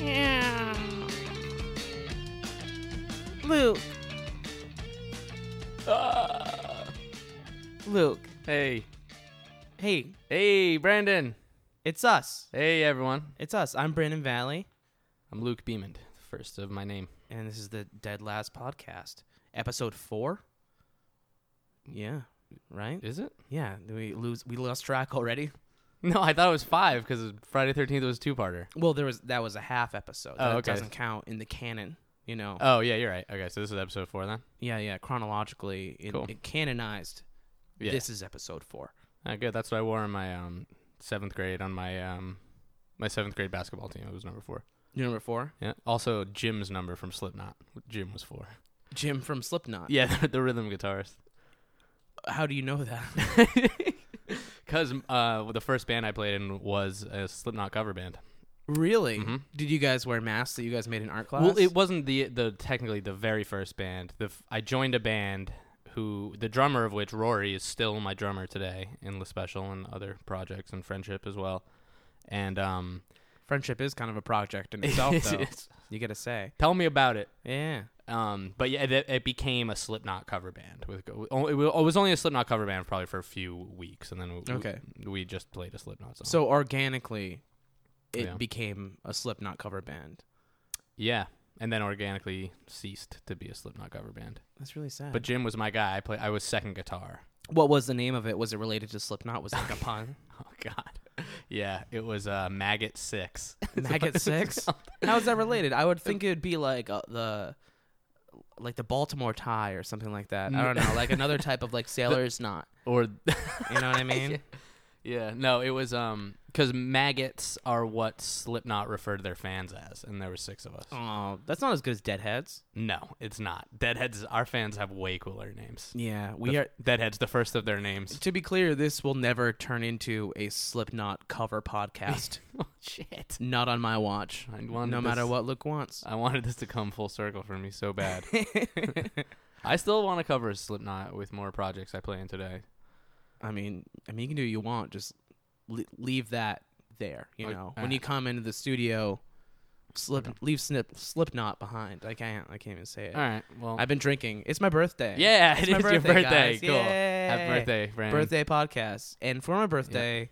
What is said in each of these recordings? Yeah. Luke. Luke. Ah. Hey. Hey, Hey, Brandon. it's us. Hey, everyone. It's us. I'm Brandon Valley, I'm Luke Beamond, the first of my name. and this is the Dead Last Podcast, episode four. Yeah, right. Is it? Yeah, did we lose. We lost track already. No, I thought it was five because Friday 13th was two parter. Well, there was that was a half episode. Oh, that okay. doesn't count in the canon. You know. Oh, yeah, you're right. Okay, so this is episode four then? yeah, yeah. Chronologically, it, Cool. it canonized. Yeah. This is episode four. Uh, good. That's what I wore in my um, seventh grade on my um, my seventh grade basketball team. It was number four. You number four, Yeah. Also, Jim's number from Slipknot. Jim was four. Jim from Slipknot. Yeah, the, the rhythm guitarist. How do you know that? Because uh, the first band I played in was a Slipknot cover band. really? Mhm. Did you guys wear masks that you guys made in art class? Well, it wasn't the the technically the very first band. The f- I joined a band who the drummer of which Rory is still my drummer today in La Special and other projects and friendship as well. And um, friendship is kind of a project in itself, it's- though. it's- You gotta say, tell me about it. yeah. Um, but yeah, it, it became a Slipknot cover band. With o- it was only a Slipknot cover band probably for a few weeks, and then we, Okay. we, just played a Slipknot song. So organically, it Yeah. became a Slipknot cover band. yeah, and then organically ceased to be a Slipknot cover band. That's really sad. But Jim was my guy. I play. I was second guitar. what was the name of it? Was it related to Slipknot? Was it like a pun? Oh God. Yeah, it was uh, Maggot Six. Maggot Six. How is that related? I would think it would be like uh, the like the Baltimore tie or something like that. Mm. I don't know, like another type of like sailor's knot. or You know what I mean? yeah, no, it was um because maggots are what Slipknot referred to their fans as, and there were six of us. Oh, that's not as good as Deadheads. No, it's not. Deadheads. Our fans have way cooler names. Yeah, The we f- are. Deadheads, the first of their names. To be clear, this will never turn into a Slipknot cover podcast. oh, shit. not on my watch. I wanted No matter this- what Luke wants. I wanted this to come full circle for me so bad. I still want to cover Slipknot with more projects I play in today. I mean, I mean, you can do what you want. Just le- leave that there. You Like know, that. when you come into the studio, slip leave snip Slipknot behind. I can't. I can't even say it. All right. Well, I've been drinking. It's my birthday. yeah, it's it's my your birthday, birthday. guys. Cool. Happy Yay. birthday, Brandon. birthday podcast. And for my birthday,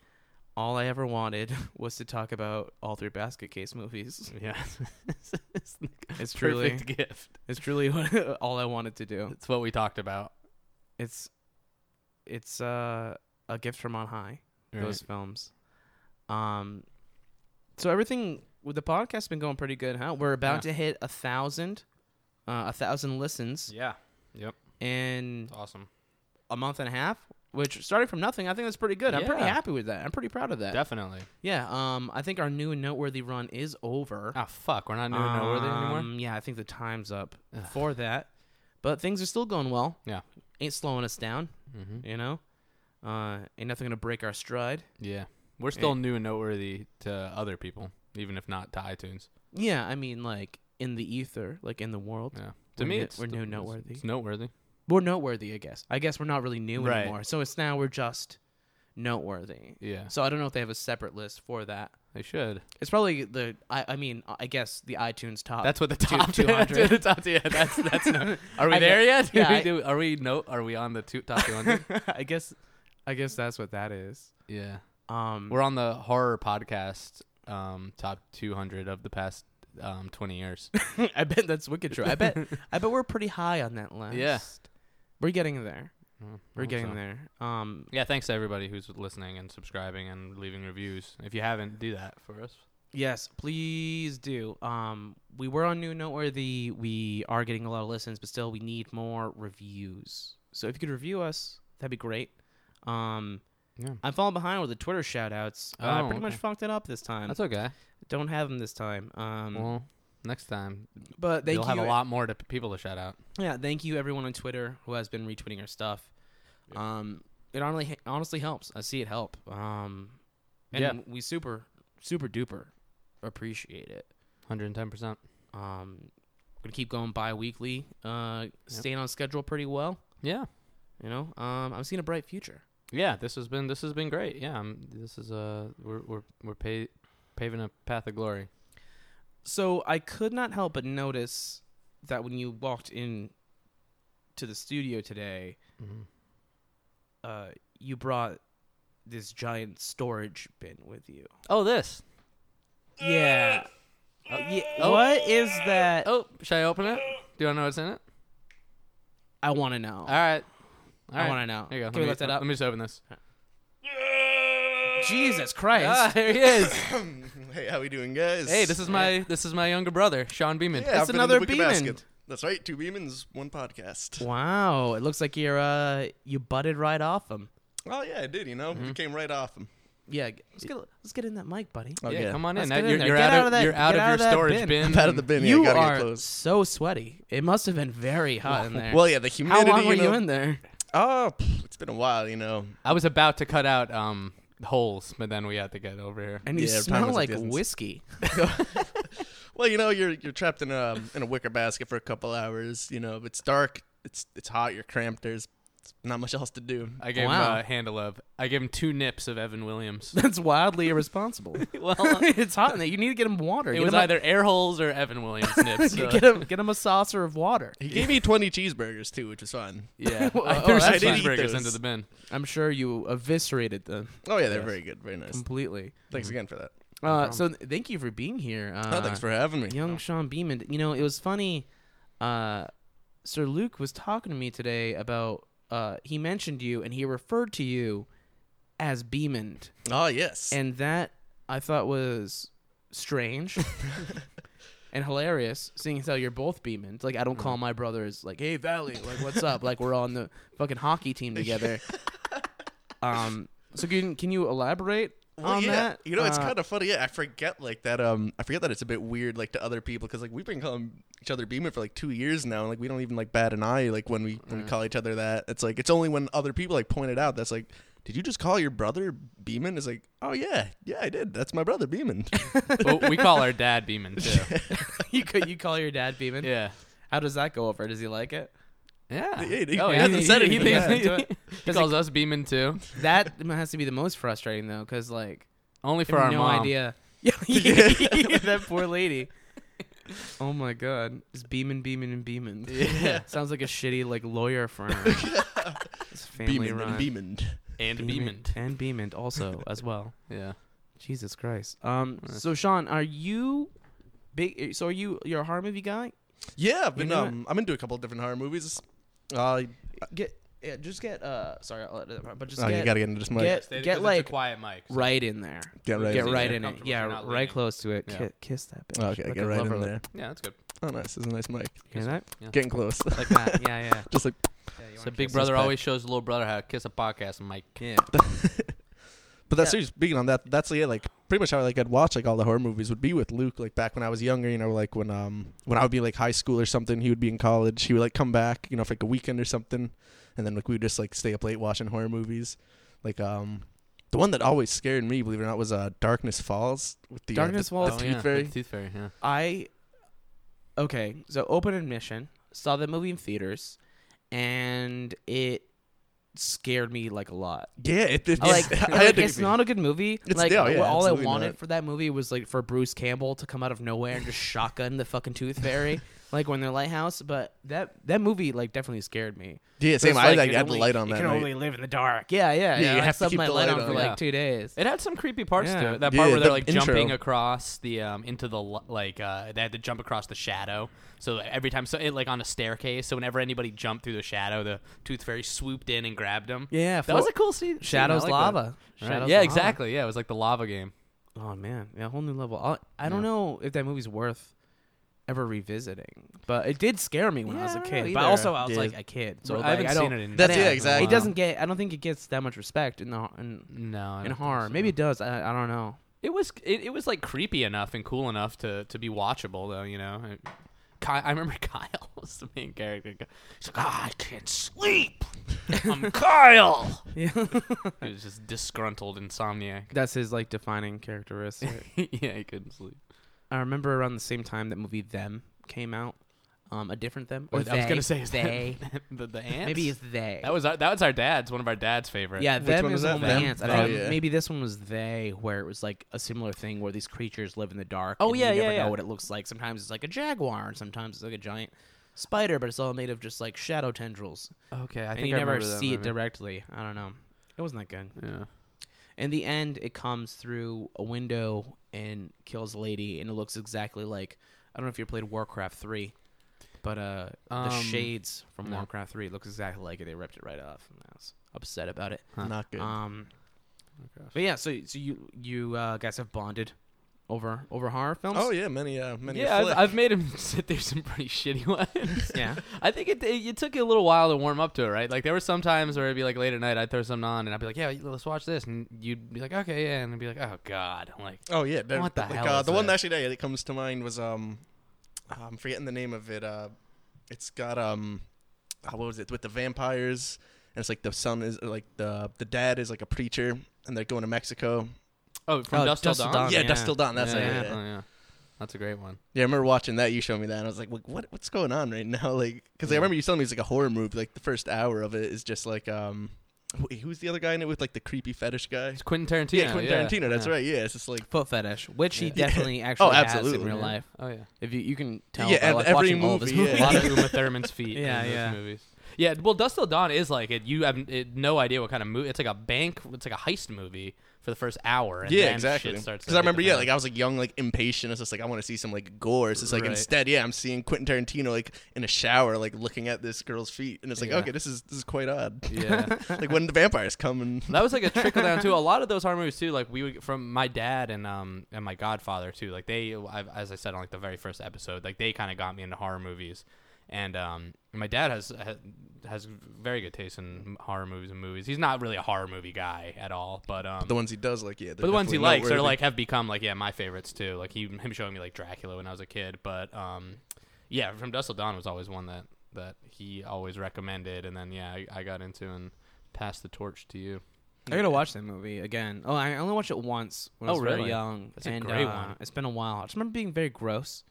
all I ever wanted was to talk about all three Basket Case movies. Yeah. it's the It's truly, perfect gift. it's truly what, all I wanted to do. It's what we talked about. It's, it's uh, a gift from on high. those films. Um, so everything with the podcast has been going pretty good, huh? We're about to hit a thousand, uh, a thousand listens Yeah. in It's awesome. a month and a half, which started from nothing. I think that's pretty good. I'm pretty Yeah. happy with that. I'm pretty proud of that. Definitely. yeah. Um, I think our new and noteworthy run is over. Ah, fuck. We're not new and noteworthy anymore. Um, Yeah, I think the time's up Ugh. for that. But things are still going well. Yeah. Ain't slowing us down, Mm-hmm. you know? Uh, ain't nothing gonna break our stride. Yeah. We're still new and noteworthy to other people, even if not to iTunes. Yeah, I mean, like in the ether, like in the world, Yeah. To We're me, new- it's we're new and it's- noteworthy. It's noteworthy. we're noteworthy. I guess. I guess we're not really new Right. anymore. So it's now we're just noteworthy. Yeah. So I don't know if they have a separate list for that. They should. It's probably the. I, I mean, uh, I guess the iTunes top. That's what the top 200. the top, yeah, that's that's. no- are we I there yet? yeah, I- we do, are we no? Are we on the two, top 200? I guess. I guess that's what that is. yeah. Um. We're on the horror podcast um, top 200 of the past um, 20 years. I bet that's wicked true. I bet. I bet we're pretty high on that list. Yeah. We're getting there. Mm, We're hope getting so. there. Um. Yeah, thanks to everybody who's listening and subscribing and leaving reviews. If you haven't, do that for us. Yes, please do. Um, we were on New Noteworthy. We are getting a lot of listens, but still, we need more reviews. So if you could review us, that'd be great. Um, Yeah. I'm falling behind with the Twitter shout outs. I Oh, pretty much okay. fucked it up this time. That's okay. Don't have them this time. Um, Well, Mm. next time but thank you'll you. have a lot more to people to shout out. Yeah, thank you everyone on Twitter who has been retweeting our stuff. Um, it honestly honestly helps. I see it help. Um, and Yeah. we super super duper appreciate it. 110%. Um, gonna keep going bi-weekly. Uh, staying on schedule pretty well. Yeah. You know, um, I'm seeing a bright future. Yeah, this has been this has been um, great. Yeah, i this is uh we're we're we're pa- paving a path of glory. So I could not help but notice that when you walked in to the studio today, uh, you brought this giant storage bin with you. Oh, this. Yeah. Oh, yeah. Oh. What is that? Oh, should I open it? Do you want to know what's in it? I want to know. All right. All Oh. I right. wanna know. There you go. Can we let me, lift that up? Let me just open this. Jesus Christ. Ah, there he is. hey, how we doing, guys? hey, this is my this is my younger brother, Sean Beeman. yeah, that's I've been in the another Wicker Beeman. basket. That's right, two Beemans, one podcast. Wow, it looks like you're uh you butted right off him. Oh yeah, I did. You know, Mm-hmm. it came right off him. Yeah, g- let's get let's get in that mic, buddy. Oh, Yeah, come on Let's in. Now get in you're there. you're Get out, out of, of that- you're out get of out your of that storage bin. bin. I'm out of the bin. Yeah, I you gotta get are clothes. so sweaty. It must have been very hot in there. Well, yeah, the how humidity. long were you know- in there? Oh, pff, it's been a while. You know, I was about to cut out um holes, but then we had to get over here. And you Yeah, time smell was of like the essence. whiskey. Well, you know, you're you're trapped in a in a wicker basket for a couple hours. You know, it's dark, it's it's hot, you're cramped. There's not much else to do. I gave Wow. him a handle of. I gave him two nips of Evan Williams. That's wildly irresponsible. well, it's hot in there. You need to get him water. it Get was him a- either air holes or Evan Williams nips. so- get him get him a saucer of water. He gave me 20 cheeseburgers too, which was fun. yeah, Well, I oh, threw that's some fine. cheeseburgers into Those. the bin. I'm sure you eviscerated them Oh yeah, they're Yes. Mm-hmm. very good, very nice. completely. Thanks again for that. Uh, so th- thank you for being here. Uh, oh, thanks for having me. young Sean Beeman. You know, it was funny. Uh, Sir Luke was talking to me today about. Uh, he mentioned you, and he referred to you as Beeman, Oh yes. and that I thought was strange and hilarious. Seeing as how you're both Beeman, like I don't Mm-hmm. call my brothers like, "Hey Valley, like what's up?" like we're on the fucking hockey team together. um. So can can you elaborate Well, on yeah. that? You know, it's Uh, kind of funny. Yeah, I forget like that. Um, I forget that it's a bit weird like to other people because like we've been calling each other Beeman for like two years now, and like we don't even like bat an eye like when we when Mm. we call each other that. It's like it's only when other people like point it out that's like, did you just call your brother Beeman? It's like, oh yeah, yeah, I did. That's my brother Beeman. well, we call our dad Beeman too. you could you call your dad Beeman? Yeah. How does that go over? Does he like it? Yeah. he- oh, he he hasn't said he, anything thinks- yet. he calls us Beeman too. That has to be the most frustrating though, because like Only I for have our no mom. idea. Yeah, that poor lady. Oh my god, it's Beeman, Beeman, and Beeman. Yeah. sounds like a shitty like lawyer firm. it's family Beeman run. and Beeman. And Beeman. and Beeman also as well. Yeah. Jesus Christ. Um. So Sean, are you big? eh, So are you? You're a horror movie guy? Yeah, I've been know um, I'm into a couple of different horror movies. Uh, Get yeah. Just get uh. Sorry, I'll let it, but just oh, get you gotta get into this mic. get get like quiet mic. right in there. Get right Get in right there. in it. Comfortable, Yeah, you're not right leaning. close to it. Yeah. Ki- Kiss that bitch. Okay, Like get a right lover in lip. there. Yeah, that's good. Oh, nice. This is a nice mic. Hear that? Getting close. Like that. Yeah, yeah. Just like So Big kiss Brother his always shows Little Brother how to kiss a podcast mic. Yeah. But that's seriously speaking on that. That's yeah, like pretty much how like I'd watch like all the horror movies would be with Luke. Like back when I was younger, you know, like when um when I would be like high school or something, he would be in college. He would like come back, you know, for like a weekend or something, and then like we would just like stay up late watching horror movies. Like um, the one that always scared me, believe it or not, was uh Darkness Falls with the uh, Darkness the- Falls. the Oh, Tooth yeah. Fairy. The Tooth Fairy, yeah. I okay. So open admission. Saw the movie in theaters, and it scared me like a lot. Yeah, it, it's, Oh, Like, I had like, to- it's not a good movie. It's- like yeah, yeah, all I absolutely wanted not. for that movie was like for Bruce Campbell to come out of nowhere and just shotgun the fucking Tooth Fairy, like when they're lighthouse. But that that movie like definitely scared me. Yeah, same. It's I had, like, like, it had only- the light on it that. can night. only live in the dark. Yeah, yeah, yeah. Yeah, you I have to slept keep my the light light on, for on, like yeah. two days. It had some creepy parts to Yeah. it. That Yeah, part where the they're like intro. jumping across the um into the li- like uh they had to jump across the shadow. So every time so it like on a staircase. So whenever anybody jumped through the shadow, the tooth fairy swooped in and grabbed them. Yeah, that was a cool scene. Shadows scene. I like that. lava. Right. Shadows yeah, lava. exactly. Yeah, it was like the lava game. Oh man, yeah, a whole new level. I, I don't know if that movie's worth ever revisiting, but it did scare me when I was a Yeah, I don't kid. know But either. also, I was Yeah. like a kid, so I like, haven't don't, seen it in- That's- yeah, it exactly. It doesn't get. I don't think it gets that much respect in the in, No, I don't in think horror. so. Maybe it does. I, I don't know. it was it, it was like creepy enough and cool enough to to be watchable though. You know, I, Ky- I remember Kyle was the main character. He's like, "Ah, I can't sleep. I'm Kyle. He was just disgruntled insomniac. That's his like defining characteristic. yeah, he couldn't sleep. I remember around the same time that movie Them came out. um, a different them. I was gonna say is that they. the, the ants. maybe it's they. that was our, that was our dad's one of our dad's favorite. yeah, Which them one is was the that? one with Them? ants. I Oh, think yeah. Maybe this one was they, where it was like a similar thing where these creatures live in the dark. Oh, and yeah, you yeah, never yeah. know what it looks like. Sometimes it's like a jaguar, and sometimes it's like a giant spider, but it's all made of just like shadow tendrils, Okay, I and think you I never remember that see it movie. directly. I don't know. It wasn't that good. Yeah. In the end, it comes through a window and kills a lady, and it looks exactly like I don't know if you played Warcraft three, but uh, Um, the shades from no. Warcraft three looks exactly like it. They ripped it right off, and I was upset about it. Huh. Not good. Oh Um, gosh. but yeah, so so you you uh, guys have bonded over over horror films. oh yeah, many uh, many. Yeah, a I've, flick. I've made him sit through some pretty shitty ones. yeah, I think it, it it took you a little while to warm up to it, right? Like there were some times where it'd be like late at night, I'd throw something on, and I'd be like, "Yeah, let's watch this," and you'd be like, "Okay, yeah," and I'd be like, "Oh God!" I'm like, Oh yeah, they're- What the like, hell Uh, is the one that? actually that that comes to mind was um, I'm forgetting the name of it. Uh, it's got um, uh, what was it with the vampires? And it's like the son is like the the dad is like a preacher, and they're going to Mexico. "Oh, from Oh, Dust Till Dust Till Dawn." Dawn, yeah, yeah. Dust Till Dawn. That's yeah, it, yeah, yeah. oh, yeah. That's a great one. Yeah, I remember watching that. You showed me that, and I was like, "What? what- What's going on right now?" Like, because I Yeah. remember you telling me it's like a horror movie. Like the first hour of it is just like um, wait, who's the other guy in it with like the creepy fetish guy? It's Quentin Tarantino. Yeah, Quentin Tarantino. That's yeah. right. Yeah, it's just like foot fetish, which he Yeah. Oh, definitely actually has in absolutely, real yeah. life. Oh yeah. If you you can tell Yeah, by and like, every watching all of his movie, movies. a lot of Uma Thurman's feet. Yeah, in those yeah. Movies. Yeah, well, Dust Till Dawn is like it. You have it, no idea what kind of movie. It's like a bank. It's like a heist movie for the first hour. And yeah, then exactly. shit starts to Because I hit the remember, yeah, fan. like I was like young, like impatient. It's just like I want to see some like gore. It's just like Right. instead, yeah, I'm seeing Quentin Tarantino like in a shower, like looking at this girl's feet, and it's like, Yeah. okay, this is this is quite odd. yeah. like when the vampires come and That was like a trickle down too. A lot of those horror movies too, like we would from my dad and um and my godfather too. Like they, i as I said on like the very first episode, like they kind of got me into horror movies, and um my dad has ha- has very good taste in horror movies and movies. He's not really a horror movie guy at all, but um the ones he does like, yeah, but the ones he likes are like have become like yeah my favorites too. Like he him showing me like Dracula when I was a kid, but um yeah, from Dust Till Dawn was always one that that he always recommended, and then yeah I, I got into and passed the torch to you. I gotta watch that movie again. Oh, I only watched it once when I Oh, was really? very young. That's a and, great uh, one. It's been a while. I just remember being very gross.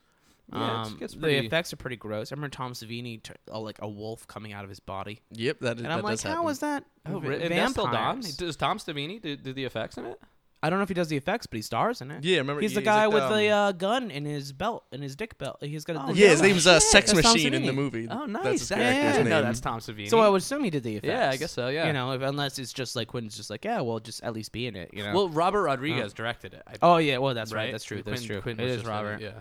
Yeah, it's- Um, it's the pretty- effects are pretty gross. I remember Tom Savini, t- uh, like a wolf coming out of his body, yep, that is. and I'm like, how was that? Oh, v- re- and that's still Dom? vampires? Does Tom Savini do, do the effects in it? I don't know if he does the effects, but he stars in it. Yeah, remember he's the yeah, guy like, with the um, uh, gun in his belt, in his dick belt. He's got. Oh, the yeah, his gun. name's uh, Shit, Sex that's Tom Machine in the Savini. movie. That's his I character's didn't name. No, that's Tom Savini. So I would assume he did the effects. yeah, I guess so. Yeah. You know, if, unless it's just like Quinn's just like, yeah, well, just at least be in it. You know. Well, Robert Rodriguez directed it. I, oh yeah, well that's right. That's true. That's Quentin- true. Quentin it was is just in Robert. Yeah.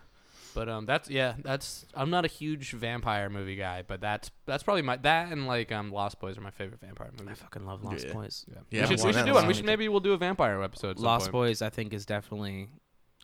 But um, that's yeah, that's I'm not a huge vampire movie guy, but that's that's probably my that and like um, Lost Boys are my favorite vampire I movies. fucking love Lost Yeah. Boys. Yeah, we I should, we want should that do one. one. We should maybe we'll do a vampire episode. at some Lost point. Boys, I think, is definitely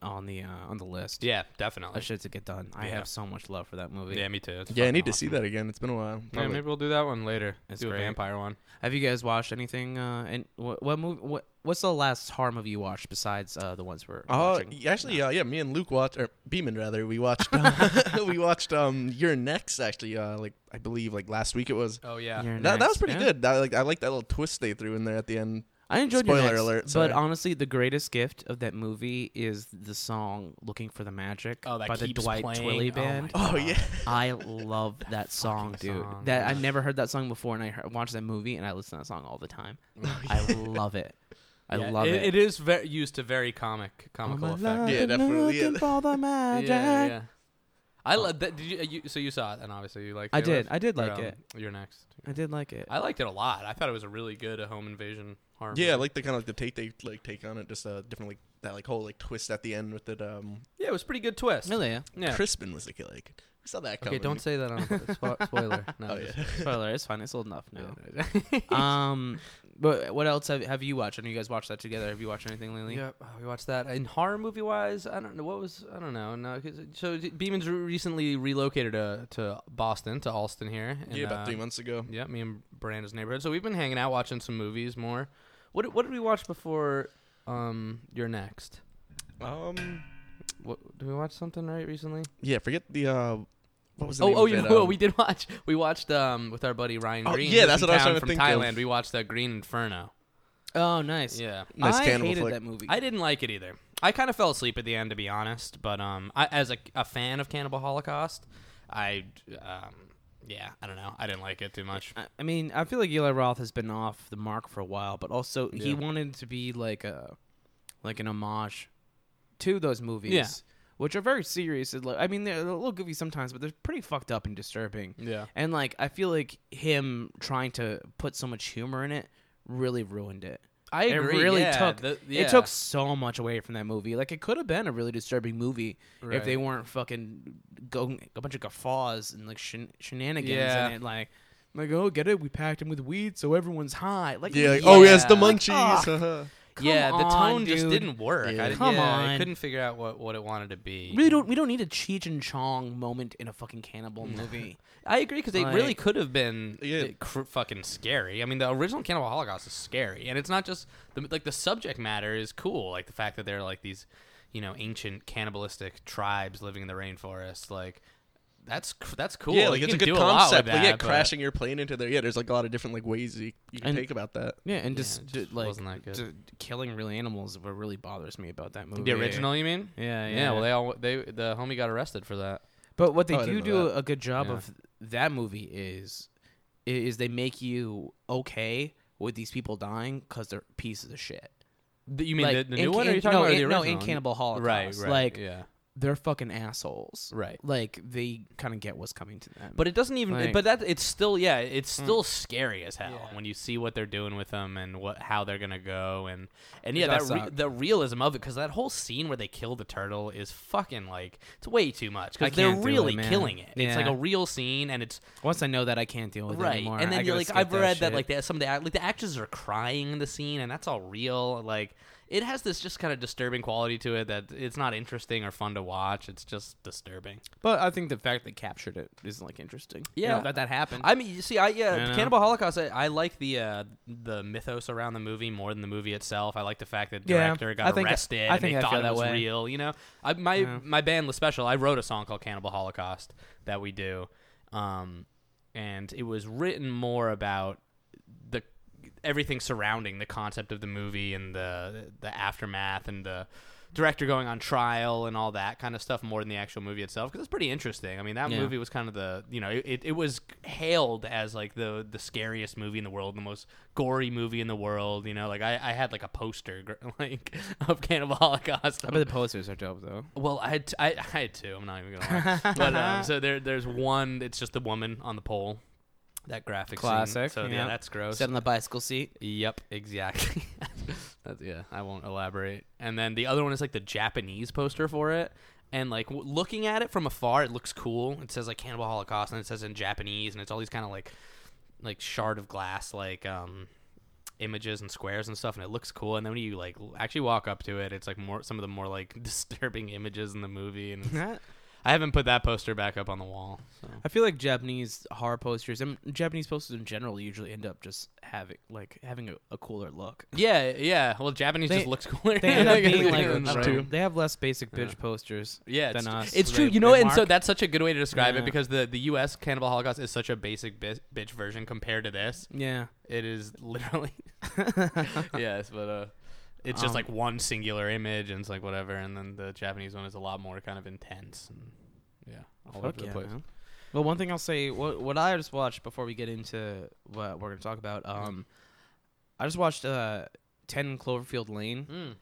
on the uh, on the list. Yeah, that definitely. shit to get done. I Yeah. have so much love for that movie. Yeah, me too. It's Yeah, I fucking need to awesome. see that again. It's been a while. Yeah, Probably. maybe we'll do that one later. It's do a great. vampire one. Have you guys watched anything? Uh, and what, what movie? What what's the last horror movie you watched besides uh, the ones we're Oh, watching? y- actually, yeah, yeah. Me and Luke watched, or Beeman rather, we watched, we watched um your next actually, uh, like I believe like last week it was. Oh yeah. You're That, that was next. pretty Yeah. good. That, like I like that little twist they threw in there at the end. I enjoyed Your Spoiler Next, alert, sorry. But honestly, the greatest gift of that movie is the song "Looking for the Magic" Oh, that by the keeps Dwight playing. Twilley Oh band. my Oh God. yeah, I love that song, fucking dude. song, that yeah. I never heard that song before, and I heard, watched that movie, and I listen to that song all the time. I love it. I Oh, Yeah, love it. It is very used to very comic comical All my effect. life Yeah, been definitely, yeah. looking for the Yeah, magic. yeah, yeah. I love that. Did you, uh, you? So you saw it, and obviously you liked it. I did. I did Or, like um, it. You're next. I did like it. I liked it a lot. I thought it was a really good uh, home invasion horror. yeah. I movie. like the kind of like the take they like take on it, just a uh, different like that like whole like twist at the end with it. Um, yeah, it was a pretty good twist. Really? yeah. Yeah. Crispin was like like we saw that okay, coming. don't say that on the spo- spoiler. No, Oh I'm yeah. just- Spoiler. It's fine. It's old enough now. yeah. um, but what else have, have you watched? I know you guys watched that together. Have you watched anything lately? Yep, oh, we watched that. In horror movie wise, I don't know what was. I don't know. No, 'cause- so d- Beeman's re- recently relocated to to Boston to Alston here. and, yeah, about uh, three months ago. Yeah, me and Brandon's neighborhood. So we've been hanging out, watching some movies more. What did- What did we watch before? Um, you're next. Um, What did we watch something right recently? yeah. Forget the uh, what was the Oh, name oh, of you it, know what um, we did watch? We watched um with our buddy Ryan Oh, Green. yeah, who's that's in what I was town trying to from think of. Thailand. We watched uh, Green Inferno. Oh, nice. Yeah, Nice I cannibal hated flick. that movie. I didn't like it either. I kind of fell asleep at the end, to be honest. But um, I, as a, a fan of Cannibal Holocaust, I um, yeah, I don't know. I didn't like it too much. I, I mean, I feel like Eli Roth has been off the mark for a while, but also he Yeah. wanted to be like a like an homage to those movies, Yeah. which are very serious. It's like- I mean, they're a little goofy sometimes, but they're pretty fucked up and disturbing. Yeah. And like, I feel like him trying to put so much humor in it really ruined it. I agree. It really yeah, took the- it yeah. took so much away from that movie. Like it could have been a really disturbing movie if they Right. weren't fucking going a bunch of guffaws and like shen- shenanigans Yeah. and like like oh get it we packed him with weed so everyone's high like Yeah, like, oh yes, the Yeah. Ah. Like, munchies. uh-huh. oh, haha. come yeah, the on, tone just dude. didn't work. Yeah. I, Come yeah, on. I couldn't figure out what, what it wanted to be. really don't we don't need a Cheech and Chong moment in a fucking cannibal movie. I agree because they really Like- could have been Yeah. uh, cr- fucking scary. I mean, the original Cannibal Holocaust is scary, and it's not just the, like the subject matter is cool, like the fact that they're like these, you know, ancient cannibalistic tribes living in the rainforest. Like that's c- that's cool. Yeah, like you it's a can good do lot with concept. like, yeah, that, but crashing your plane into there. Yeah, there's like a lot of different like ways you, you can And- take about that. Yeah, and Yeah, just, it d- just like wasn't that good. d- killing real animals is what really bothers me about that movie. The original, you mean? Yeah, yeah. Yeah, well, they all they the homie got arrested for that. But what they Oh, I do didn't know do a good job Yeah. of that movie is is they make you okay with these people dying because they're pieces of shit. The- you mean Like, the, the in- new one? or in- are you talking no, about the in- original? no, in Cannibal Right, Holocaust, right. like yeah, they're fucking assholes. right. Like they kind of get what's coming to them. But it doesn't even. Like- Hmm. but that it's still yeah, it's still scary as hell Yeah. when you see what they're doing with them and what how they're gonna go and and yeah, does that re- suck. the realism of it because that whole scene where they kill the turtle is fucking like it's way too much I because they're can't do it, really man. killing it. It's like Yeah. a real scene and it's once I know that, I can't deal with it right. anymore. And then I you're gotta like skip I've read that shit. like that some of the act- like the actors are crying in the scene and that's all real like. It has this just kind of disturbing quality to it that it's not interesting or fun to watch. It's just disturbing. But I think the fact they captured it is like interesting. You Yeah. know, that that happened. I mean, you see, I yeah, You know? Cannibal Holocaust. I, I like the uh, the mythos around the movie more than the movie itself. I like the fact that the Yeah, director got I think- arrested I and think they I thought feel it that was way. real. You know, I, my Yeah. my band La Special. I wrote a song called Cannibal Holocaust that we do, um, and it was written more about the everything surrounding the concept of the movie and the the aftermath and the director going on trial and all that kind of stuff more than the actual movie itself because it's pretty interesting. I mean, that Yeah. movie was kind of the you know it, it was hailed as like the the scariest movie in the world, the most gory movie in the world. You know, like I, I had like a poster gr- like of Cannibal Holocaust. I bet the posters are dope though. Well, I had t- I, I had two. I'm not even gonna lie. but um, so there there's one. It's just the woman on the pole. That graphic scene. Classic, So yeah, yeah. that's gross. Sit on the bicycle seat. Yep, exactly. That's, yeah, I won't elaborate. And then the other one is like the Japanese poster for it. And like w- looking at it from afar, it looks cool. It says like Cannibal Holocaust, and it says in Japanese, and it's all these kind of like like shard of glass like um images and squares and stuff and it looks cool and then when you like l- actually walk up to it it's like more some of the more like disturbing images in the movie and it's- i haven't put that poster back up on the wall so I feel like Japanese horror posters and Japanese posters in general usually end up just having like having a, a cooler look. yeah yeah well japanese They- just looks cooler They end up being Yeah, like that's I don't true. know, they have less basic bitch posters. yeah, than it's, us. it's true. They- you know, they and so mark- that's such a good way to describe Yeah. it because the the U.S. Cannibal Holocaust is such a basic bi- bitch version compared to this. yeah. It is literally yes, but uh, it's just Um, like one singular image and it's like whatever, and then the Japanese one is a lot more kind of intense and yeah, all over Fuck the yeah, place. man. Well, one thing I'll say, what what I just watched before we get into what we're gonna talk about, um, I just watched uh, Ten Cloverfield Lane, Mm.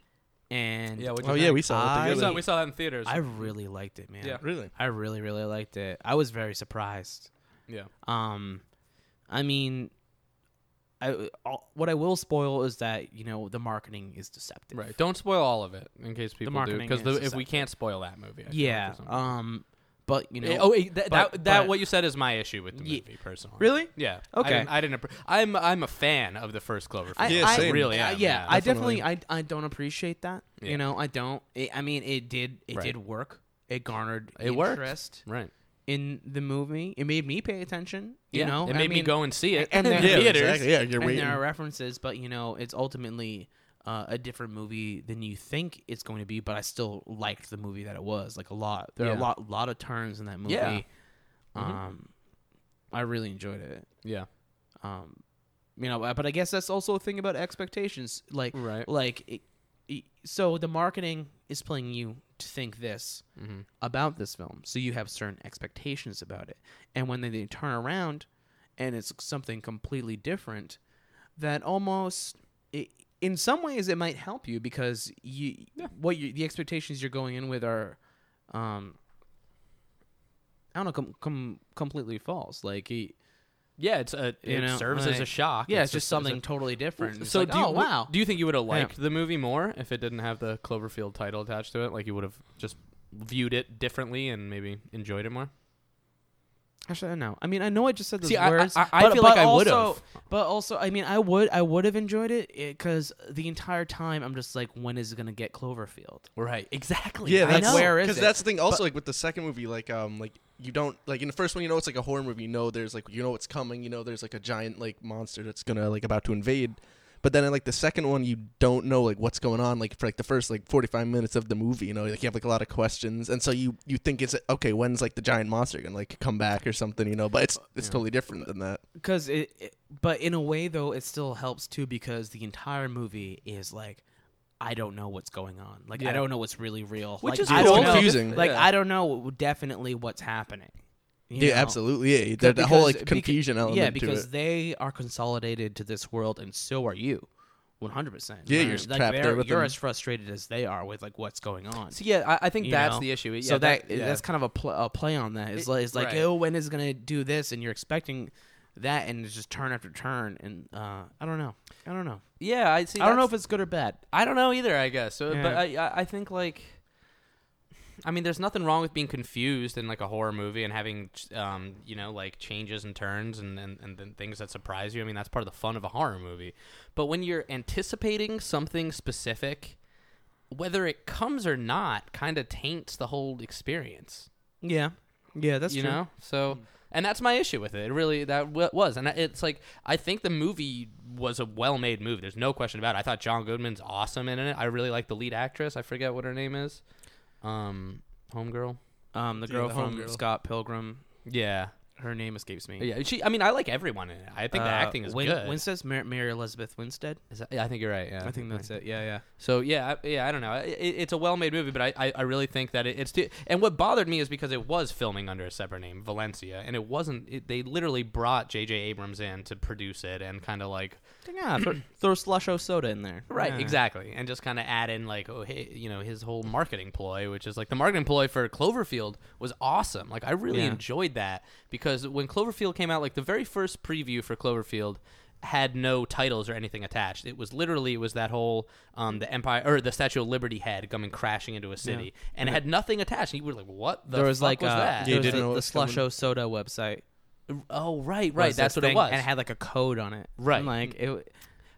and Yeah, what'd Oh you yeah, think? we I- saw it we saw together. we saw that in theaters. I really liked it, man. Yeah. really? I really really liked it. I was very surprised. yeah, Um, I mean, I all, what I will spoil is that you know the marketing is deceptive. right. Don't spoil all of it in case people do marketing because is if we deceptive. can't spoil that movie, I feel like, or Yeah. something. Um, but you know. Eh, oh, wait, that, but- that, that but- what you said is my issue with the Ye- movie, personally. really? Yeah. Okay. I didn't. I didn't appre- I'm I'm a fan of the first Cloverfield. I, Yeah, I same. really uh, am, yeah, yeah, I definitely. definitely, I, I don't appreciate that. Yeah. You know, I don't. It, I mean, it did, it Right. did work. It garnered It worked. interest right. in the movie. It made me pay attention. You yeah. know, it I made me mean, go and see it. and in there- Yeah, theaters. exactly. Yeah, you're And waiting. there are references, but you know, it's ultimately uh, a different movie than you think it's going to be. But I still liked the movie that it was, like a lot. There are a Yeah. lot, lot of turns in that movie. Yeah. Mm-hmm. Mhm. Um, I really enjoyed it. Yeah. Um, you know, but I guess that's also a thing about expectations. Like, Right. like it, y- so the marketing is playing you to think this Mm-hmm. about this film. So you have certain expectations about it. And when they, they turn around and it's something completely different, that almost it, in some ways it might help you because you what you, the expectations you're going in with are um I don't know com, com, completely false. Like he, Yeah, it's a You it know, serves as a like- shock. yeah, it's just as a- something totally different. It's so like, do you, oh w- wow. do you think you would have Yeah. liked the movie more if it didn't have the Cloverfield title attached to it? Like you would have just viewed it differently and maybe enjoyed it more. Actually, I don't know. I mean, I know I just said those See, I- I- words. I- I but- feel but like I would've. also- But also, I mean, I would, I would have enjoyed it because the entire time I'm just like, when is it gonna get Cloverfield? Right. Exactly. I Yeah, that's know. Where is Because it? that's the thing. Also, like with the second movie, like um, like you don't like in the first one, you know, it's like a horror movie. You know, there's like you know what's coming. You know, there's like a giant like monster that's gonna like about to invade. But then in like the second one, you don't know like what's going on. Like for like the first like 45 minutes of the movie, you know, like you have like a lot of questions, and so you you think it's okay. When's like the giant monster gonna like come back or something? You know, but it's it's totally different than that. Because it, it- but in a way though, it still helps too because the entire movie is like, I don't know what's going on. Like Yeah. I don't know what's really real. Which like, is I cool. don't It's know- confusing. Like Yeah. I don't know definitely what's happening. you Yeah, know? absolutely. Yeah, C- the, the whole because- like confusion beca- element. Yeah, to because it. they are consolidated to this world, and so are you, one hundred percent. Yeah, you're just trapped there they're- with You're them. as frustrated as they are with like what's going on. So yeah, I, I think You that's know? the issue. Yeah, so that, yeah. that's kind of a, pl- a play on that. It's It- like, it's like right. oh, when is it gonna do this? And you're expecting that, and it's just turn after turn. And uh, I don't know. I don't know. yeah. I see. I don't know that's- if it's good or bad. I don't know either. I guess, so, but Yeah. I, I I think like, I mean, there's nothing wrong with being confused in like a horror movie and having ch- um you know like changes and turns and and and then things that surprise you. I mean, that's part of the fun of a horror movie. But when you're anticipating something specific, whether it comes or not, kind of taints the whole experience. Yeah, yeah, that's you true. Hmm. know, so. And that's my issue with it. It really that wa- was, and I- it's like I think the movie was a well-made movie. There's no question about it. I thought John Goodman's awesome in it. I really like the lead actress. I forget what her name is. Um, homegirl. Um, the Yeah, girl the from homegirl. Scott Pilgrim, Yeah, her name escapes me. yeah. She. I mean, I like everyone in it. I think the Uh, acting is Win- good. Winstead's Mar- Mary Elizabeth Winstead. Is that- yeah, I think you're right. Yeah, I think that's it. Yeah, yeah. So yeah, I, yeah, I don't know. I- It, it's a well-made movie, but I, I, I really think that it, it's. too- and what bothered me is because it was filming under a separate name, Valencia, and it wasn't. It, they literally brought J.J. Abrams in to produce it and kind of like Yeah, throw, throw slusho soda in there. Right, Yeah. exactly. And just kind of add in like oh hey, you know, his whole marketing ploy, which is like the marketing ploy for Cloverfield was awesome. Like I really Yeah. enjoyed that because when Cloverfield came out, like the very first preview for Cloverfield had no titles or anything attached. It was literally it was that whole um the empire or the Statue of Liberty head coming crashing into a city and it had nothing attached. And you were like, "What the there was fuck like was uh, that?" there You was didn't the, know the what was coming. slusho soda website. Oh, right, was right. That's this what it thing, was. and it had like a code on it. Right. and, like it.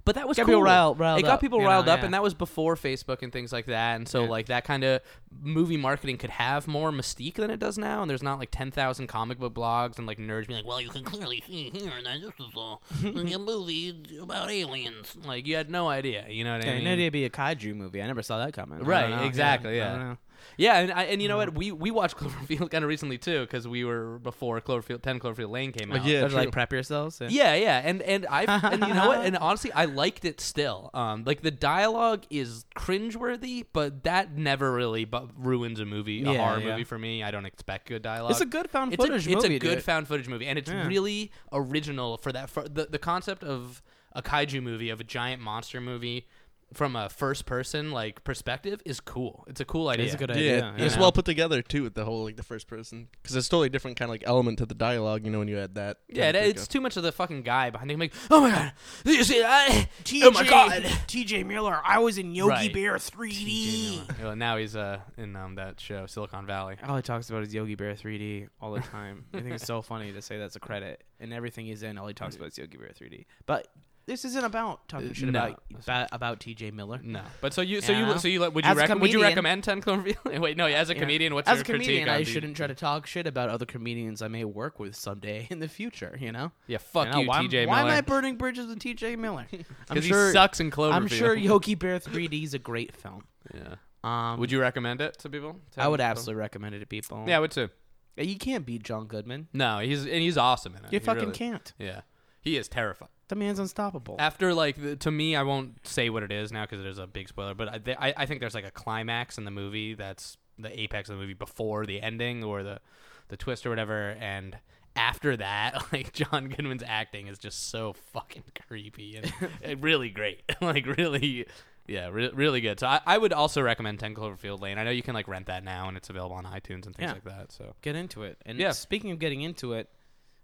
But that was Got cool. people riled- riled it got up, people you riled know, up, yeah. and that was before Facebook and things like that. And so, Yeah. like that kind of movie marketing could have more mystique than it does now. And there's not like ten thousand comic book blogs and like nerds being like, "Well, you can clearly see here that this is a, a movie about aliens." Like you had no idea. You know what I Okay, mean? no, it'd be a kaiju movie. I never saw that coming. I don't Right, know, exactly, I Uh-huh. yeah. don't know. Yeah, and I, and you know what? We we watched Cloverfield kind of recently too because we were before Cloverfield ten Cloverfield Lane came out. Yeah, Or, like true. prep yourselves. Yeah. Yeah, yeah, and and I and you know what? And honestly, I liked it still. Um, like the dialogue is cringeworthy, but that never really bu- ruins a movie, a Yeah, horror yeah. movie for me. I don't expect good dialogue. It's a good found It's a- footage it's movie. a good dude. found footage movie, and it's Yeah. really original for that. For the the concept of a kaiju movie of a giant monster movie from a first person like perspective is cool. It's a cool idea. It's a good idea. Yeah, you it's know? well put together too with the whole like the first person because it's totally different kind of like element to the dialogue. You know when you add that. Yeah, it, kind of it's thing too much of the fucking guy behind him. Like, oh my god, Did you see that? Oh my god. TJ Miller. I was in Yogi Right. Bear 3D. E. Well, now he's uh in um that show Silicon Valley. All he talks about is Yogi Bear 3D all the time. I think it's so funny to say that's a credit. And everything he's in, all he talks about is Yogi Bear 3D. But this isn't about talking shit Uh, no. about, about about TJ Miller. No, but so you so you Yeah. so you like- would you As a rec- would you comedian- recommend Ten Cloverfield? Wait, no, yeah, as a Yeah. comedian, what's as your a comedian? critique on I the- shouldn't try to talk shit about other comedians I may work with someday in the future. You know, Yeah, fuck You know, you, why, TJ Why am Miller. I burning bridges with TJ Miller? I'm Because he sure. sucks in Cloverfield. I'm sure Yogi Bear 3D is a great film. Yeah. Um, Would you recommend it to people? I would 10 absolutely recommend it to people. Yeah, I would too. you can't beat John Goodman. No, he's and he's awesome in it. You He fucking really- can't. Yeah. He is terrifying. The man's unstoppable. After like the, to me, I won't say what it is now because there's a big spoiler. But I, th- I I think there's like a climax in the movie that's the apex of the movie before the ending or the the twist or whatever. And after that, like John Goodman's acting is just so fucking creepy and, and really great. like really, yeah, re- really good. So I, I would also recommend Ten Cloverfield Lane. I know you can like rent that now and it's available on iTunes and things Yeah. like that. So Get into it. And Yeah. speaking of getting into it,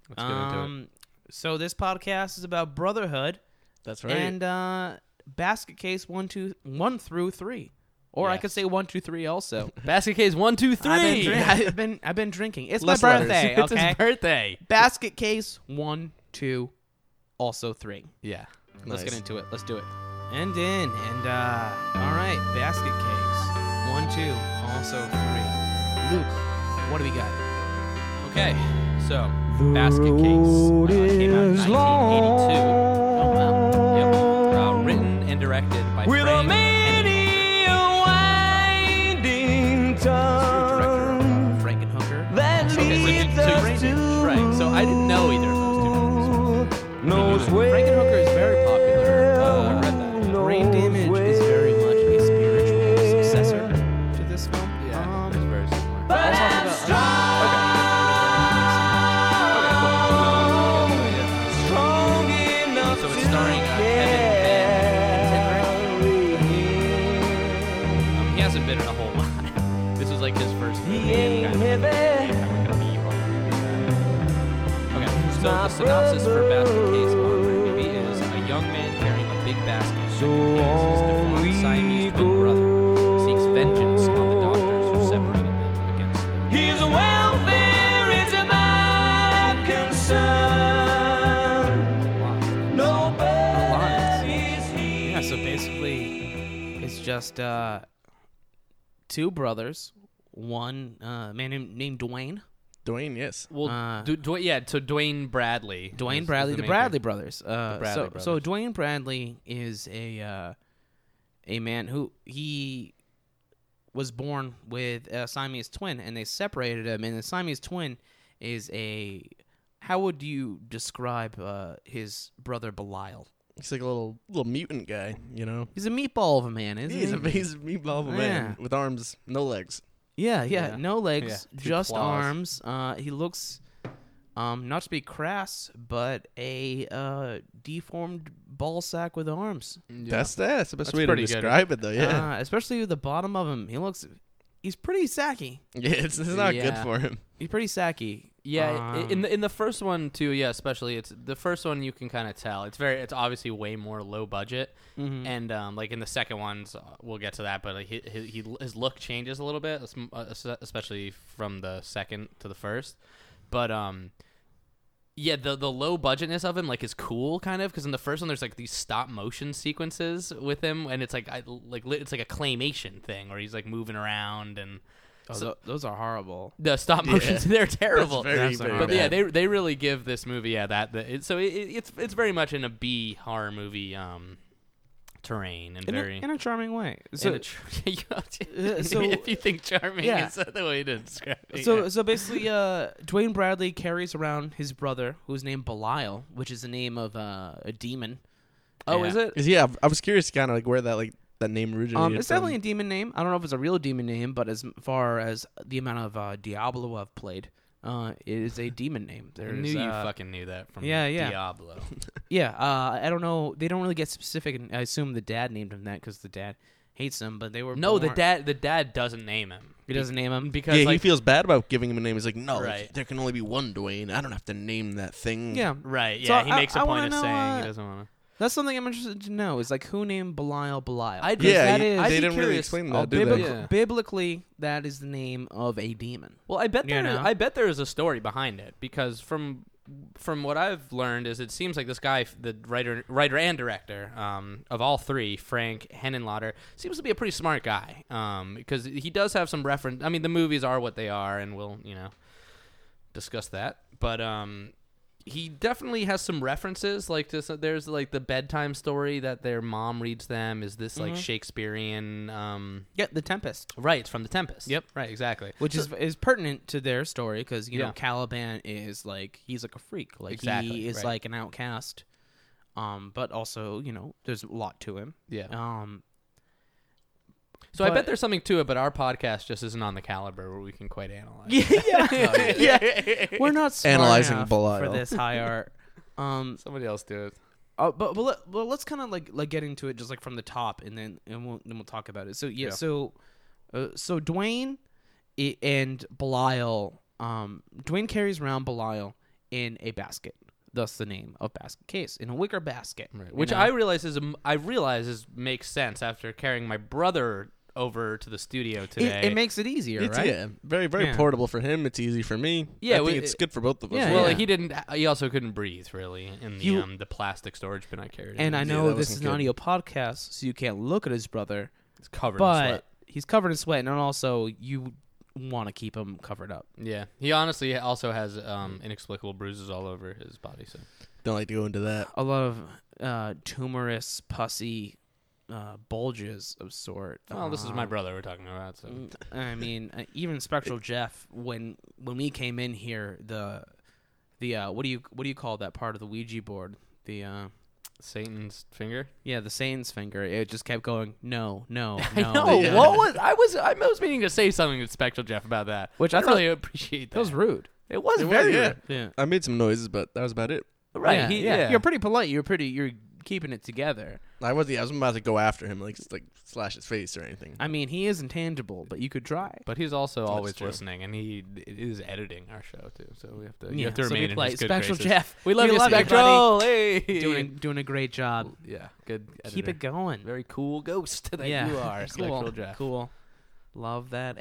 let's get into it. um, so this podcast is about brotherhood That's and uh, basket case one two one through three, or I Yes. could say one two three also. Basket case one, two, three. I've been, drink- I've been I've been drinking. It's Less my letters. birthday. it's Okay. his birthday. basket case one two, also three. Yeah. Let's get Nice. into it. Let's do it. And in and uh, all right, basket case one two, also three. Luke, what do we got? Okay. So, Basket Case uh, came out in 1982. Oh, wow. Yep. Uh, written and directed by With Frank. A many Director Frankenhooker. That Right. So I didn't know either of those two movies. Knows Frankenhooker is very popular. Uh, I read that. Brain Damage is very much a spiritual successor to this film. Yeah. Um, it's very similar. we'll talk about- So it's starring uh, Kevin Bacon and Tim Burton. Um, he hasn't been in a whole lot. this was like his first movie. and kind of- kind of a B role. Okay, so the synopsis for Basket Case on IMDb is a young man carrying a big basket so his deformed Siamese twin brother seeks vengeance on the doctors who separated them against their His welfare is my concern. lives. Nobody is here. Yeah, so basically, it's just uh, two brothers, one uh, man named, named Dwayne, Dwayne, yes. Well, Uh, Du- Dwa- yeah, so Dwayne Bradley. is- Dwayne is Bradley, the, main Bradley character. brothers. Uh, The Bradley so, so Dwayne Bradley is a uh, a man who he was born with a Siamese twin, and they separated him. And the Siamese twin is a how would you describe uh, his brother Belial? He's like a little little mutant guy, you know. He's a meatball of a man, isn't He's he? a he's a meatball of a man Yeah. with arms, no legs. Yeah, yeah, Yeah. No legs, Yeah. Two just claws. arms. Uh, he looks, um, not to be crass, but a uh, deformed ball sack with arms. That's that's the best That's way to pretty good. describe it, though. Yeah, Uh, especially the bottom of him. He looks, he's pretty sacky. yeah, it's, it's not good yeah. for him. He's pretty sacky. Yeah, i- in Um, the in the first one too. Yeah, especially it's the first one you can kind of tell. It's very it's obviously way more low budget, and um, like in the second ones uh, we'll get to that. But like he, he, he his look changes a little bit, es- uh, es- especially from the second to the first. But um, yeah, the the low budgetness of him like is cool kind of because in the first one there's like these stop motion sequences with him, and it's like I, like li- it's like a claymation thing where he's like moving around and. Oh, so- tho- those are horrible. The stop motions, they're terrible. Very, That's very not But bad. yeah, they they really give this movie yeah that the, it, so it, it- it's it's very much in a B horror movie um terrain and In, very a, in a charming way. in So, a tr- you Uh, know, so- if you think charming yeah. is the way to describe it. so, yeah. so basically, uh, Dwayne Bradley carries around his brother, who's named Belial, which is the name of uh, a demon. oh, is Yeah. it? Is- Yeah, I was curious, kind of like where that like that name originated. Um, it's from. definitely a demon name. I don't know if it's a real demon name, but as far as the amount of uh, Diablo I've played, uh, it is a demon name. I There knew is, you uh, fucking knew that from yeah, yeah. Diablo. Yeah, uh, I don't know. They don't really get specific. And I assume the dad named him that because the dad hates him. But they were no, the born- dad the dad doesn't name him. He doesn't name him. because Yeah, he like feels bad about giving him a name. He's like, no, Right. there can only be one Dwayne. I don't have to name that thing. Yeah, right So yeah he I- makes a I point wanna of know, saying uh, he doesn't want to. that's something I'm interested to know. Is like who named Belial Belial? I'd- yeah. that you- is- I'd they be didn't really curious. explain Oh, that. did biblic- they? biblical- Yeah. Biblically, that is the name of a demon. Well, I bet You there. know? I bet there is a story behind it because from from what I've learned is it seems like this guy, f- the writer, writer and director um, of all three, Frank Henenlotter, seems to be a pretty smart guy um, because he does have some reference. I mean, the movies are what they are, and we'll you know discuss that. But um, he definitely has some references like this uh, there's like the bedtime story that their mom reads them is this like Mhm. shakespearean um Yeah, The Tempest, right it's from the tempest Yep. right exactly which is is pertinent to their story because you Yeah. know Caliban is like he's like a freak, like Exactly, he is right. like an outcast. Um, but also you know there's a lot to him. yeah Um, so i but- bet there's something to it but our podcast just isn't on the caliber where we can quite analyze yeah, yeah, yeah. We're not smart Analyzing enough Belial. for this high art. Um, somebody else do it uh, but but, let, but let's kind of like like get into it just like from the top, and then and we'll then we'll talk about it. So yeah, Yeah. so uh, so Dwayne i- and Belial, um, Dwayne carries around Belial in a basket, thus the name of basket case in a wicker basket, Right. you Which know? I realize is a- I realize is makes sense after carrying my brother over to the studio today. it, it makes it easier, It's right? yeah, very very Yeah. portable for him. It's easy for me. Yeah, I think we- it's good for both of us. Yeah, really. well, yeah. he didn't. He also couldn't breathe really in the You- um, the plastic storage bin I carried. And I Yeah, know that this wasn't is an good. audio podcast, so you can't look at his brother, it's covered. in but sweat. he's covered in sweat, and also you want to keep him covered up. yeah, he honestly also has um, inexplicable bruises all over his body. So Don't like to go into that. a lot of uh, tumorous, pussy uh, bulges of sort. well, this is my Um, brother we're talking about. So I mean, uh, even Spectral Jeff, when when we came in here, the the uh, what do you what do you call that part of the Ouija board? The uh, Satan's finger. yeah, the Satan's finger. It just kept going. No, no, no. No, yeah. what was I was I was meaning to say something to Spectral Jeff about that, Which I I thought- really appreciate. That That was rude. it was It was, very yeah. rude. Yeah, I made some noises, but that was about it. right. Yeah, he, yeah. yeah. You're pretty polite. You're pretty. You're keeping it together. I was yeah, I was about to go after him, like s- like slash his face or anything. I mean, he is intangible, but you could try. But he's also always true. listening, and he d- is editing our show too. So we have to you Yeah, have to so remain be in polite. his good Spectral graces. Jeff. We love We you, love you, buddy. Spectral. Hey, Doing doing a great job. yeah, good. Keep it going. Very cool ghost that yeah. you are, Spectral cool. Jeff. Cool. Love that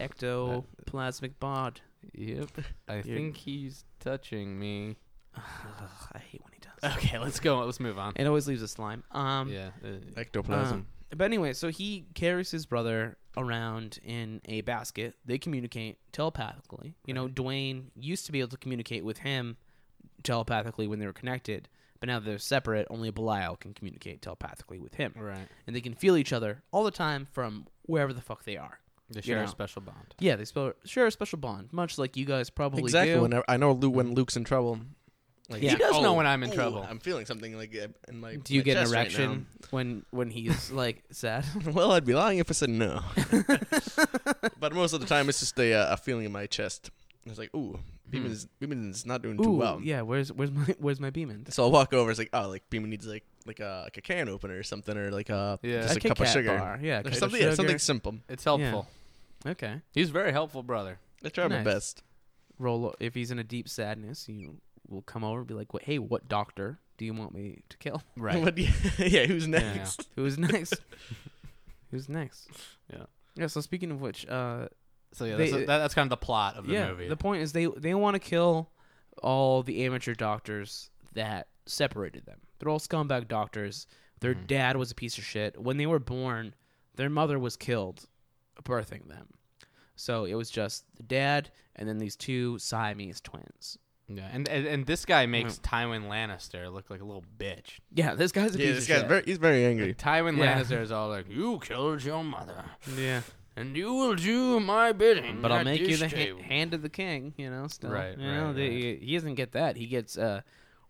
ectoplasmic bod. Yep, I think he's touching me. Ugh, I hate when he does. that. Okay, let's go. Let's move on. It always leaves a slime. Um, yeah, uh, Ectoplasm. uh, but anyway, so he carries his brother around in a basket. They communicate telepathically. You know, Dwayne used to be able to communicate with him telepathically when they were connected, but now that they're separate. Only Belial can communicate telepathically with him, right. and they can feel each other all the time from wherever the fuck they are. They share a know. special bond. Yeah, they spell, share a special bond, much like you guys probably exactly. do. Whenever I know Luke when Luke's in trouble. Like, Yeah. He does know oh, when I'm in ooh, trouble. I'm feeling something like uh, in my. Do you my get an chest right erection when when he's like sad? now. well, I'd be lying if I said no. but most of the time, it's just a, uh, a feeling in my chest. It's like, ooh, Hmm. Beeman's Beeman's not doing too well. yeah. Where's where's my where's my Beeman? So I'll walk over. It's like, oh, like Beeman needs like like a like a can opener or something, or like a Yeah. just A a, cup of sugar, Yeah, or something, yeah, something simple. It's helpful. Okay. He's a very helpful, brother. I try my Nice. best. Roll o- if he's in a deep sadness, you will come over and be like, "What? Hey, what doctor do you want me to kill? Right. But yeah, yeah, who's Yeah, yeah. next? Who's next? Who's next?" Yeah. Yeah. So speaking of which, uh, So yeah, They- that's, that, that's kind of the plot of the yeah, movie. the point is they they want to kill all the amateur doctors that separated them. They're all scumbag doctors. Their Mm-hmm. Mhm. dad was a piece of shit. When they were born, their mother was killed birthing them. So it was just the dad and then these two Siamese twins. yeah, and, and and this guy Mm. makes Tywin Lannister look like a little bitch. Yeah, this guy's a Yeah, piece this of guy's shit. very he's very angry. Tywin Yeah. Lannister is all like, "You killed your mother, yeah, and you will do my bidding." but I'll at make you this the ha- table." hand of the king. You know, still. Right, You know, right, they- he doesn't get that. He gets, uh,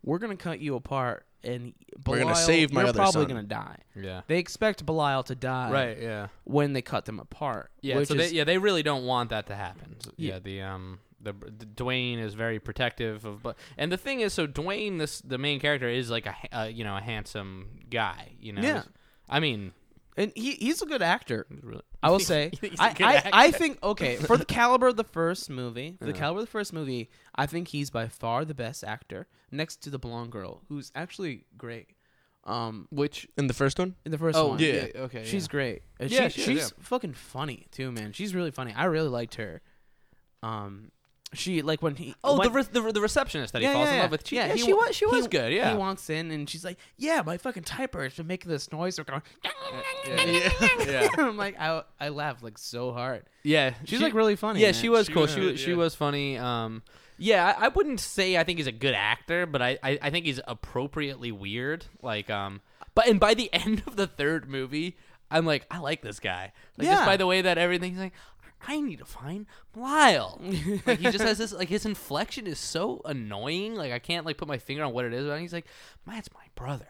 we're gonna cut you apart, and We're gonna Belial, save my You're other probably son." gonna die. Yeah. They expect Belial to die. Right. Yeah. when they cut them apart. Yeah. uh, which so is, they, yeah, they really don't want that to happen. So, Ye- yeah. The um the, the Dwayne is very protective of, but and the thing is, so Dwayne, this the main character is like a ha- uh, you know a handsome guy. You know. Yeah. I mean, and he he's a good actor. really- I will say, He's a I, good I, actor. I think okay for the caliber of the first movie, for the caliber of the first movie, I think he's by far the best actor next to the blonde girl, who's actually great. Um, which In the first one, in the first oh one, yeah. okay she's great. And Yeah, she, she is, she's fucking funny too, man. She's really funny. I really liked her. Um, she like when he Oh, when, the, re- the re- the receptionist that he falls in love with. She, yeah, he she wa- was she was he- good. Yeah, He walks in and she's like, "Yeah, my fucking typewriter's been making this noise." Or going, yeah, yeah. I'm like, I I laughed like so hard. Yeah, She's she- like really funny. Yeah, man. she was She cool. was She really- was, she yeah. was funny. Um, Yeah, I, I wouldn't say I think he's a good actor, but I, I, I think he's appropriately weird. Like um, but and by the end of the third movie, I'm like, I like this guy. Like just Yeah. by the way that everything's like, I need to find Lyle. like he just has this like his inflection is so annoying. Like I can't like put my finger on what it is, but he's like, that's my brother.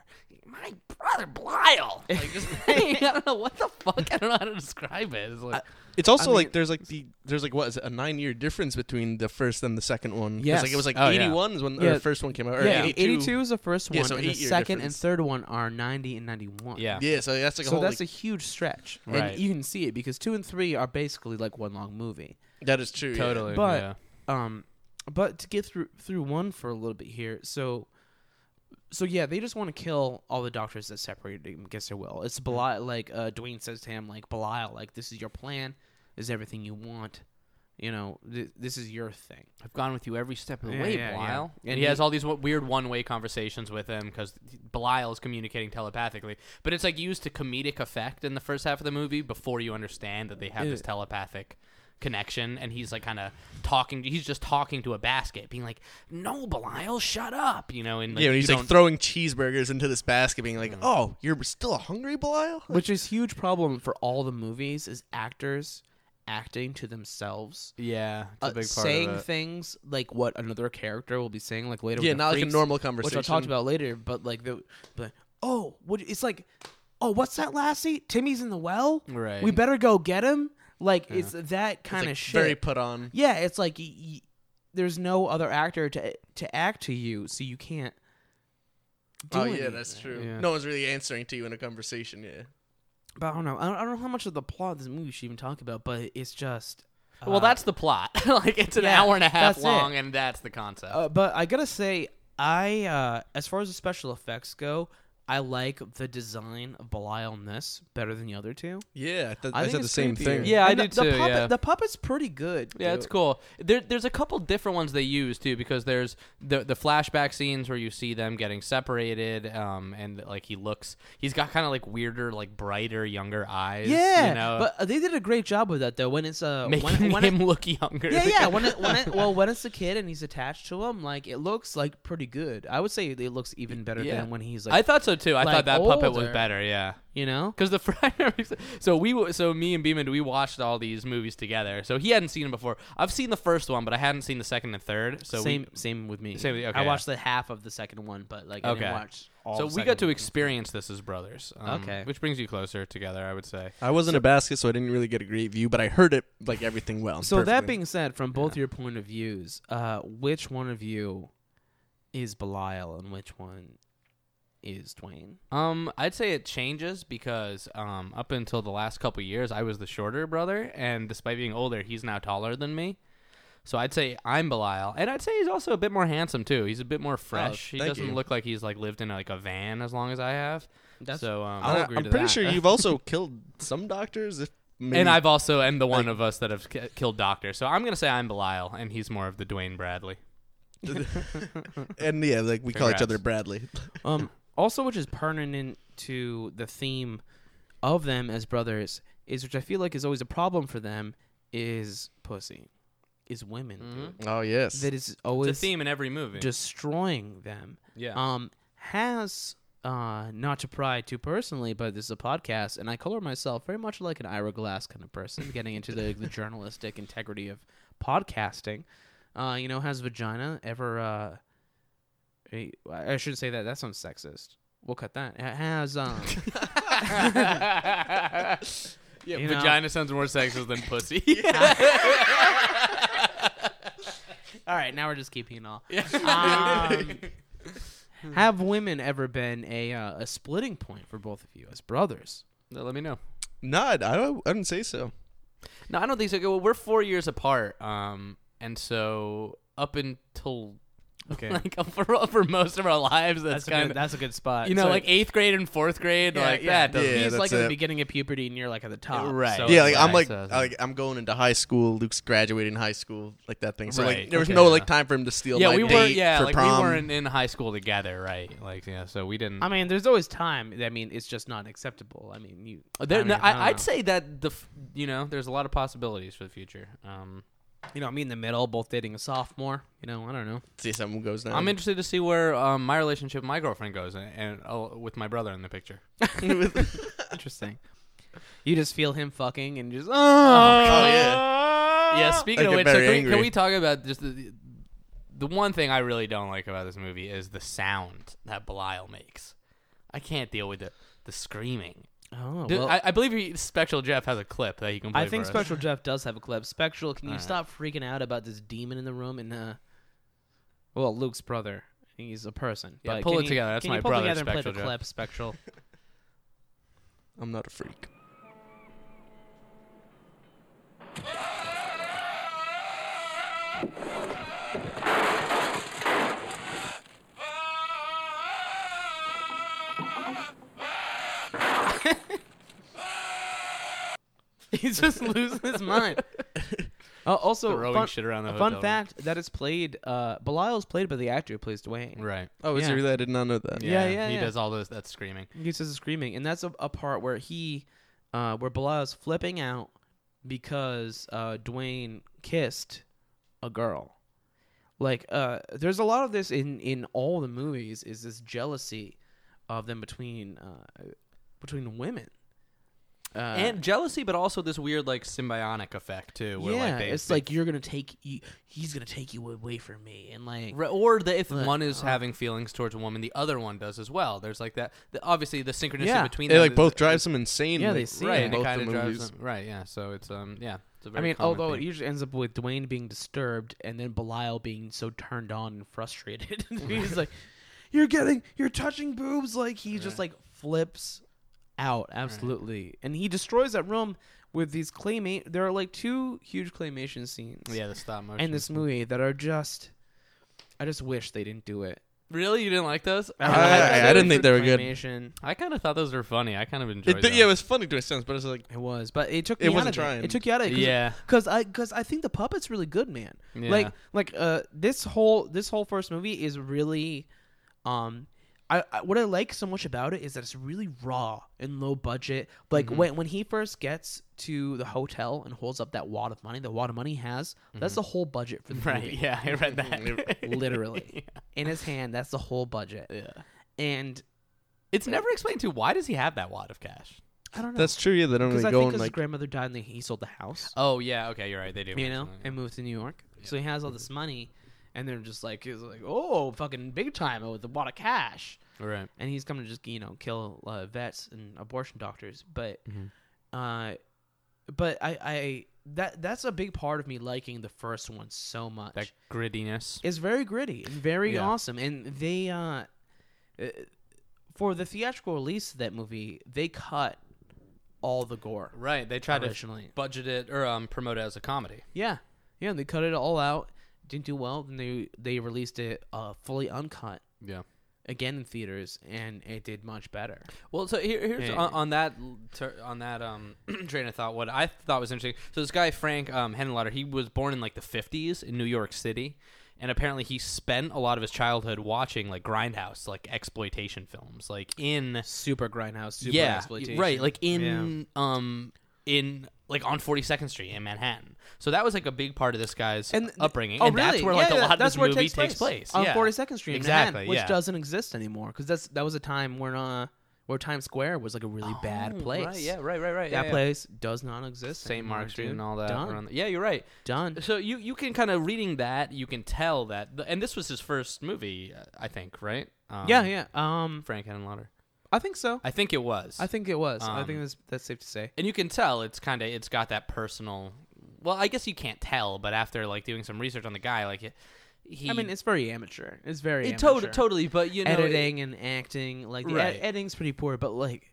My brother Blyle. Like just, I don't know what the fuck. I don't know how to describe it. It's like, It's also mean- like there's like the there's like what is it a nine year difference between the first and the second one? 'Cause, like Yes. it was like Oh, yeah. eighty one is when Yeah. the first one came out. Or yeah, 82. 82 is the first one, Yeah, so and the eight-year second and difference. third one are 90 and 91. yeah. Yeah, so that's like a so whole that's like, a huge stretch, Right. and you can see it because two and three are basically like one long movie. that is true. yeah. Totally. But- yeah. Um, but to get through through one for a little bit here, so so yeah, they just want to kill all the doctors that separated him against their will. It's Mm-hmm. Belial, like uh, Dwayne says to him, like Belial, like this is your plan, this is everything you want, you know, th- this is your thing. I've gone with you every step of the Yeah, way, yeah, yeah. Belial. And And he, has he- all these w- weird one-way conversations with him because Belial is communicating telepathically. But it's like used to comedic effect in the first half of the movie before you understand that they have this Yeah. telepathic connection. And he's like kind of talking. He's just talking to a basket, being like, "No, Belial, shut up," you know. And like, yeah, and he's you like don't- throwing cheeseburgers into this basket, being like, "Oh, you're still hungry, Belial?" Which is huge problem for all the movies is actors acting to themselves. yeah, it's a uh, big part saying of it. things like what another character will be saying, like later. yeah, with the not like a freaks, normal which conversation. I'll talk about later. But like the, but oh, what it's like, oh, what's that, Lassie? Timmy's in the well. Right. We better go get him. Like it's that kind of It's, like, shit. Very put on. yeah, it's like y- y- there's no other actor to to act to you, so you can't. Do Oh yeah, anything. that's true. Yeah. No one's really answering to you in a conversation. Yeah, But I don't know. I don't, I don't know how much of the plot of this movie we should even talk about, but it's just. well, uh, that's the plot. like it's an yeah, hour and a half that's it. long, and that's the concept. Uh, but I gotta say, I uh, as far as the special effects go, I like the design of Belial in this better than the other two. yeah, I, th- I I, think said the it's same creepier. thing. Yeah. I And do the, the too, Puppet, yeah. the puppet's pretty good. Yeah, dude. it's cool. There, there's a couple different ones they use too, because there's the the flashback scenes where you see them getting separated, um, and like he looks, he's got kind of like weirder, like brighter, younger eyes. Yeah, you know, but uh, they did a great job with that though. When it's uh, making when, when him it, look younger. yeah, yeah. When it, when it, well, when it's a kid and he's attached to him, like it looks like pretty good. I would say it looks even better Yeah. than when he's I like, thought so too. I like thought that puppet was older. better. Yeah. you know, Because the fr- I remember, so we w- so me and Beeman we watched all these movies together. So he hadn't seen them before. I've seen the first one, but I hadn't seen the second and third. So we- same same with me. Same with you, I okay. watched the half of the second one, but like I Okay. didn't watch. All so the we second got to one. experience this as brothers. um, Okay. Which brings you closer together, I would say. I was in a basket, so I didn't really get a great view, but I heard it like everything well. So that perfectly. being said, from both your point of views, uh, which one of you is Belial and which one is Dwayne? Um, I'd say it changes because um, up until the last couple years, I was the shorter brother, and despite being older, he's now taller than me. So I'd say I'm Belial, and I'd say he's also a bit more handsome too. He's a bit more fresh. he Oh, thank doesn't you. look like he's like lived in like a van as long as I have. That's- so. Um, I'll And I- agree I'm to pretty that. sure you've also killed some doctors. If maybe. and I've also am the one of us that have k- killed Doctor. So I'm gonna say I'm Belial, and he's more of the Dwayne Bradley. and yeah, like we call each Congrats. other Bradley. Um, also, which is pertinent to the theme of them as brothers is, which I feel like is always a problem for them, is pussy, is women. dude. oh yes, That is Mm-hmm. It's a always theme in every movie. destroying them. yeah. um, has uh, not to pry too personally, but this is a podcast, and I color myself very much like an Ira Glass kind of person, getting into the, the journalistic integrity of podcasting. Uh, you know, has vagina ever? Uh, a- I I shouldn't say that. That sounds sexist. We'll cut that. It has um, yeah, You know- vagina sounds more sexist than pussy. All right, now we're just keeping it all. Um, have women ever been a uh, a splitting point for both of you as brothers? No, Let me know. not. I don't. I wouldn't say so. No, I don't think so. Well, we're four years apart, um, and so up until Okay, like for, for most of our lives, that's, that's kind good, of that's a good spot. you know So- like eighth grade and fourth grade, like that. doesn't- Yeah, he's that's like at the it. beginning of puberty, and you're like at the top. Right. Ah, So Yeah, Yeah, it's like yeah, I I'm like, uh, saw that. like I'm going into high school. Luke's graduating high school, like that thing. So Right, like there was okay, no yeah. like time for him to steal Yeah, my we date weren't. Yeah, for like we prom. weren't in high school together, right? Like yeah, so we didn't. I mean, there's always time. I mean, it's just not acceptable. I mean, you. There, I mean, no, I don't I, I'd know. say that the f- you know there's a lot of possibilities for the future. Um, You know, me in the middle, both dating a sophomore. You know, I don't know. See if something goes down. I'm interested to see where um, my relationship, with my girlfriend goes, and, and oh, with my brother in the picture. Interesting. You just feel him fucking and just. oh yeah. yeah. Speaking I of get which, so very can, we, can angry. we talk about just the, the one thing I really don't like about this movie is the sound that Belial makes. I can't deal with the the screaming. Oh, Dude, well, I, I believe he, Special Jeff has a clip that he can. Play I think for us. Spectral Jeff does have a clip. Spectral, can you Alright. stop freaking out about this demon in the room? And uh, well, Luke's brother. He's a person. Yeah, but pull it can you- together. That's can my you pull brother, together and play Spectral the Jeff. clip, Spectral. I'm not a freak. He's just losing his mind. Uh, also, Throwing fun, shit around the hotel fun room. fact that it's played. Uh, Belial's played by the actor who plays Dwayne. Right. Oh, is Yeah. it really? I did not know that. Yeah, yeah, He yeah. does all those that screaming. He uses the screaming, and that's a, a part where he, uh, where Belial's flipping out because uh, Dwayne kissed a girl. Like, uh, there's a lot of this in in all the movies. Is this jealousy of them between uh, between women? Uh, and jealousy, but also this weird like symbiotic effect too. Where, yeah, like, they, it's they- like you're gonna take you, he's gonna take you away from me, and like Re- or the, if Like, one is Uh-huh. having feelings towards a woman, the other one does as well. There's like that. The, obviously, the synchronicity Yeah. between They them like is- both drives them insane. Yeah, like, they see right. it. and both it the kind of drives movies. them right. Yeah, so it's um yeah. It's a I very mean, common although thing. it usually ends up with Dwayne being disturbed and then Belial being so turned on and frustrated. he's like, "You're getting, you're touching boobs!" Like he just like flips out absolutely, and he destroys that room with these claymate. There are like two huge claymation scenes yeah, the stop motion. in this movie that are just. I just wish they didn't do it. really, you didn't like those? don't know. I- thought I they didn't think they were good. claymation. I kind of thought those were funny. I kind of enjoyed. It, them. yeah, it was funny to a sense, but it's like It was, but it took me It wasn't out of trying. it. It took you out of it. 'cause- Yeah. cause I cause I think the puppet's really good, man. Yeah. Like like uh this whole this whole first movie is really, um, I, I what I like so much about it is that it's really raw and low budget. Like when when he first gets to the hotel and holds up that wad of money, the wad of money he has that's the whole budget for the right. movie, Yeah, I read that. literally in his hand. That's the whole budget, yeah. and It's never explained to why does he have that wad of cash? I don't know. that's true. Yeah, they don't because really I go think and his like grandmother died and then he sold the house. Oh yeah, okay, you're right. They do. you mention know, that, yeah. Mm-hmm. and moved to New York. So he has all this money, and they're just like, he's like, oh, fucking big time with a lot of cash, right. and he's coming to just you know kill uh, vets and abortion doctors. But, Mm-hmm. uh, but I, I that that's a big part of me liking the first one so much. That grittiness. it's very gritty and very Yeah. awesome, and they uh, uh, for the theatrical release of that movie, they cut all the gore. Right. They tried Originally. to budget it or um, promote it as a comedy. Yeah, yeah, they cut it all out. Didn't do well. Then they they released it uh, fully uncut Yeah. again in theaters, and it did much better. Well, so here, here's Yeah. on, on that l- ter- on that um, train of thought. What I thought was interesting. So this guy Frank um, Henenlotter, he was born in like the 50s in New York City, and apparently he spent a lot of his childhood watching like grindhouse, like exploitation films, like in Super grindhouse, super yeah, exploitation. right, like in um in like on 42nd Street in Manhattan. So that was like a big part of this guy's And- uh, upbringing, oh, and that's really? where like a Yeah, lot of that's this where it movie takes takes, place. place on Yeah. Forty Second Street, exactly, exactly, which yeah. doesn't exist anymore because that's that was a time where uh where Times Square was like a really bad Oh, place. Right, yeah, right, right, right. that yeah, yeah. place does not exist. St. anymore, Mark's Street dude. and all that. Done. around the- yeah, you're right. Done. So you you can kind of reading that, you can tell that, the, and this was his first movie, uh, I think, right? Um, yeah, yeah. Um, Frank Henenlotter. I think so. I think it was. I think it was. I Um, think that's that's safe to say. and you can tell it's kind of it's got that personal. Well, I guess you can't tell, but after like doing some research on the guy, like it, he. I mean, it's very amateur. It's very it amateur. tot- totally, but you know, it- editing and acting. Like the ed- Right. editing's pretty poor, but like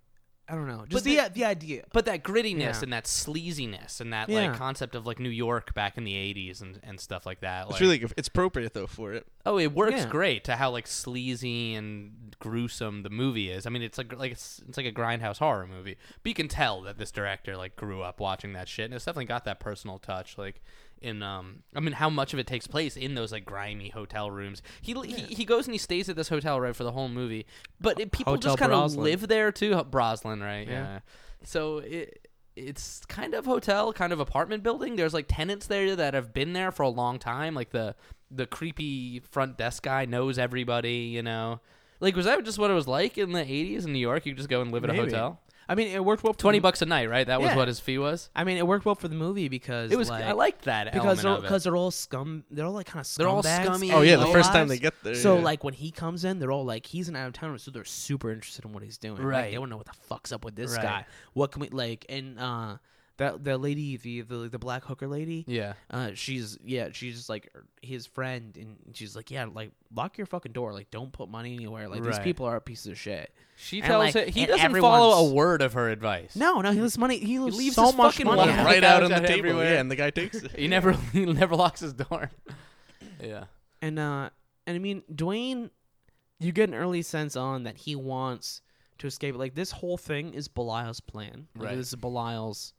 I don't know, just But the the- the idea. but that grittiness Yeah. and that sleaziness and that Yeah. like concept of like New York back in the '80s and, and stuff like that. it's like- really it's appropriate though for it. Oh, it works Yeah. great to how like sleazy and gruesome the movie is. I mean, it's like like it's, it's like a grindhouse horror movie, but you can tell that this director like grew up watching that shit, and it's definitely got that personal touch. Like in um, I mean, how much of it takes place in those like grimy hotel rooms? He he, he goes and he stays at this hotel right for the whole movie, but it, people Hotel just kind of Brooklyn. live there too. Ho- Brooklyn, right? Yeah. Yeah. So it it's kind of hotel, kind of apartment building. There's like tenants there that have been there for a long time. Like the the creepy front desk guy knows everybody. You know, like was that just what it was like in the '80s in New York? You could just go and live at a Maybe. hotel. I mean, it worked well. For Twenty the, mo- bucks a night, right? That was Yeah. what his fee was. I mean, it worked well for the movie because It was. like, I liked that because element they're, of it. because they're all scum. They're all like kind of They're all scummy Oh yeah, the Low first time they get. get there. So yeah. like when he comes in, they're all like, he's an out of towner, so they're super interested in what he's doing. Like, Right. they want to know what the fuck's up with this Right. guy. What can we like? And uh, that the lady, the the, the black hooker lady. yeah. Uh, she's yeah, she's just like his friend, and she's like, yeah, like lock your fucking door, like don't put money anywhere. Like these Right. people are pieces of shit. She And, tells like, it. He and doesn't follow a everyone's- word of her advice. No, no, he leaves money. He leaves, leaves so his much fucking money. wallet out. the right out on couch the out table. everywhere. Yeah, and the guy takes it. He never he never locks his door. yeah. And uh and I mean Dwayne you get an early sense on that he wants to escape. Like this whole thing is Belial's plan. Like, Right. This is Belial's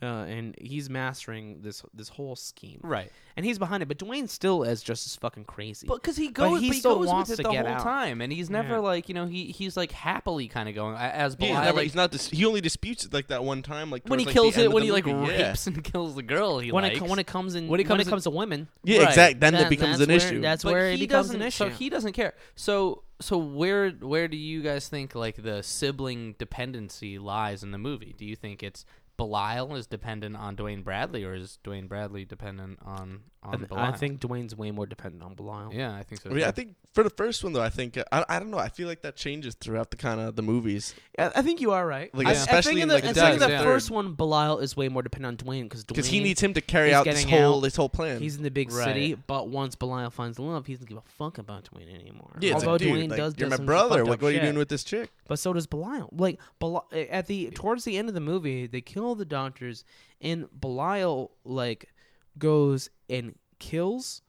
uh and he's mastering this this whole scheme. Right. And he's behind it, but Dwayne still is just as fucking crazy. But because he But goes, but he he, still goes wants with to it the get whole out. time, and he's never Yeah. like you know he he's like happily kind of going a- as Yeah, Belial. he's, never, like, he's not. Dis- he only disputes it like that one time. Like when he towards, like, the kills end it, of when the he like movie, yeah. rapes and kills the girl, he when likes. it when it comes in When it comes in- to women, Yeah, Right. exactly. Then that- it becomes that's an where- issue. That's but where it he becomes doesn't. an issue. So he doesn't care. So so where where do you guys think like the sibling dependency lies in the movie? Do you think it's Belial is dependent on Dwayne Bradley, or is Dwayne Bradley dependent on I, on th- I Belial? think Dwayne's way more dependent on Belial. Yeah, I think so. I mean, I too. think for the first one though, I think uh, I, I don't know. I feel like that changes throughout the kind of the movies. I, I think you are right. Like, I, I especially think in in, the, like, I the think in second the and third. first one, Belial is way more dependent on Dwayne because Because he Dwayne- needs him to carry he's out this getting whole out. this whole plan. He's in the big Right. city, but once Belial finds love, he doesn't give a fuck about Dwayne anymore. yeah, it's Although like, dude, Dwayne like, does, you're do my some brother. fucked Like, up what are you shit, doing with this chick? But so does Belial. Like Belial, at the towards the end of the movie, they kill the doctors, and Belial like goes and kills,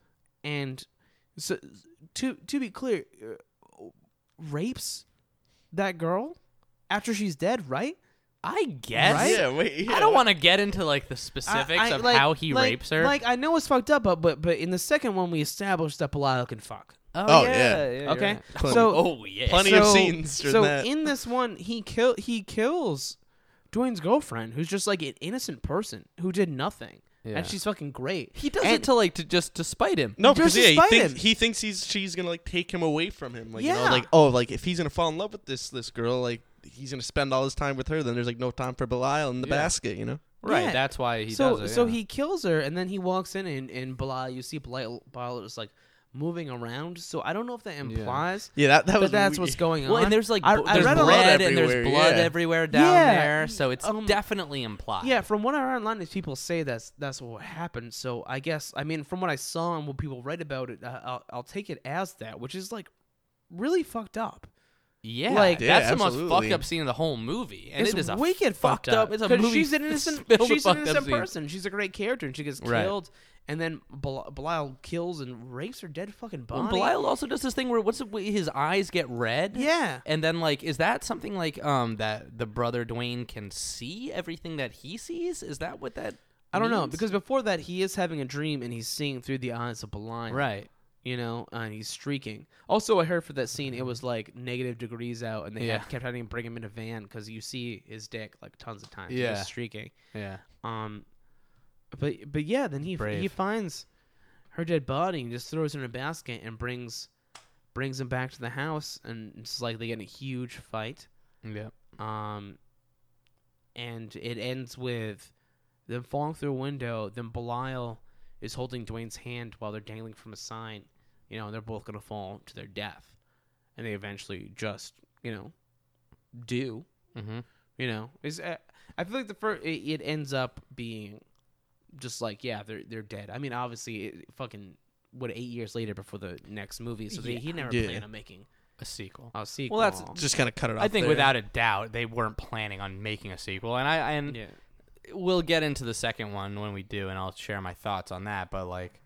and so to to be clear, uh, rapes that girl after she's dead, right? I guess. Right? Yeah, wait. I don't want to get into like the specifics I- I- of like- how he like- rapes her. Like I know it's fucked up, but but, but in the second one, we established that Belial can fuck. Oh, yeah, yeah. you're Okay, right. Plenty. so Oh yeah. Plenty of scenes in So that. in this one, he kill he kills Dwayne's girlfriend, who's just like an innocent person who did nothing, Yeah. and she's fucking great. he does it and, to like to just to spite him. No, Just because yeah, he despite thinks, him. he thinks he's she's gonna like take him away from him. Like, you Yeah. know, like oh, like if he's gonna fall in love with this this girl, like he's gonna spend all his time with her. Then there's like no time for Belial in the Yeah. basket. You know, Right. Yeah. That's why he so does it. so yeah. he kills her, and then he walks in and and Belial, you see Belial, Belial just like moving around. So I don't know if that implies. yeah, that that That was that's weird. what's going on. Well, and there's like I- bl- I there's read a lot bread and everywhere, there's blood yeah. everywhere down Yeah. there, so it's Um, definitely implied. Yeah, from what I read online, is people say that's that's what happened. So I guess I mean, from what I saw and what people write about it, I- I'll, I'll take it as that, which is like really fucked up. Yeah. Like- that's Yeah, the most absolutely. fucked up scene of the whole movie, and it's it is a wicked fucked up. It's a 'cause movie She's an innocent. filled with She's an fucked up innocent scenes. person. She's a great character, and she gets Right. killed. And then Bel- Belial kills and rapes her dead fucking body. Well, Belial also does this thing where what's it, his eyes get red. Yeah. And then like is that something like um that the brother Dwayne can see everything that he sees? Is that what that I don't know means? because before that he is having a dream and he's seeing through the eyes of Belial. Right. you know, and he's streaking. Also, I heard for that scene it was like negative degrees out, and they Yeah. had, kept having to bring him in a van because you see his dick like tons of times. Yeah. he's streaking. Yeah. Um, but but yeah, then he he Brave. finds her dead body and just throws her in a basket and brings brings him back to the house, and it's like they get in a huge fight. Yeah. Um, and it ends with them falling through a window. Then Belial is holding Dwayne's hand while they're dangling from a sign. You know, and they're both gonna fall to their death, and they eventually just you know do. Mm-hmm. You know, is uh, I feel like the first it, it ends up being just like yeah they're they're dead. I mean, obviously, it, fucking what eight years later before the next movie, so they, he never Yeah. planned on making A sequel. a sequel. Well, that's just kind of cut it off. I think there. without a doubt they weren't planning on making a sequel, and I and yeah. we'll get into the second one when we do, and I'll share my thoughts on that. But like,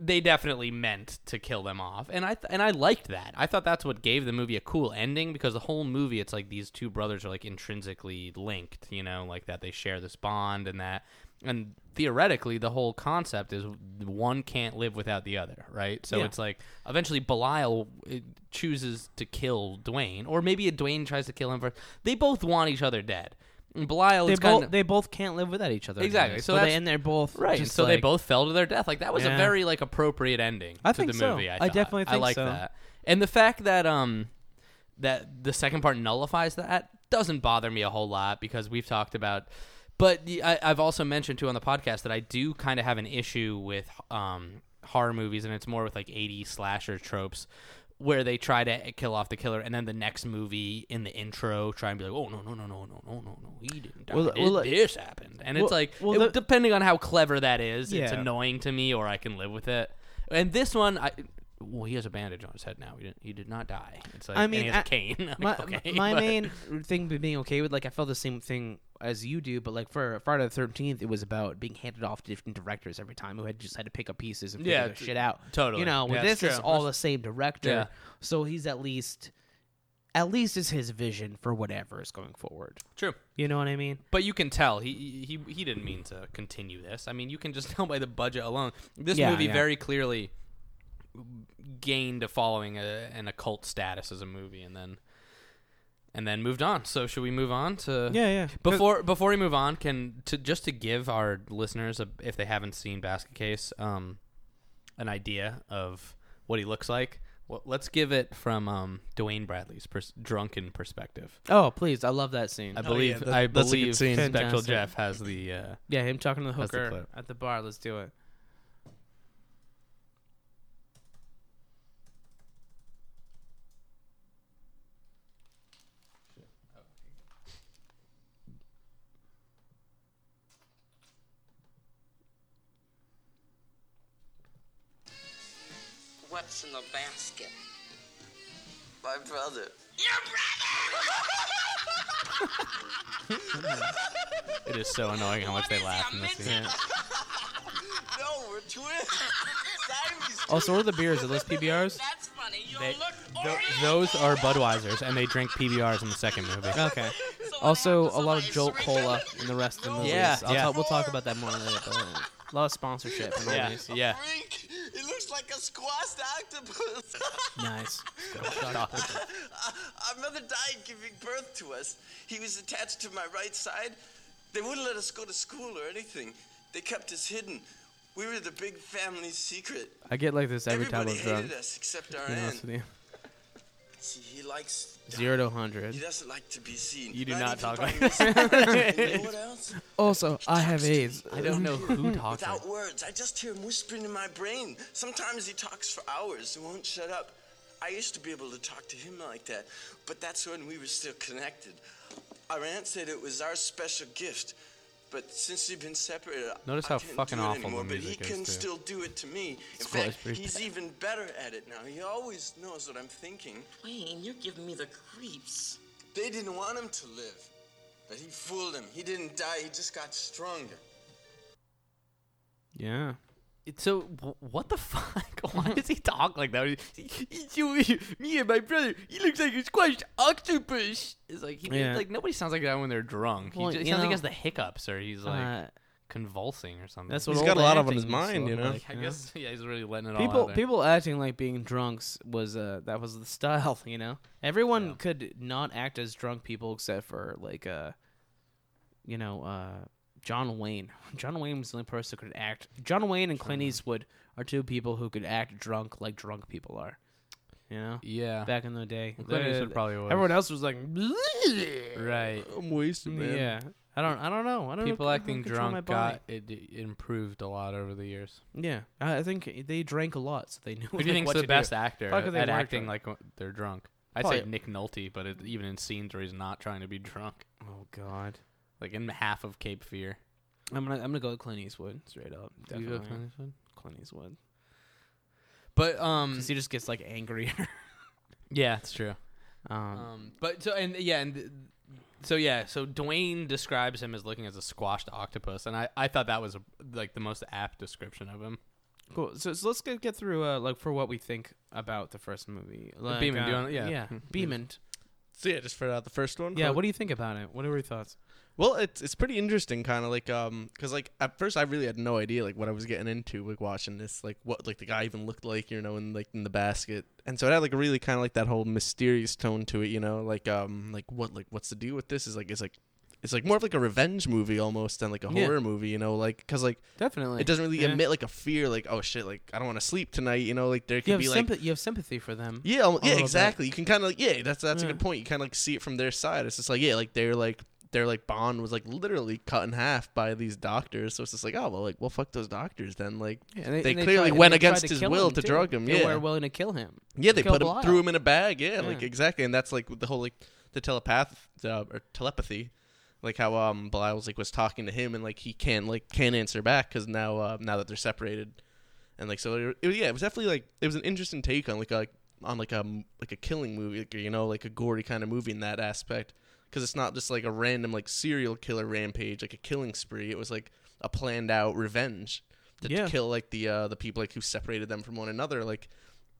they definitely meant to kill them off, and I th- and I liked that. I thought that's what gave the movie a cool ending because the whole movie, it's like these two brothers are like intrinsically linked, you know, like that they share this bond and that, and theoretically the whole concept is one can't live without the other, right? So Yeah. it's like eventually Belial uh, chooses to kill Dwayne, or maybe Dwayne tries to kill him first. They both want each other dead. And Belial They is kind both of they both can't live without each other. Exactly, anyway, so So, they that's- and they're both right. Just so they like- both fell to their death. Like that was a Yeah. very like appropriate ending I to think the so. movie. I, I thought. definitely I think like so. that. And the fact that um that the second part nullifies that doesn't bother me a whole lot because we've talked about. But the- I, I've also mentioned too on the podcast that I do kind of have an issue with um horror movies, and it's more with like 80s slasher tropes. Where they try to kill off the killer, and then the next movie in the intro try and be like, "Oh no no no no no no no no, he didn't die. Well, Thi- well, uh, this happened," and it's well- like, well, it- the- depending on how clever that is, it's Yeah. annoying to me, or I can live with it. And this one, I well, he has a bandage on his head now. He didn't. He did not die. It's like I I mean, mean, and he has a cane. I- Like, my, okay, my but- main thing with being okay with like I felt the same thing as you do, but like for Friday the Thirteenth, it was about being handed off to different directors every time who had just had to pick up pieces and figure Yeah, their t- shit out. totally. you know. With Yeah, it's this, it's true. all the same director, Yeah. so he's at least, at least is his vision for whatever is going forward. true, You know what I mean? but you can tell he he he didn't mean to continue this. I mean, you can just tell by the budget alone. This Yeah, movie yeah. very clearly gained a following, uh, a, an occult status as a movie, and then and then moved on. So should we move on to yeah. Before before we move on, can to just to give our listeners a, if they haven't seen Basket Case, um, an idea of what he looks like. Well, let's give it from um, Dwayne Bradley's pers- drunken perspective. oh please, I love that scene. Oh, I believe that- I that's a good believe scene. Spectral Fantastic. Jeff has the uh, yeah, him talking to the That's the hooker clip. at the bar. Let's do it. What's in the basket? My brother. it is so annoying how much they laugh in this scene. No, we're twins. Siamese Oh, so what are the beers? Are those PBRs? That's funny. You They- look Tho- orange. Uh, those are Budweisers and they drink PBRs in the second movie. Okay. So what Also, happens a if lot of I Jolt drink Cola it? in the rest of the movies. Yeah, I'll yeah. talk- we'll talk about that more later. But um, a lot of sponsorship. And all Yeah, these. yeah. Freak. It looks like a squashed octopus. Nice. Our mother died giving birth to us. He was attached to my right side. They wouldn't let us go to school or anything. They kept us hidden. We were the big family secret. I get like this every time Everybody I'm drunk. hated us except our to be aunt. honest with you. See, he likes. Zero to He hundred. doesn't like to be seen. You do not even talk by like me. You know what else? Also, I have AIDS. Uh, I don't know who talks. Like. Without words, I just hear him whispering in my brain. Sometimes he talks for hours and won't shut up. I used to be able to talk to him like that, but that's when we were still connected. Our aunt said it was our special gift, but since we've been separated, Notice I how can't fucking do it awful the anymore, but music he is, can too. still do it to me. In quite fact, pretty he's bad. even better at it now. He always knows what I'm thinking. Wayne, you're giving me the creeps. They didn't want him to live, but he fooled him. He didn't die, he just got stronger. Yeah. So wh- what the fuck? Why does he talk like that? He- he- so, uh, me and my brother, he looks like a squashed octopus. It's like he, Yeah. like nobody sounds like that when they're drunk. He Well, ju- it you sounds like he know, has the hiccups or he's like Uh, convulsing or something. that's what He's all got a the lot of on acting his is mind, so you know? like, I yeah. guess. Yeah, he's really letting it all People, out there. people acting like being drunks was uh that was the style, you know. Everyone could not act as drunk people except for like uh, you know, uh, John Wayne. John Wayne was the only person who could act. John Wayne and Clint Eastwood are two people who could act drunk like drunk people are, you know. yeah, Back in the day, Clint Clint Eastwood Eastwood probably was. Everyone else was like, right. I'm wasted, man. yeah. I don't, I don't know. I don't People know, I don't acting control my drunk body. got it, it improved a lot over the years. Yeah, I I think they drank a lot, so they knew. Who do you like, think's what the to do. best actor Fuck if at they at weren't acting like when they're drunk? I'd say Probably- Nick Nolte, but it, even in scenes where he's not trying to be drunk, Oh God. like in half of Cape Fear. I'm gonna I'm gonna go with Clint Eastwood straight up. Definitely. Clint? Eastwood. But um, 'Cause he just gets like angrier. yeah, it's true. um, Um, but so and yeah, and th- so yeah, so Dwayne describes him as looking as a squashed octopus, and I I thought that was like the most apt description of him. cool. So, so let's get get through uh, like for what we think about the first movie. Like, Beeman, uh, do you wanna- yeah. yeah, Mm. Beeman. So yeah, just for out the first one. Yeah, what do you think about it? What are your thoughts? Well, it's it's pretty interesting, kind of like um, cause like at first I really had no idea like what I was getting into like watching this, like what like the guy even looked like, you know, in like in the basket, and so it had like really kind of like that whole mysterious tone to it, you know, like um, like what like what's the deal with this? Is like it's like it's like more of like a revenge movie almost than like a Yeah. horror movie, you know, like because like Definitely. it doesn't really Yeah. emit like a fear, like oh shit, like I don't want to sleep tonight, you know, like there You could have, be like sympa- you have sympathy for them. yeah, almo- yeah, little bit. exactly. You can kind of like, yeah, that's that's Oh, Yeah. a good point. You kind of like see it from their side. It's just like yeah, like they're like their like bond was like literally cut in half by these doctors. So it's just like oh well, like well fuck those doctors then. Like Yeah, they, and clearly tried- went they tried against his kill will him, to too. drug him. They yeah, were willing to kill him. yeah, they kill put him Belial. threw him in a bag. Yeah, like Yeah. exactly, and that's like the whole like the telepath uh, or telepathy, like how um Belial's like was talking to him and like he can't like can't answer back because now uh, now that they're separated, and like so it, it- yeah, it was definitely like it was an interesting take on like a on like a m- like a killing movie, like, you know, like a gory kind of movie in that aspect because it's not just like a random like serial killer rampage, like a killing spree. It was like a planned out revenge to Yeah. kill like the uh, the people like who separated them from one another, like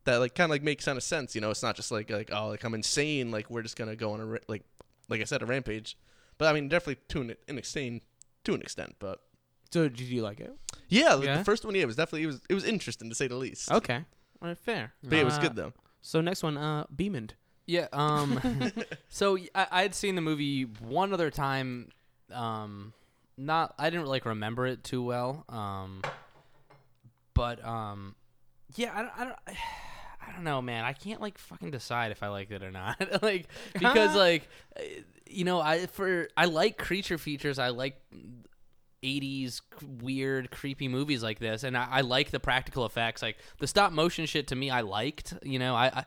that like kind of like makes kind of sense. You know, it's not just like like oh like I'm insane, like we're just gonna go on a ra- like like I said a rampage. But I mean, definitely to an, an extent to an extent, but So did you like it? yeah, the- Yeah. the first one yeah it was definitely it was it was interesting to say the least. Okay. All right, fair. But yeah, it was Uh, good though. So next one, uh, Beamond. Yeah. Um. so y- I had seen the movie one other time. Um. Not. I didn't like remember it too well. Um. But um. Yeah. I don't. I don't I don't know, man. I can't like fucking decide if I liked it or not. like because like uh, you know, I for I like creature features. I like 80s c- weird creepy movies like this and I, I like the practical effects like the stop motion shit to me i liked you know I, I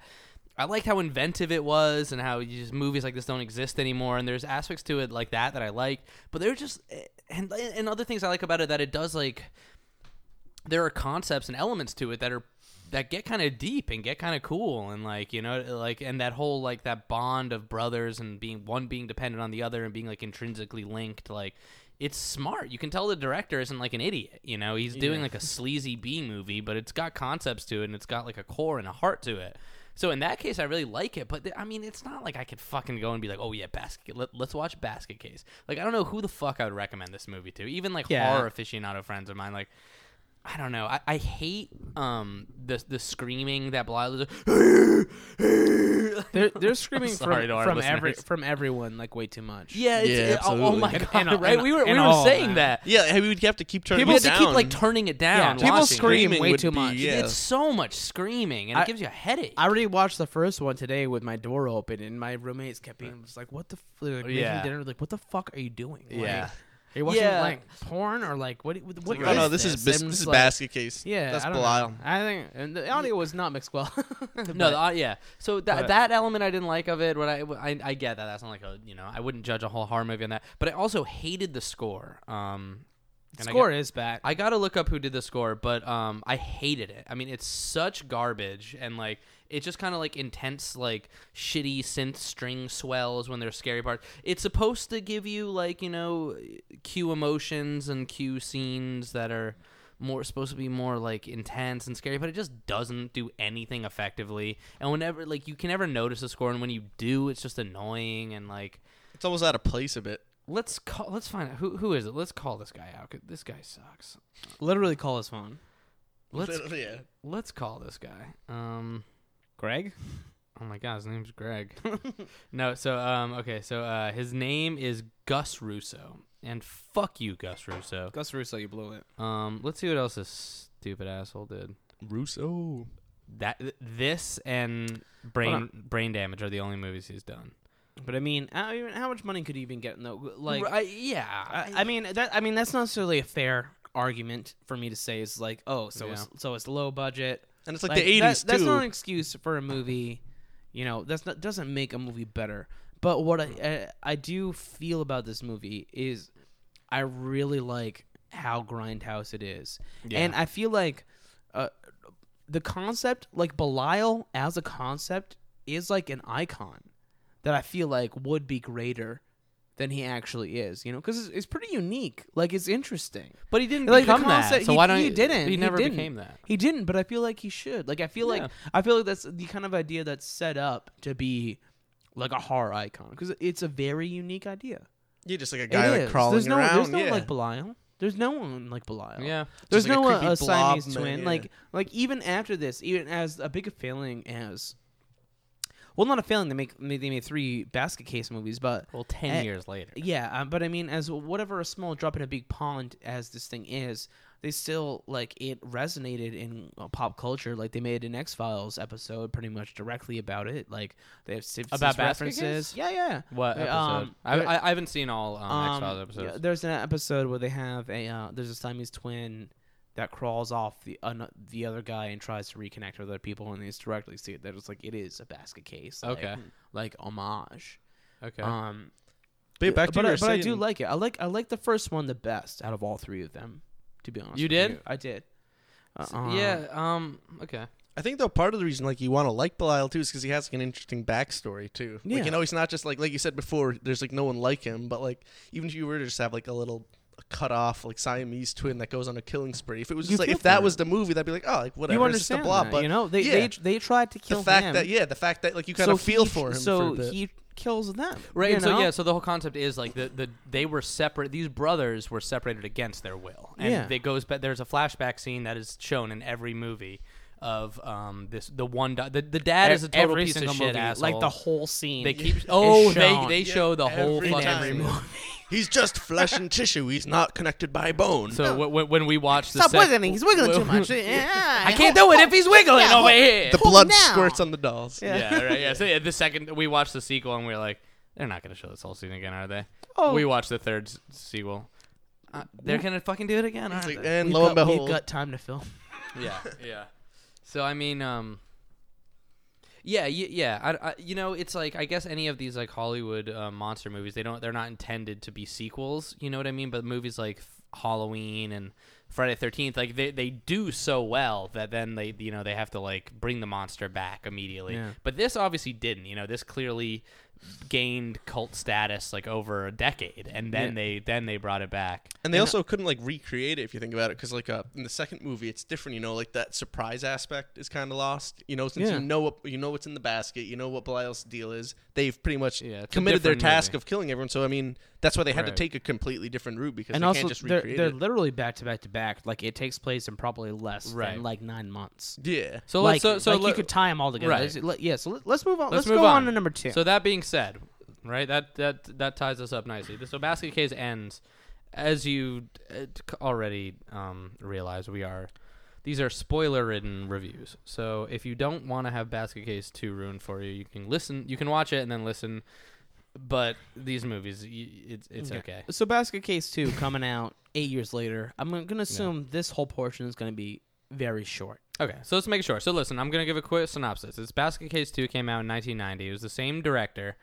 i liked how inventive it was and how you just movies like this don't exist anymore and there's aspects to it like that that i liked but there's just eh, and and other things i like about it that it does like there are concepts and elements to it that are that get kind of deep and get kind of cool and like you know like and that whole like that bond of brothers and being one being dependent on the other and being like intrinsically linked like it's smart you can tell the director isn't like an idiot you know he's doing like a sleazy b movie but it's got concepts to it and it's got like a core and a heart to it so in that case, I really like it, but th- I mean, it's not like I could fucking go and be like, "Oh yeah, basket. Let, let's watch Basket Case." Like, I don't know who the fuck I would recommend this movie to. Even like Yeah. horror aficionado friends of mine, like, I don't know. I, I hate um the the screaming that Blythe. They're they're screaming sorry from, to our from every listeners. from everyone like way too much. Yeah, it's, Yeah, it- oh- oh absolutely. my And- god! and- right, and- we were we and were all saying that. that. Yeah, hey, we would have to keep turning. People it have to down. keep like turning it down. people watching. scream Screaming way would too be- much. yeah. It's so much screaming, and I- it gives you a headache. I already watched the first one today with my door open, and my roommates kept being just like, "What the? F-? They're like, Yeah. making dinner. Like, what the fuck are you doing? Like, Yeah. are you watching Yeah. like porn or like what? What? what No, is no, this is this bis- I'm this is just like- basket case. Yeah, that's I don't Belial. know. I think and the audio was not mixed well. No, But- the, uh, yeah. So that but- that element I didn't like of it. What I, I I get that that's not like a you know I wouldn't judge a whole horror movie on that, but I also hated the score. Um, and I score got- is back. I gotta look up who did the score, but um, I hated it. I mean, it's such garbage, and like it's just kind of like intense, like shitty synth string swells when there's scary parts. It's supposed to give you like you know, cue emotions and cue scenes that are more supposed to be more like intense and scary, but it just doesn't do anything effectively. And whenever like you can never notice the score, and when you do, it's just annoying and like. It's almost out of place a bit. Let's call. Let's find out who who is it. Let's call this guy out. 'cause This guy sucks. literally call his phone. Let's yeah. Let's call this guy. Um. Greg. Oh my God, his name's Greg. no, so um. Okay, so uh, his name is Gus Russo, and fuck you, Gus Russo. Gus Russo, you blew it. Um. Let's see what else this stupid asshole did. Russo. That this and brain brain damage are the only movies he's done. But I mean, I mean, how much money could he even get? No, like Right, yeah. I, I mean that I mean that's not necessarily a fair argument for me to say is like oh so it's, so it's low budget And it's like, the that- eighties too. that's not an excuse for a movie you know that's not doesn't make a movie better but what I, I I do feel about this movie is I really like how grindhouse it is and I feel like uh, the concept like Belial as a concept is like an icon that I feel like would be greater than he actually is, you know, because it's, it's pretty unique. Like it's interesting. but he didn't Like become the concept, that. So he, why don't he didn't? He never didn't. became that. He didn't, but I feel like he should. Like I feel Yeah. like I feel like that's the kind of idea that's set up to be like a horror icon because it's a very unique idea. yeah, just like a It guy like is. crawling there's no, around. There's no yeah. one like Belial. There's no one like Belial. Yeah. There's Just like a no uh, creepy a blob Siamese man, twin. yeah. Like like even after this, even as a big a failing as well, not a failing. They make they made three basket case movies, but Well, ten Eh, years later. yeah, um, but I mean, as whatever a small drop in a big pond as this thing is, they still like it resonated in uh, pop culture. Like they made an X Files episode pretty much directly about it. Like they have Simpsons About Basket Case? references. Yeah, yeah. What Uh, episode? um, I, there- I I haven't seen all um, X Files um, yeah, episodes. there's an episode where they have a uh, there's a Siamese twin that crawls off the ano- the other guy and tries to reconnect with other people, and they just directly see it. They're just like, it is a basket case. like- Okay. like homage. okay. Um, But yeah, back to but you I, were but I do saying- like it. I like I like the first one the best out of all three of them. To be honest, You with did? I did. Uh, yeah. Um. Okay. I think though part of the reason like you want to like Belial too is because he has like an interesting backstory too. Like Yeah. you know he's not just like like you said before. There's like no one like him, but like even if you were to just have like a little cut off like Siamese twin that goes on a killing spree, if it was You just like feel if that for was him. the movie, that'd be like oh like whatever. you it's just a understand? blah, that, but you know, they yeah, they they tried to kill the fact him. that yeah, the fact that like you kind of feel he- for him. for So a bit. he kills them. Right. you and so know? yeah. So the whole concept is like the, the they were separate. These brothers were separated against their will. And Yeah. It goes. But there's a flashback scene that is shown in every movie of um this the one do- the the dad is a total E-, every piece of single shit movie, asshole. Like the whole scene. They keep. is Oh, they shown. they show the whole every fucking time. movie. he's just flesh and tissue. He's not connected by bone. So w- w- when we watch the Stop sec- wiggling. He's wiggling too much. I can't do it if he's wiggling Yeah, over here. the hold blood now. squirts on the dolls. yeah, right. Yeah. So yeah, the second we watched the sequel, and we are like, they're not gonna show this whole scene again, are they? Oh. We watched the third s- sequel. Uh, they're gonna fucking do it again, aren't Like, they? and We've lo and got, behold, we've got time to film. yeah, yeah. So I mean, um, yeah, y- yeah. I, I, you know, it's like I guess any of these like Hollywood uh, monster movies, they don't, they're not intended to be sequels. You know what I mean? But movies like Halloween and Friday Thirteenth, like they they do so well that then they you know they have to like bring the monster back immediately. Yeah. But this obviously didn't. You know, this clearly gained cult status like over a decade, and then Yeah. they then they brought it back. And they also couldn't like recreate it if you think about it, because like uh, in the second movie, it's different. You know, like that surprise aspect is kind of lost. You know, since Yeah. you know what you know what's in the basket, you know what Belial's deal is. They've pretty much Yeah, it's a committed their different task movie. of killing everyone. So I mean, that's why they had Right. to take a completely different route because and they also, can't just they're, recreate they're it. literally back to back to back. Like, it takes place in probably less Right. than like nine months. yeah. So like, let's so, so like you let- could tie them all together. Right. Let's- let- yeah, so let, us move on. Let's Let's, move go on. on. to number two. So that being said, right, that that that ties us up nicely. So basket case ends, as you uh, c- already um, realize, we are. These are spoiler-ridden reviews, so if you don't want to have Basket Case two ruined for you, you can listen, you can watch it and then listen. But these movies, y it's it's okay. So Basket Case 2 coming out eight years later. I'm going to assume this whole portion is going to be very short. Okay, so let's make sure. So listen, I'm gonna give a quick synopsis. It's Basket Case Two came out in 1990. It was the same director,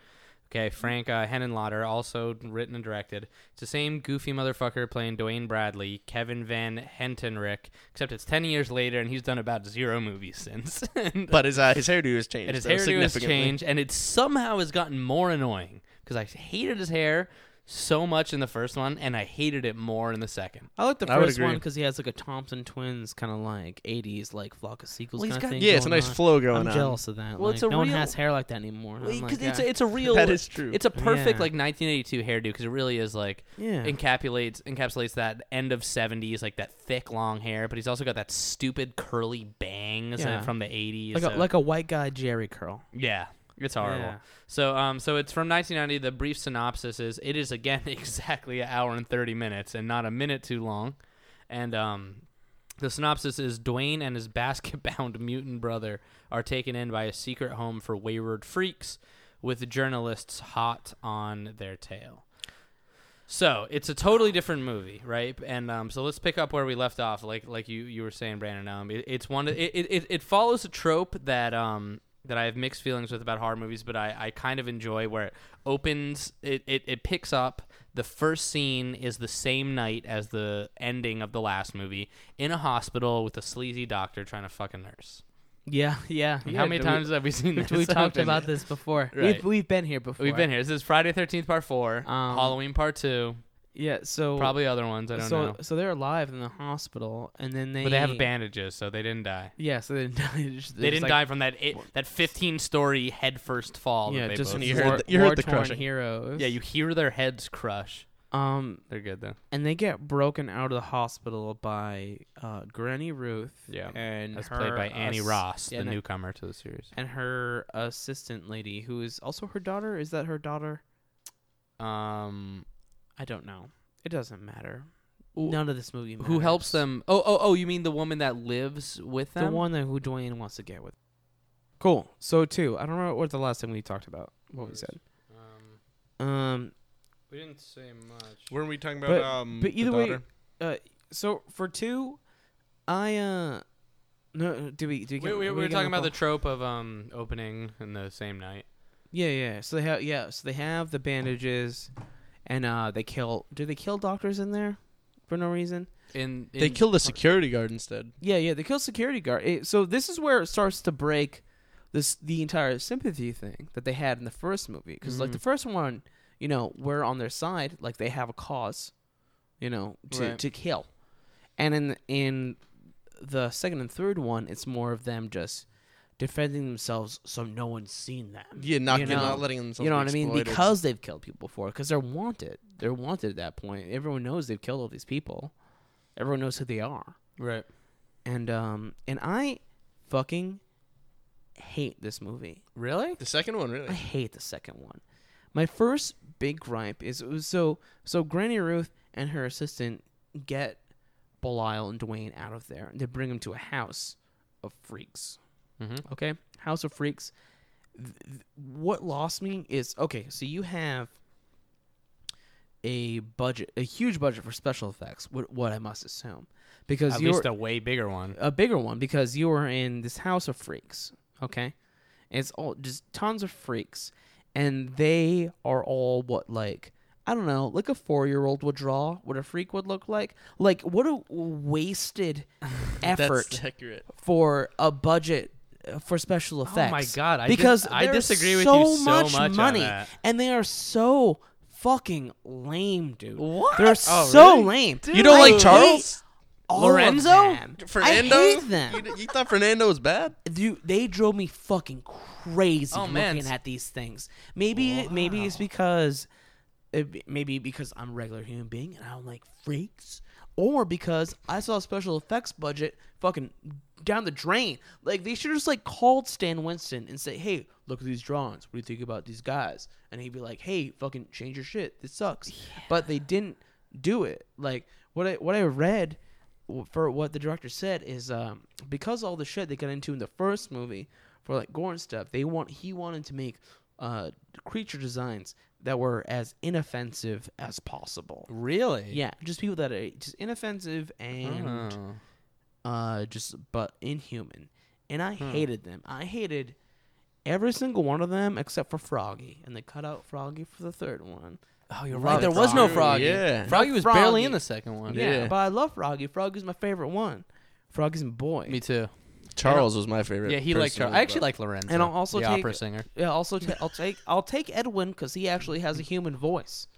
okay, Frank uh, Henenlotter, also written and directed. It's the same goofy motherfucker playing Dwayne Bradley, Kevin Van Hentenrick, except it's 10 years later and he's done about zero movies since. and, But his uh, his hairdo has changed. and his though, hairdo has significantly. changed, and it somehow has gotten more annoying because I hated his hair so much in the first one, and I hated it more in the second. I like the I would first one agree. because he has like a Thompson Twins kind of like 80s, like flock of sequels Well, he's kind got- of thing. Yeah, it's a going nice on. flow going I'm on. jealous of that. Well, like, it's a no one real- has hair like that anymore. I'm like, because it's yeah. a, it's a real That is true. It's a perfect Yeah. like 1982 hairdo because it really is like Yeah. encapsulates encapsulates that end of 70s like that thick long hair, but he's also got that stupid curly bangs uh, Yeah. from the 80s. like, so- a, like a white guy Jerry curl. yeah, it's horrible. Yeah. So um so it's from 1990. The brief synopsis is it is again exactly an hour and 30 minutes and not a minute too long, and um the synopsis is Dwayne and his basket bound mutant brother are taken in by a secret home for wayward freaks with journalists hot on their tail. So it's a totally different movie, right? And um, so let's pick up where we left off, like like you, you were saying, Brandon. Um, it, it's one it, it, it- it follows a trope that um that I have mixed feelings with about horror movies, but I, I kind of enjoy where it opens it, it, it picks up the first scene is the same night as the ending of the last movie in a hospital with a sleazy doctor trying to fuck a nurse. Yeah, yeah. And yeah, how many we- times have we seen this? We, talked happen? about this before. Right. We've we've been here before. We've been here. This is Friday Thirteenth Part Four, Um, Halloween Part Two, Yeah. So probably other ones. I don't so know. so they're alive in the hospital, and then they Oh, But they have bandages, so they didn't die. Yeah, so they didn't die. They, just, They didn't die from that it, that 15 story head first fall. that Yeah, they just both- And you heard war, the- you heard the war-torn e-, crushing. heroes. yeah, you hear their heads crush. Um, They're good though. and they get broken out of the hospital by uh, Granny Ruth. Yeah, and That's her played by Annie ass- Ross, yeah, the and- newcomer to the series. and her assistant lady, who is also her daughter. Is that her daughter? Um, I don't know. It doesn't matter. None of this movie. who helps matters. them? Oh, oh, oh! You mean the woman that lives with them? The one that who Dwayne wants to get with. Cool. So two. I don't remember what the last time we talked about. What we said. Um, Um, we didn't say much. Weren't we talking about But- um? but the either way, daughter? uh, so for two, I uh, no, do we do we? We, Get, we, we are were getting talking about the call? trope of um opening in the same night. yeah, yeah. So they have yeah. So they have the bandages, and uh, they kill. Do they kill doctors in there for no reason? In, in they killed the security guard instead. Yeah, yeah. They kill security guard. It- so this is where it starts to break this the entire sympathy thing that they had in the first movie. Because like the Mm-hmm. first one, you know, we're on their side. Like they have a cause, you know, to Right. to kill. And in in the second and third one, it's more of them just defending themselves so no one's seen them. Yeah, not You get- know- not letting themselves. you know be what I mean? exploited. Because they've killed people before, because they're wanted. They're wanted at that point. Everyone knows they've killed all these people. Everyone knows who they are right. and um and I fucking hate this movie. Really? the second one I really. hate the second one. My first big gripe is it was so so Granny Ruth and her assistant get Belial and Dwayne out of there. They bring them to a house of freaks. Mhm. Okay, house of freaks. Th- th- what lost me is okay. So you have a budget, a huge budget for special effects. What what I must assume, because At you're, least a way bigger one. a bigger one because you are in this house of freaks, okay? And it's all just tons of freaks, and they are all what like I don't know, like a four year old would draw what a freak would look like. Like what a wasted effort accurate. for a budget uh, for special Oh effects. God, I dis- because I there's disagree with so you so much much on money, that. and they are so fucking lame, dude. What? They're Oh, so really? lame. You don't I like hate Charles? all of Lorenzo? them. Fernando? I hate them You, you thought Fernando was bad? dude, they drove me fucking crazy Oh, man. looking at these things. Maybe maybe it's because it, maybe because I'm a regular human being and I don't like freaks, or because I saw special effects budget fucking down the drain. Like they should just like called Stan Winston and say, "Hey, look at these drawings. What do you think about these guys?" And he'd be like, "Hey, fucking change your shit. This sucks." But they didn't do it. Like what I what I read w- for what the director said is um, because all the shit they got into in the first movie for like gore and stuff, they want he wanted to make uh, creature designs that were as inoffensive as possible. Really? Yeah, just people that are just inoffensive and Oh. uh, just but inhuman. And Hmm. I hated them. I hated every single one of them except for Froggy, and they cut out Froggy for the third one. Oh, you're Love right. There was no Froggy. Froggy. Yeah. Froggy was Froggy. barely in the second one. Yeah, but I love Froggy. Froggy's my favorite one. Froggy's my boy. Me too. Charles was my favorite. Yeah, he liked her. personally, I actually but- like Lorenzo. And I'll also the take opera singer. Yeah, also i I'll take I'll take Edwin because he actually has a human voice.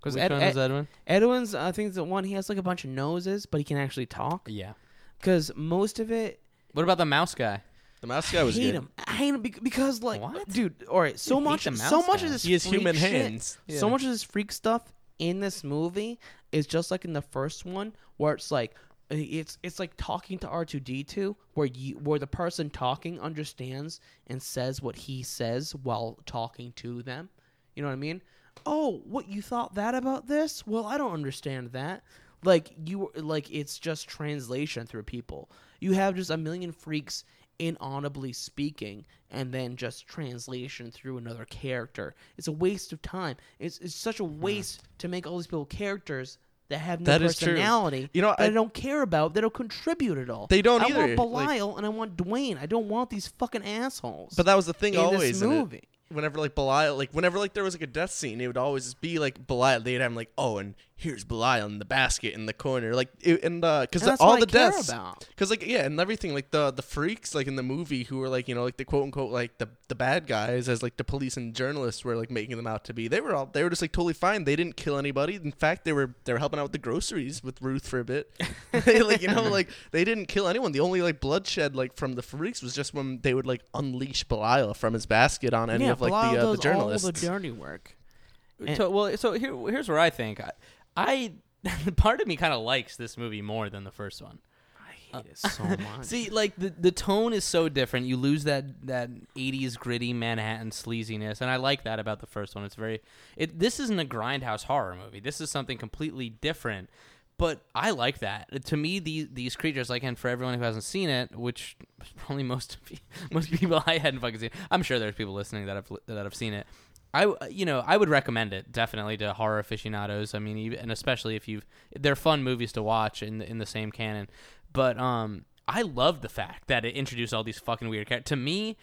Because Which one is Edwin? Edwin's I think the one he has like a bunch of noses, but he can actually talk. Yeah. Because most of it, What about the mouse guy? The mouse guy was hate good. him. I hate him bec- because like, What? dude, all right, so You hate much, the so mouse much guy. of this He has freak human shit- hands. So Yeah. much of this freak stuff in this movie is just like in the first one, where it's like. It's it's like talking to R two D two, where you where the person talking understands and says what he says while talking to them. You know what I mean? Oh, what you thought that about this? Well, I don't understand that. Like you like it's just translation through people. You have just a million freaks inaudibly speaking and then just translation through another character. It's a waste of time. It's it's such a waste to make all these people characters that have no That is true. personality. You know, that I, I- don't care about. That don't contribute at all. They don't I either, want like- Belial and I want Dwayne. I don't want these fucking assholes. But that was the thing in this always in it. movie. Whenever like Belial, like whenever like there was like a death scene, it would always just be like Belial. They'd have him like, oh, and here's Belial in the basket in the corner, like it, and uh, because And that's all what I the care deaths, about. because like yeah, and everything like the the freaks like in the movie who were like you know like the quote unquote like the the bad guys as like the police and journalists were like making them out to be. They were all they were just like totally fine. They didn't kill anybody. In fact, they were they were helping out with the groceries with Ruth for a bit. they, like you know like they didn't kill anyone. The only like bloodshed like from the freaks was just when they would like unleash Belial from his basket on any yeah, of like Belial the uh, the does all journalists. the dirty work. And- so well, so here, here's where I think I, I part of me kind of likes this movie more than the first one. I hate it so much. See, like the the tone is so different. You lose that that '80s gritty Manhattan sleaziness, and I like that about the first one. It's very. It this isn't a grindhouse horror movie. This is something completely different. But I like that. Uh, To me, these these creatures, like, and for everyone who hasn't seen it, which probably most of you- most people I hadn't fucking seen. I'm sure there's people listening that have li- that have seen it. I w- you know I would recommend it definitely to horror aficionados. I mean, even, and especially if you've they're fun movies to watch in the, in the same canon. But um, I love the fact that it introduced all these fucking weird characters. To me,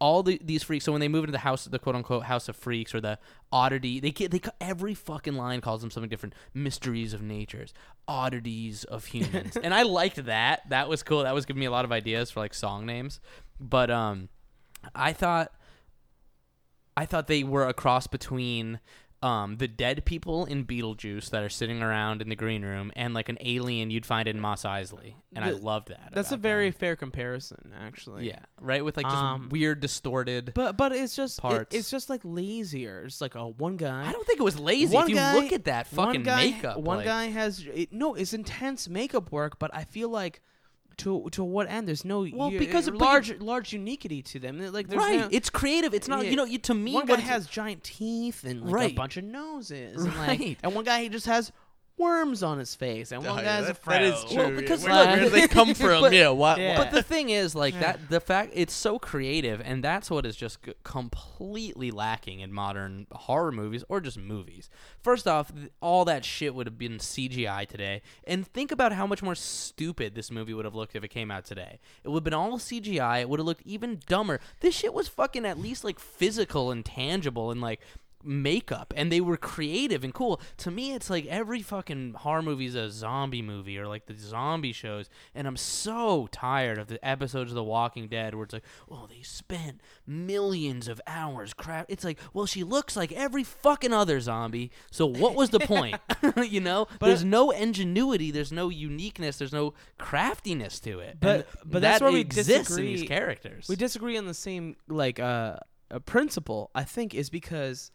all the, these freaks. So when they move into the house, the quote unquote house of freaks or the oddity, they get they ca- every fucking line calls them something different. Mysteries of natures, oddities of humans, and I liked that. That was cool. That was giving me a lot of ideas for like song names. But um, I thought I thought they were a cross between um, the dead people in Beetlejuice that are sitting around in the green room and like an alien you'd find in Moss Isley, and I The- loved that. That's a about very them. fair comparison, actually. yeah, right with like just Um, weird distorted. But but it's just it- Parts. it's just like lazier. It's like a one guy. I don't think it was lazy. One if you guy- look at that fucking one guy, makeup, One like- guy has it, no. It's intense makeup work, but I feel like to to what end? There's no Well, u- because- but you- large large uniquity to them. They're Like there's right? no- it's creative. It's not Yeah. you know. You, to me, one guy what it- has giant teeth and like a Right. bunch of noses, and, like- Right. and one guy he just has worms on his face, and one Oh, yeah, guy's a that- fro. That is true. Well, yeah. because, Where- like- where do they come from? But- yeah, why, Yeah. But the thing is, like that, the fact it's so creative, and that's what is just g- completely lacking in modern horror movies or just movies. First off, th- all that shit would have been CGI today, and think about how much more stupid this movie would have looked if it came out today. It would have been all CGI. It would have looked even dumber. This shit was fucking at least like physical and tangible, and like makeup and they were creative and cool. To me, it's like every fucking horror movie is a zombie movie or like the zombie shows. And I'm so tired of the episodes of The Walking Dead where it's like, well, they spent millions of hours craft. It's like, well, she looks like every fucking other zombie. So what was the point? you know, there's no ingenuity, there's no uniqueness, there's no craftiness to it. But- And but that's that where we exists in these disagree. characters. we disagree on the same like uh, uh principle i think is because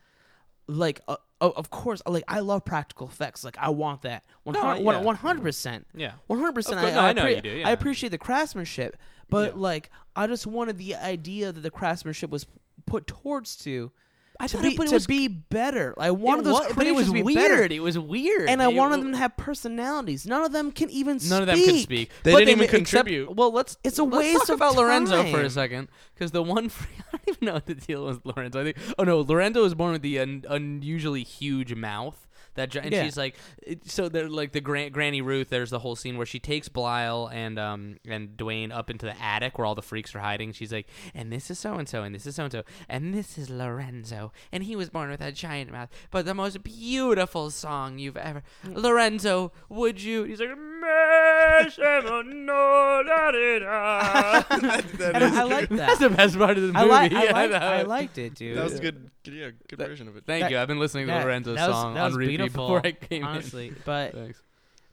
like uh, o- of course like i love practical effects like i want that 100 yeah. 100% Yeah. 100% Of course- I, no, I, I know appre- you do, I yeah. appreciate the craftsmanship but like i just wanted the idea that the craftsmanship was put towards to I to thought be, it- but it to was- be better i wanted It those wa- but it creatures was to be weird. better. It was weird. and I It wanted wa- them to have personalities. None of them can even speak. None of them could speak. They But didn't even ma- except- contribute. well, let's It's a let's waste talk of about Lorenzo for time. a second because the one free, I don't even know what the deal was with Lorenzo. I think oh no, Lorenzo was born with the un, unusually huge mouth. That gi- and Yeah. she's like it- so they're like the gran- Granny Ruth. There's the whole scene where she takes Blyle and um and Dwayne up into the attic where all the freaks are hiding. She's like, and this is so and so, and this is so and so, and this is Lorenzo, and he was born with a giant mouth, but the most beautiful song you've ever. Lorenzo, would you? He's like, "Me semo no la di da." that, And is, I like That's that. the best part of this I, movie. li- I, Yeah, liked, know. I liked it, dude. that was a good, yeah, good version of it. Thank that- you. I've been listening to that- Lorenzo's that was- song that was on repeat beautiful, before I came honestly. in. But Thanks.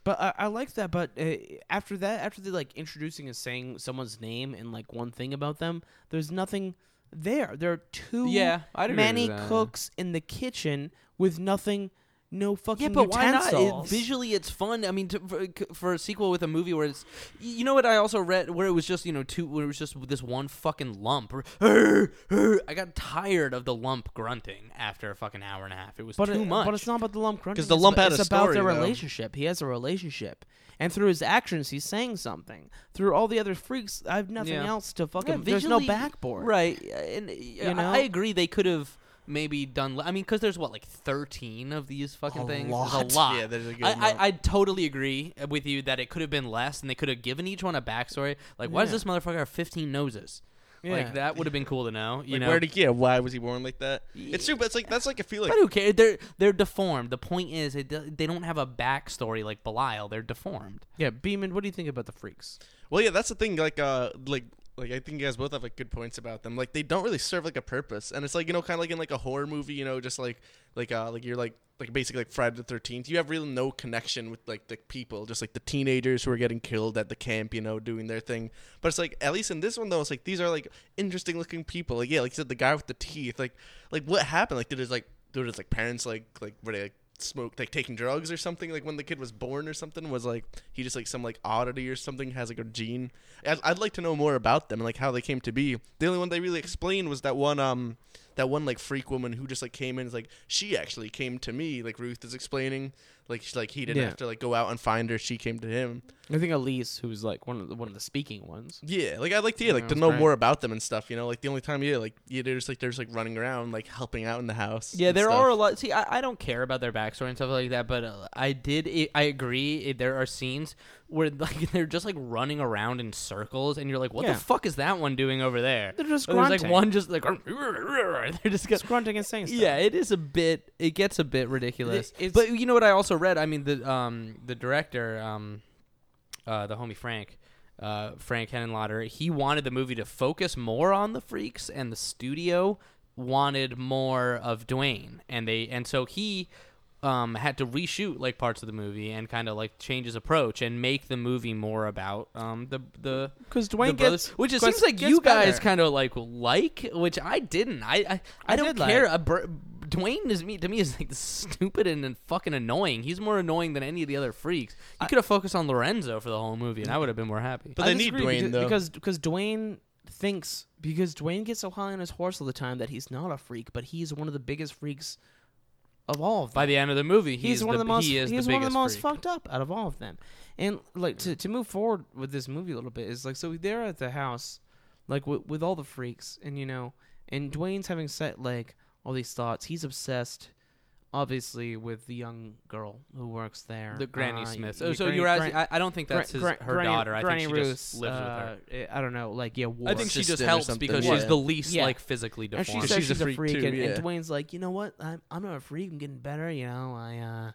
but I, I liked that. But uh, after that, after they like introducing and saying someone's name and like one thing about them, there's nothing there. There are too Yeah, I'd agree many with that. cooks in the kitchen with nothing, no fucking Yeah, but why not? utensils. It- visually, it's fun. I mean, to, for, for a sequel with a movie where it's, you know what? I also read where it was just you know two, where it was just this one fucking lump. or, "Arr, arr." I got tired of the lump grunting after a fucking hour and a half. It was but too it- much. But it's not about the lump crunching. 'Cause the it's lump about, had it's a about story, their though. relationship. He has a relationship, and through his actions, he's saying something. Through all the other freaks, I have nothing Yeah. else to Yeah, fucking. there's no visually- backboard. right? And you know? I agree. They could have maybe done. le- I mean, because there's what like 13 of these fucking A things. lot. There's a lot. Yeah, there's a good I, I, amount. I totally agree uh, with you that it could have been less, and they could have given each one a backstory. Like, why does Yeah. this motherfucker have 15 noses? Yeah. Like that would have been cool to know. You Like, know, where did, yeah, why was he born like that? It's true, but it's like that's like I feel like But who cares? They're they're deformed. The point is, it, do- they don't have a backstory like Belial. They're deformed. Yeah, Beeman, what do you think about the freaks? Well, yeah, that's the thing. Like, uh, like, like I think you guys both have like good points about them. Like, they don't really serve like a purpose, and it's like you know, kind of like in like a horror movie, you know, just like like uh, like you're like like basically like Friday the Thirteenth. You have really no connection with like the people, just like the teenagers who are getting killed at the camp, you know, doing their thing. But it's like at least in this one though, it's like these are like interesting looking people. Like yeah, like you said, the guy with the teeth. Like like what happened? Like did his like dude, it's like parents like like were they like smoke like taking drugs or something like when the kid was born or something was like he just like some like oddity or something has like a gene. I'd, I'd like to know more about them and like how they came to be. The only one they really explained was that one um that one like freak woman who just like came in is like she actually came to me like Ruth is explaining like she's like he didn't Yeah. have to like go out and find her she came to him. I think Elise, who's like one of the, one of the speaking ones. Yeah, like I'd like to yeah, like to that's know great. more about them and stuff. You know, like the only time yeah, like yeah, they're just like they're just like running around like helping out in the house. Yeah, and there stuff. are a lot. See, I, I don't care about their backstory and stuff like that, but uh, I did. I I agree. i- there are scenes where like they're just like running around in circles, and you're like, "What Yeah. the fuck is that one doing over there?" They're just Or there's like grunting. one just like they're just It's going grunting and saying stuff. yeah, it is a bit. It gets a bit ridiculous. it's- but you know what? I also read. I mean, the um the director um uh the homie Frank. Uh, Frank Henenlotter, he wanted the movie to focus more on the freaks, and the studio wanted more of Dwayne, and they and so he um, had to reshoot like parts of the movie and kind of like change his approach and make the movie more about um, the the 'Cause the Dwayne brothers- gets- which it gets- seems like gets you guys better. kind kind of like like, which I didn't. I I, I, I don't did like. care. A br- Dwayne is me to me is like stupid and, and fucking annoying. He's more annoying than any of the other freaks. You could have focused on Lorenzo for the whole movie, and I would have been more happy. But I they need disagree, because, Dwayne though. because because Dwayne thinks because Dwayne gets so high on his horse all the time that he's not a freak, but he's one of the biggest freaks of all. Of them. by the end of the movie, he's, He's, one the, of the most He is he's the one of the biggest most freak. fucked up out of all of them. And like to to move forward with this movie a little bit is like so they're at the house, like with with all the freaks, and you know, and Dwayne's having set like all these thoughts. He's obsessed. Obviously, with the young girl who works there, The Granny Uh, Smith. y- Oh, so Granny- you're Gran- asking? I, I don't think Gra- that's his, Gra- her Granny- daughter. I think Granny she Ruth's, just lives with her. uh, eh, I don't know, like yeah, war. I think she just assistant or helps something, because yeah. she's the least Yeah. like physically and deformed. she says She's she's, a a freak freak, too, and, yeah. and Dwayne's like, you know what? I'm I'm not a freak. I'm getting better. You know, I. uh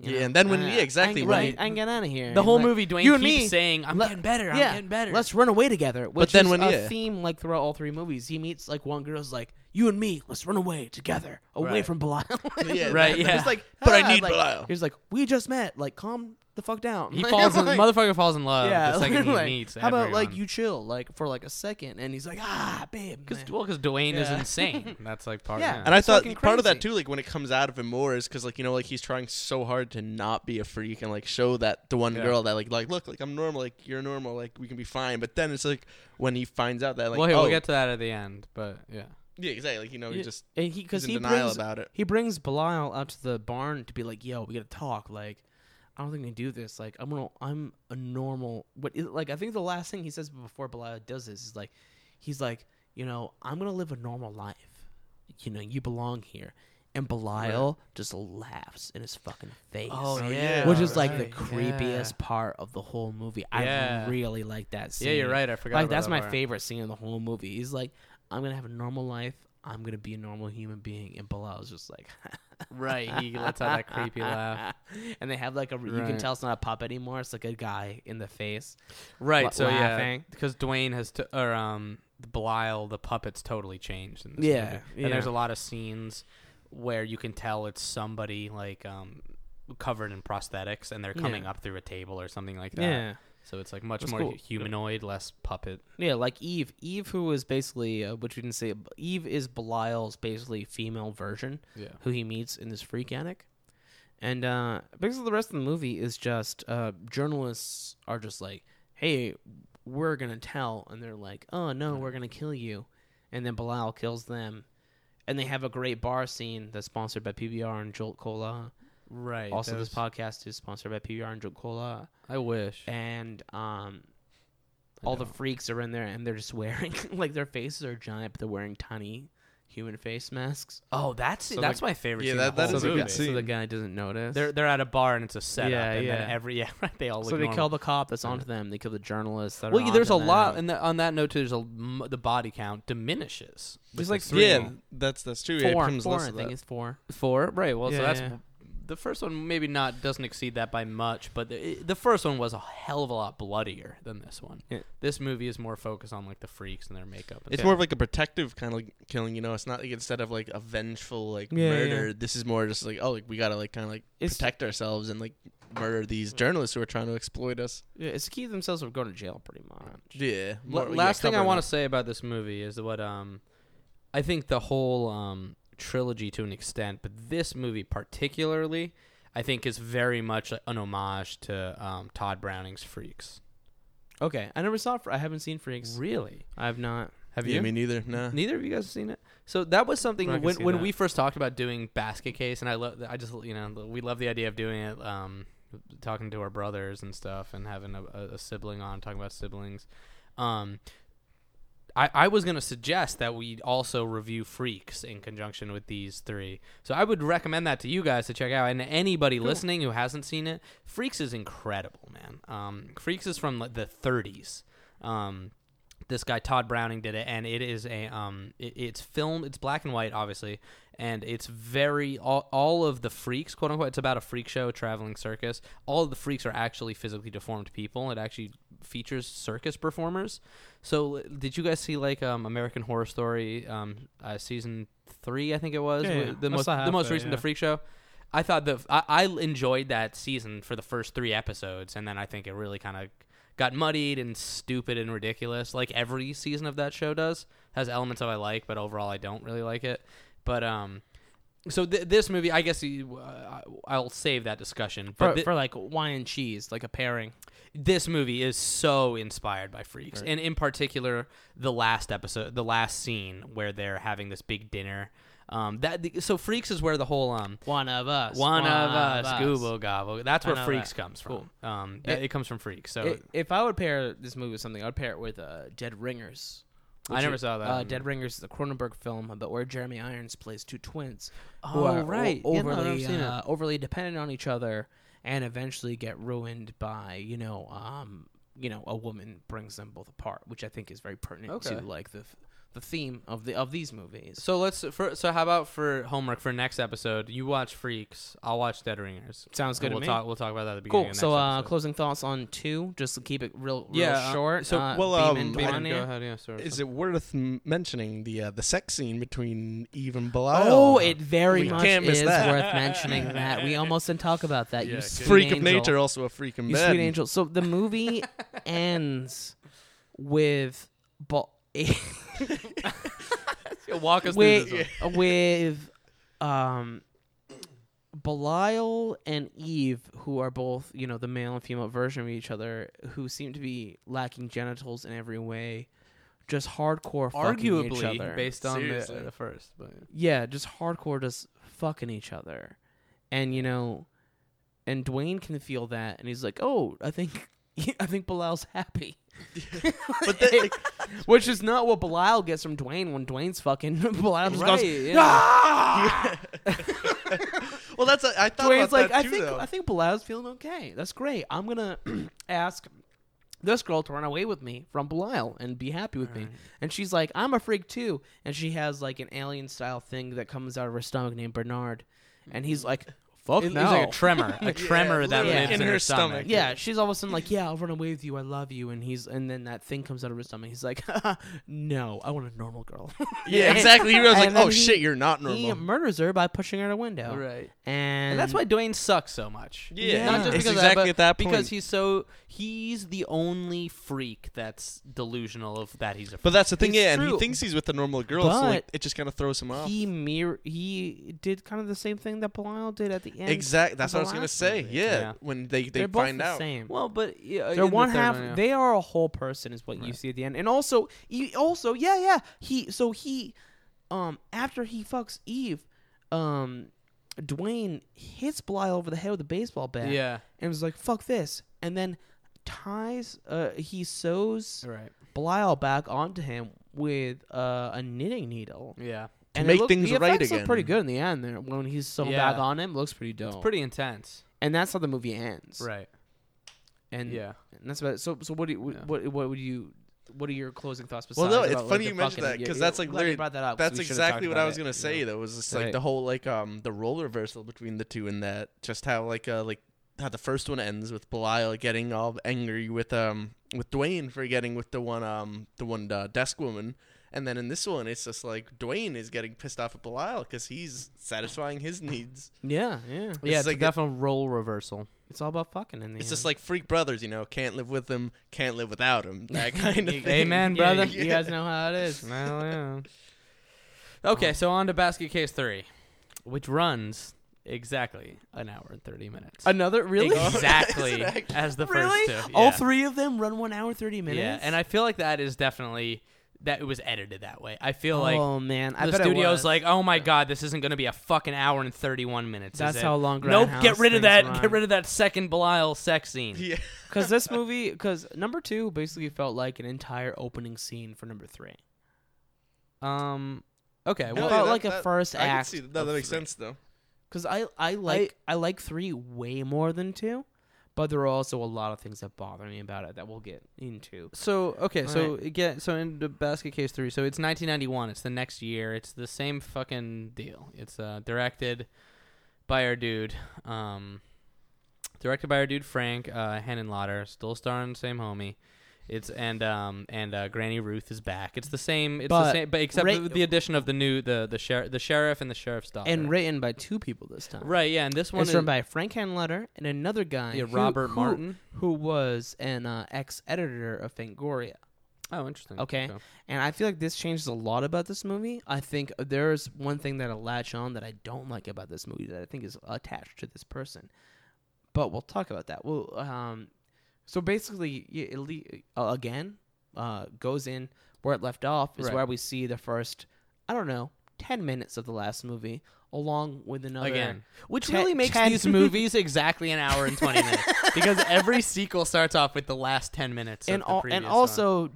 you Yeah, know, and then when- I- yeah, I can- exactly, when Right, he- I can get out of here. the whole Like, movie, Dwayne you keeps and me, saying, "I'm let- getting better. I'm yeah, getting better." Let's run away together. Which then is when- a yeah. theme like throughout all three movies, he meets like one girl's like, "You and me, let's run away together, away Right. from Belial." yeah, Right, that- yeah. It's like, but I Ah, need like, Belial. He's like, "We just met. Like, calm the fuck down." He Like, falls in, like- motherfucker falls in love yeah, the second like, he meets. How about like everyone. you chill like for like a second, and he's like, ah, babe. Cause, man." well, because Dwayne is Yeah. insane. That's like part. Yeah. Yeah. And I It's thought fucking part of that crazy. too, like when it comes out of him more, is because like you know, like he's trying so hard to not be a freak and like show that the one Yeah. girl that like like look like I'm normal, like you're normal, like we can be fine. But then it's like when he finds out that like well, here, oh we'll get to that at the end, but yeah. yeah exactly like you know he Yeah, just and he because in he denial brings about it. he brings Belial out to the barn to be like, yo, we gotta talk. Like, I don't think they do this. Like, I'm gonna I'm a normal. What is- like I think the last thing he says before Belial does this is like, he's like, you know, I'm gonna live a normal life. You know, you belong here. And Belial just laughs in his fucking face. Oh, yeah, which is like the right, yeah. creepiest part of the whole movie. Yeah. I really like that scene. Yeah, you're right. I forgot Like about that's that my part. favorite scene in the whole movie. He's like, I'm gonna have a normal life. I'm gonna be a normal human being. And Bilal's just like, Right. He lets out that creepy laugh. and they have like a. You Right. can tell it's not a puppet anymore. It's like a guy in the face. Right. La- so laughing. yeah, because Dwayne has to, or um, Belial, the puppet's totally changed. In this Yeah, movie. yeah. And there's a lot of scenes where you can tell it's somebody like um covered in prosthetics and they're coming Yeah. up through a table or something like that. Yeah. So it's like much That's more cool. humanoid, less puppet. Yeah, like Eve. Eve, who is basically, uh, which we didn't say, Eve is Belial's basically female version. Yeah. Who he meets in this freak attic, and uh, basically the rest of the movie is just uh, journalists are just like, "Hey, we're gonna tell," and they're like, "Oh no, we're gonna kill you," and then Belial kills them, and they have a great bar scene that's sponsored by PBR and Jolt Cola. Right. Also, this podcast is sponsored by PBR and Jolt Cola I wish. and um all the don't. freaks are in there and they're just wearing like their faces are giant but they're wearing tiny human face masks Oh, that's So, that's like- my favorite. Yeah, scene that- in the that whole is a good movie. so the scene. guy doesn't notice They're they're at a bar and it's a setup. Yeah, and Then yeah. every yeah, right. They all look so they normal. kill the cop that's onto them they kill the journalists that Well, are yeah, there's a onto lot, them. and the, on that note too, there's a m- the body count diminishes. there's with like the three yeah that's that's true. yeah, it four, becomes four less i of think that. it's four four, right? Well, so Yeah, that's yeah. the first one. Maybe not doesn't exceed that by much, but the, the first one was a hell of a lot bloodier than this one. Yeah. This movie is more focused on like the freaks and their makeup. And It's stuff. more of like a protective kind of like killing, you know. It's not like instead of like a vengeful like Yeah, yeah, murder. This is more just like oh, like we gotta like kind of like It's- protect ourselves and like murder these journalists who are trying to exploit us. yeah, it's to keep themselves from going to jail pretty much Yeah. L- last thing I want to say about this movie is what um, I think the whole um trilogy to an extent, but this movie particularly, I think, is very much an homage to um, Todd Browning's Freaks. Okay, I never saw. Fr- I haven't seen Freaks. Really? I've not. Have Yeah, you? me neither. Nah. Neither of you guys have seen it. So that was something I can when see when that. we first talked about doing basket case, and I love I just you know we love the idea of doing it. Um, talking to our brothers and stuff, and having a, a- a sibling on talking about siblings. Um, I, I was going to suggest that we also review Freaks in conjunction with these three. So I would recommend that to you guys to check out. And anybody listening who hasn't seen it, Freaks is incredible, man. Um, Freaks is from like, the 30s. Um, this guy Todd Browning did it, and it is a um, it, it's film, it's black and white, obviously, and it's very all, all of the freaks, quote unquote. It's about a freak show, traveling circus. All of the freaks are actually physically deformed people. It actually features circus performers. So l- did you guys see like um, American Horror Story um, uh, season three? I think it was Yeah, with yeah. the I most saw the half most of it, recent yeah. the freak show. I thought the I, I enjoyed that season for the first three episodes, and then I think it really kind of got muddied and stupid and ridiculous, like every season of that show does. Has elements of I like, but overall I don't really like it. But um, so th- this movie, I guess you, uh, I'll save that discussion. But For, thi- for like wine and cheese, like a pairing. this movie is so inspired by freaks and in particular the last episode the last scene where they're having this big dinner um that so freaks is where the whole um One of us. one, of us, Google Gobble. That's I where know Freaks that. comes from. Cool. Um, Yeah. it, it comes from Freaks. So I- if I would pair this movie with something, I'd pair it with uh, Dead Ringers. I which never is- saw that. Uh, Dead Ringers is a Cronenberg film about where Jeremy Irons plays two twins who Oh, are o- right. Yeah, no, I've overly seen it. uh, overly dependent on each other and eventually get ruined by you know um you know a woman brings them both apart, which I think is very pertinent Okay. to like the the theme of the of these movies. so let's for so how about for homework for next episode? You watch Freaks. I'll watch Dead Ringers. Sounds And good to We'll me. talk. We'll talk about that at the beginning. Cool. Of So, next uh, episode. closing thoughts on two, just to keep it real, real Yeah, uh, short. so- uh, well, Beeman, um, do you I- wanna Go hear? ahead. Yeah, sorry. Is it worth m- mentioning the uh, the sex scene between Eve and Belial? Oh, it very We much can't miss is that. worth mentioning that. We almost didn't talk about that. you sweet freak angel. of nature, also a freak of You men. sweet angel. So the movie ends with ba- walk us through this with uh, one. with um Belial and Eve, who are both you know the male and female version of each other, who seem to be lacking genitals in every way, just hardcore fucking each other. Arguably, based on the, Seriously. the first, but yeah, just hardcore, just fucking each other, and you know, and Dwayne can feel that, and he's like, "Oh, I think, I think Belial's happy," But that, like, which is not what Belial gets from Dwayne when Dwayne's fucking Belial just Right, goes, yeah. "Ah!" well, that's I thought Dwayne's about like, that "I too, think, though. I think Belial's feeling okay. That's great. I'm gonna ask." This girl to run away with me from Belial and be happy with me. And she's like, I'm a freak too. And she has like an alien style thing that comes out of her stomach named Bernard. And he's like, fuck it, no. was like a tremor, a tremor that literally. lives In in, her her stomach. stomach. Yeah, she's all of a sudden like, "Yeah, I'll run away with you. I love you." And he's, and then that thing comes out of his stomach. He's like, "No, I want a normal girl." yeah, exactly. He was like, And then oh he- shit, you're not he normal. murders her by pushing her out a window. Right. and, And that's why Dwayne sucks so much. Yeah. Not just It's because of exactly that, but at that point. Because he's so he's the only freak that's delusional of that he's a freak. But that's the thing, It's yeah. And he true. thinks he's with the normal girl, so like But it just kind of throws him off. he mir- he did kind of the same thing that Belial did at the end. Exactly. That's the what I was gonna last say. movie. Yeah, Yeah. when they they They're both find the out. same. well, but yeah, They're in the one third half. yeah. They are a whole person, is what you see at the end. And also, he also, yeah, yeah. He so he, um, after he fucks Eve, um, Dwayne hits Bly over the head with a baseball bat. Yeah. and was like, "Fuck this," and then ties. Uh, he sews right. Blyle back onto him with uh, a knitting needle. Yeah. And make it look- things the right effects look again. pretty good in the end. There, when he's sewn Yeah. back on him, looks pretty dope. Pretty intense. and that's how the movie ends. Oh. Right. And Yeah. and that's about it. So so what do you, what, Yeah. what what would you what are your closing thoughts? Well, Besides no, it's about, like, funny the you mentioned fucking- that yeah, because yeah, that's like glad you literally brought that up. 'cause that's we should've talked exactly what about I was it, gonna you say know. though was just like Right. the whole like um the role reversal between the two and that just how like uh like how the first one ends with Belial getting all angry with um with Dwayne for getting with the one um the one uh, desk woman. And then in this one, it's just like Dwayne is getting pissed off at Belial because he's satisfying his needs. Yeah, yeah. Yeah, it's like a a- definite role reversal. It's all about fucking in the It's end. just like freak brothers, you know, can't live with him, can't live without him, that kind of thing. Amen, Yeah, brother. You, you guys know how it is. Well, yeah. Okay, so on to basket case three, which runs exactly an hour and thirty minutes. Another really? Exactly as the really? first two. All Yeah. three of them run one hour thirty minutes. Yeah, and I feel like that is definitely that it was edited that way. I feel oh like man, I the bet it studio's was. like, oh my god, this isn't going to be a fucking hour and thirty-one minutes. is That's it?" how long Nope, Grindhouse get rid of that. things run. Get rid of that second Belial sex scene. Yeah. Because this movie, because number two basically felt like an entire opening scene for number three. Um. Okay. No, Well, about, like, a first I can act see that. No, of that makes three. sense though. Because I, I like I, like three way more than two, but there are also a lot of things that bother me about it that we'll get into. so okay. So so again, so in the basket case three, so it's 1991. It's the next year. It's the same fucking deal. It's uh, directed by our dude. Um, directed by our dude Frank uh, Henenlotter, still starring same homie. It's and um and uh, Granny Ruth is back. It's the same. It's the But same, but except Ra- with the addition of the new the the sheriff the sheriff and the sheriff's daughter. And written by two people this time. right, yeah, and this one it's is written by Frank Hanletter and another guy, Yeah, who- Robert who- Martin. who was an uh, ex-editor of Fangoria. oh interesting Okay. And I feel like this changes a lot about this movie. I think there's one thing that I latch on that I don't like about this movie that I think is attached to this person. But we'll talk about that. Well, um, so basically, y- it le- uh, again, uh, goes in where it left off is Right. where we see the first, I don't know, 10 minutes of the last movie, along with another. again, which Ten- really makes ten- these movies exactly an hour and twenty minutes because every sequel starts off with the last ten minutes. and of the al- previous and one. also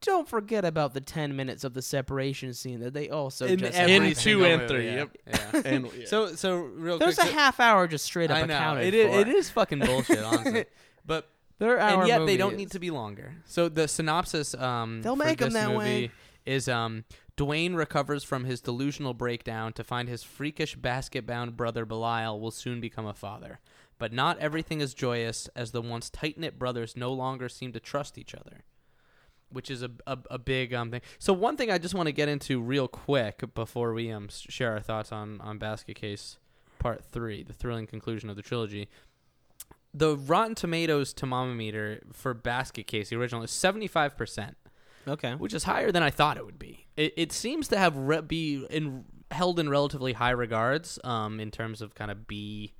don't forget about the 10 minutes of the separation scene that they also in just every happened. In two single and movie, three, yeah. yep. Yeah. And yeah. So so real There's a quick. so- half hour just straight up I know accounted it is, for. it is fucking bullshit, honestly. But Their hour and yet movie they don't is- need to be longer. So the synopsis um They'll for make 'em this that movie way. is um Dwayne recovers from his delusional breakdown to find his freakish basket-bound brother Belial will soon become a father. But not everything is joyous as the once tight-knit brothers no longer seem to trust each other. Which is a, a, a big um thing. So one thing I just want to get into real quick before we um s- share our thoughts on on Basket Case Part Three, the thrilling conclusion of the trilogy the Rotten Tomatoes thermometer for Basket Case, the original, is 75%, Okay. which is higher than I thought it would be. It, it seems to have re- be in, held in relatively high regards um, in terms of kind of B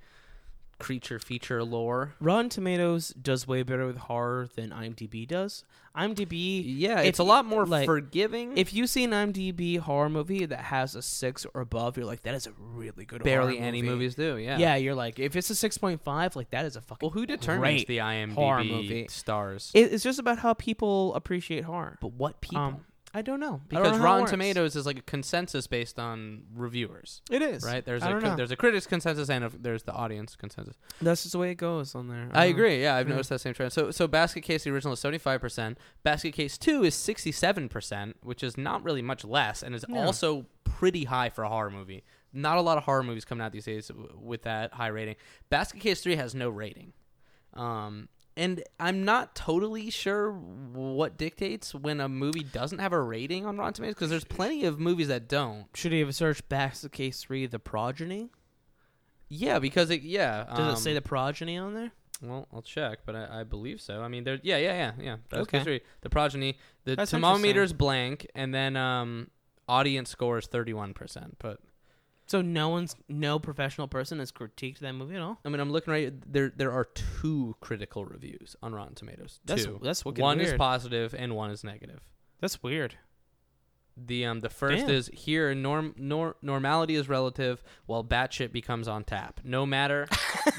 creature feature lore. Rotten Tomatoes does way better with horror than IMDb does. IMDb, Yeah, if it's a you- lot more like, forgiving. If you see an IMDb horror movie that has a six or above, you're like, that is a really good. barely horror any movie. movies do, yeah. Yeah. you're like, if it's a six point five, like that is a fucking. Well, who determines great the IMDb horror movie? stars? It- it's just about how people appreciate horror. but what people? Um, I don't know I don't because know how it Rotten works. Tomatoes is like a consensus based on reviewers. It is Right there's I a don't co- know. there's a critics consensus and a, there's the audience consensus. That's just the way it goes on there. I don't know. agree. Yeah, I've noticed that same trend. So, so basket case the original is seventy five percent. Basket case two is sixty seven percent, which is not really much less, and is also pretty high for a horror movie. Not a lot of horror movies coming out these days w- with that high rating. Basket case three has no rating, um, and I'm not totally sure what dictates when a movie doesn't have a rating on Rotten Tomatoes because there's plenty of movies that don't. Should he have searched Basket Case Three: The Progeny? Yeah, because it yeah Does it say um, the progeny on there? Well, I'll check, but I, I believe so. I mean, there. Yeah, yeah, yeah, yeah. That's Okay. history. The progeny. The That's thermometer's blank, and then um, audience score is thirty-one percent. But So no one's no professional person has critiqued that movie at all. I mean, I'm looking right there. There are two critical reviews on Rotten Tomatoes. That's- two. that's wicked One is weird. positive, and one is negative. That's weird. The um the first Damn. is here norm nor normality is relative while batshit becomes on tap. No matter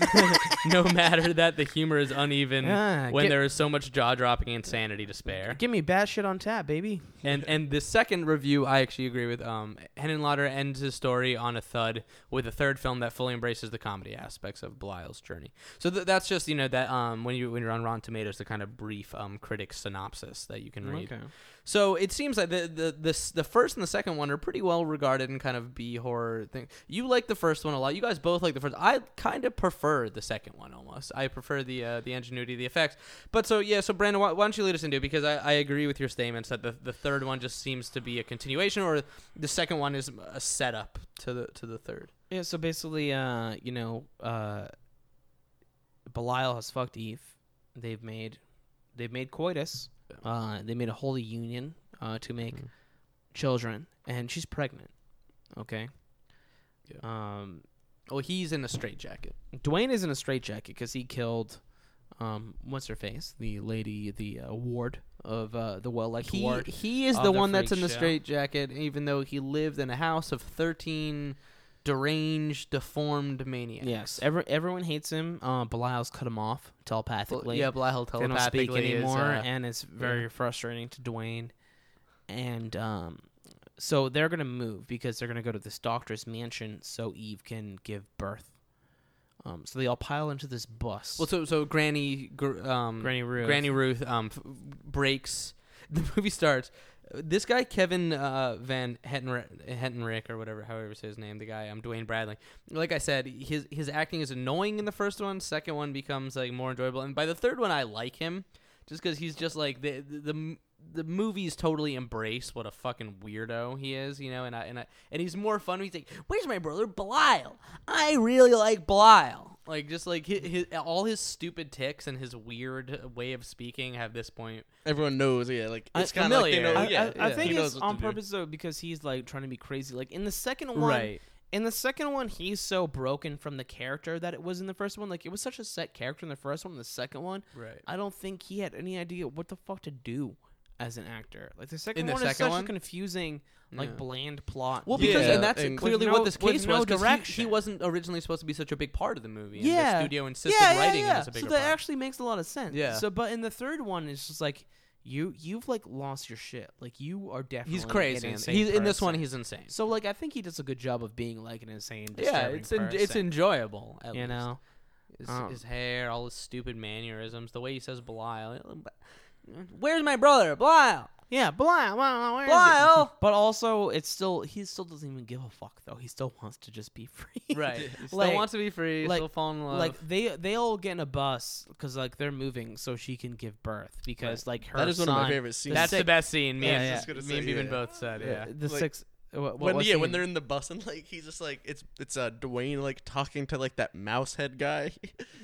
no matter that the humor is uneven Yeah, when Ah, get- there is so much jaw dropping insanity to spare. Give me bad shit on tap, baby. And and the second review I actually agree with. Um, Henenlotter ends his story on a thud with a third film that fully embraces the comedy aspects of Belial's journey. So th- that's just you know that um when you when you're on Rotten Tomatoes the kind of brief um critic synopsis that you can read. Okay. So it seems like the the this the first and the second one are pretty well regarded and kind of B horror thing. You like the first one a lot. You guys both like the first. I kind of prefer the second one almost. I prefer the uh, the ingenuity, of the effects. But so yeah, so Brandon, why, why don't you lead us into it? because I, I agree with your statements that the, the third one just seems to be a continuation, or the second one is a setup to the to the third. Yeah. So basically, uh, you know, uh, Belial has fucked Eve. They've made, they've made coitus. Mm. Uh, they made a holy union uh, to make children, and she's pregnant. Okay. Um, Well, he's in a straitjacket. Dwayne is in a straitjacket because he killed, um, what's her face, the lady, the uh, ward of uh, the well-liked He, ward. he is of the the one that's freak in the show. straitjacket, even though he lived in a house of 13 deranged, deformed maniacs. Yes, every, everyone hates him. Uh, Belial's cut him off Bl- telepathically. yeah, Blahel they don't speak telepathically is, anymore, uh, and it's very frustrating to Dwayne. And um, so they're gonna move because they're gonna go to this doctor's mansion so Eve can give birth. Um, so they all pile into this bus. Well, so so Granny Gr- um, Granny Ruth. Granny Ruth um, f- breaks. The movie starts. This guy Kevin uh, Van Hettenri- Hettenrick or whatever, however you say his name, the guy um, Dwayne Bradley. Like I said, his his acting is annoying in the first one. Second one becomes like more enjoyable, and by the third one, I like him just because he's just like the the. the the movies totally embrace what a fucking weirdo he is, you know, and I and I and he's more fun. when He's like, "Where's my brother Belial? I really like Belial." Like just like his, his, all his stupid ticks and his weird way of speaking have this point. Everyone knows, yeah. Like I- it's kind of like they familiar. know, I- I, yeah. I, I yeah. think He knows it's what to on do. purpose though because he's like trying to be crazy. Like in the second one, In the second one, he's so broken from the character that it was in the first one. Like it was such a set character in the first one. The second one, Right. I don't think he had any idea what the fuck to do as an actor. Like the second In the one is second such one? a confusing, like Yeah. bland plot. Well, Yeah, because and that's and- clearly With what no- this with case no was. 'cause he- He, direction. wasn't originally supposed to be such a big part of the movie. and Yeah. the studio insisted writing it as a bigger so that part. actually makes a lot of sense. Yeah. So, but in the third one, it's just like you you've like lost your shit. Like you are definitely he's an crazy. in- insane He's in this person. one. He's insane. So like I think he does a good job of being like an insane. yeah, disturbing it's en- it's person, enjoyable. At you least. know. his, Um, his hair, all his stupid mannerisms, the way he says Belial. Where's my brother, Belial? Yeah, Belial. Belial, where is he? Belial! But also, it's still he still doesn't even give a fuck though. He still wants to just be free. Right. Still Like- wants to be free. like- still fall in love. Like they they all get in a bus because like they're moving so she can give birth because like her That is one of my son- favorite scenes. That's sick- the best scene. Me Yeah, and, yeah. I was gonna me and say, Beeman yeah. both said. Yeah. Uh, the Like, six. What, what when was yeah, he when in? they're in the bus and like he's just like it's it's uh Dwayne like talking to like that mouse head guy.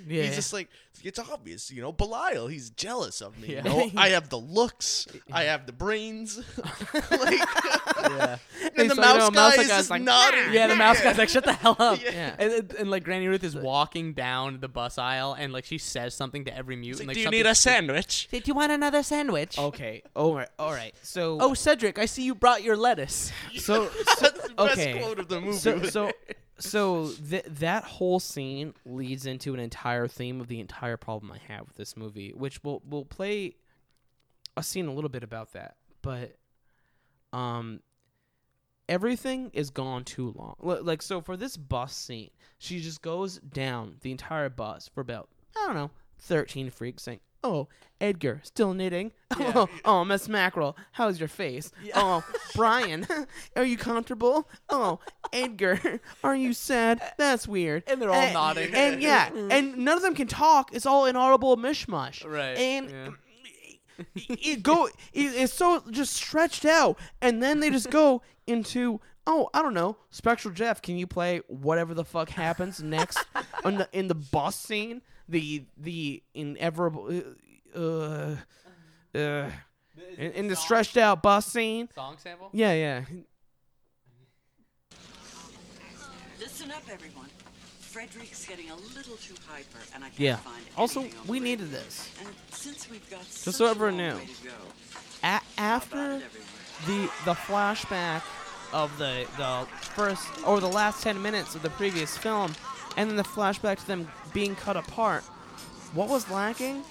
Yeah, yeah. he's just like it's obvious, you know. Belial, he's jealous of me. Yeah. You know, I have the looks, I have the brains. like, and And the so, you mouse know, guy mouse is guy's just like, "Ah." nodding. Yeah, the mouse guy's like, shut the hell up. Yeah. And, and, and, like Granny Ruth is walking down the bus aisle and like she says something to every mute. He's and, like, like, do you something- need a sandwich? Say, do you want another sandwich? okay. All right. All right. So Oh, Cedric, I see you brought your lettuce. so That's the okay. best quote of the movie. so so so th- that whole scene leads into an entire theme of the entire problem I have with this movie, which we'll we'll play a scene a little bit about that, but um everything is gone too long. Li- Like so for this bus scene, she just goes down the entire bus for about I don't know, 13 freaks saying, "Oh, Edgar, still knitting? Oh, oh, Miss Mackerel, how's your face? Oh, Brian, are you comfortable? Oh, Edgar, are you sad? That's weird." Uh, And they're all nodding. Mm-hmm. And yeah, and none of them can talk. It's all inaudible mishmash. Right, And yeah. it go it, it's so just stretched out and then they just go into oh i don't know spectral jeff can you play whatever the fuck happens next in the in the bus scene the the inevitable uh uh in, in the stretched out bus scene Song sample? yeah yeah Listen up, everyone. Frederick's getting a little too hyper, and I can't yeah find also anything on we Brit. needed this And since we've got just so everyone knew. way to go, A- about after it, everyone. the the flashback of the the first or the last 10 minutes of the previous film and then the flashback to them being cut apart what was lacking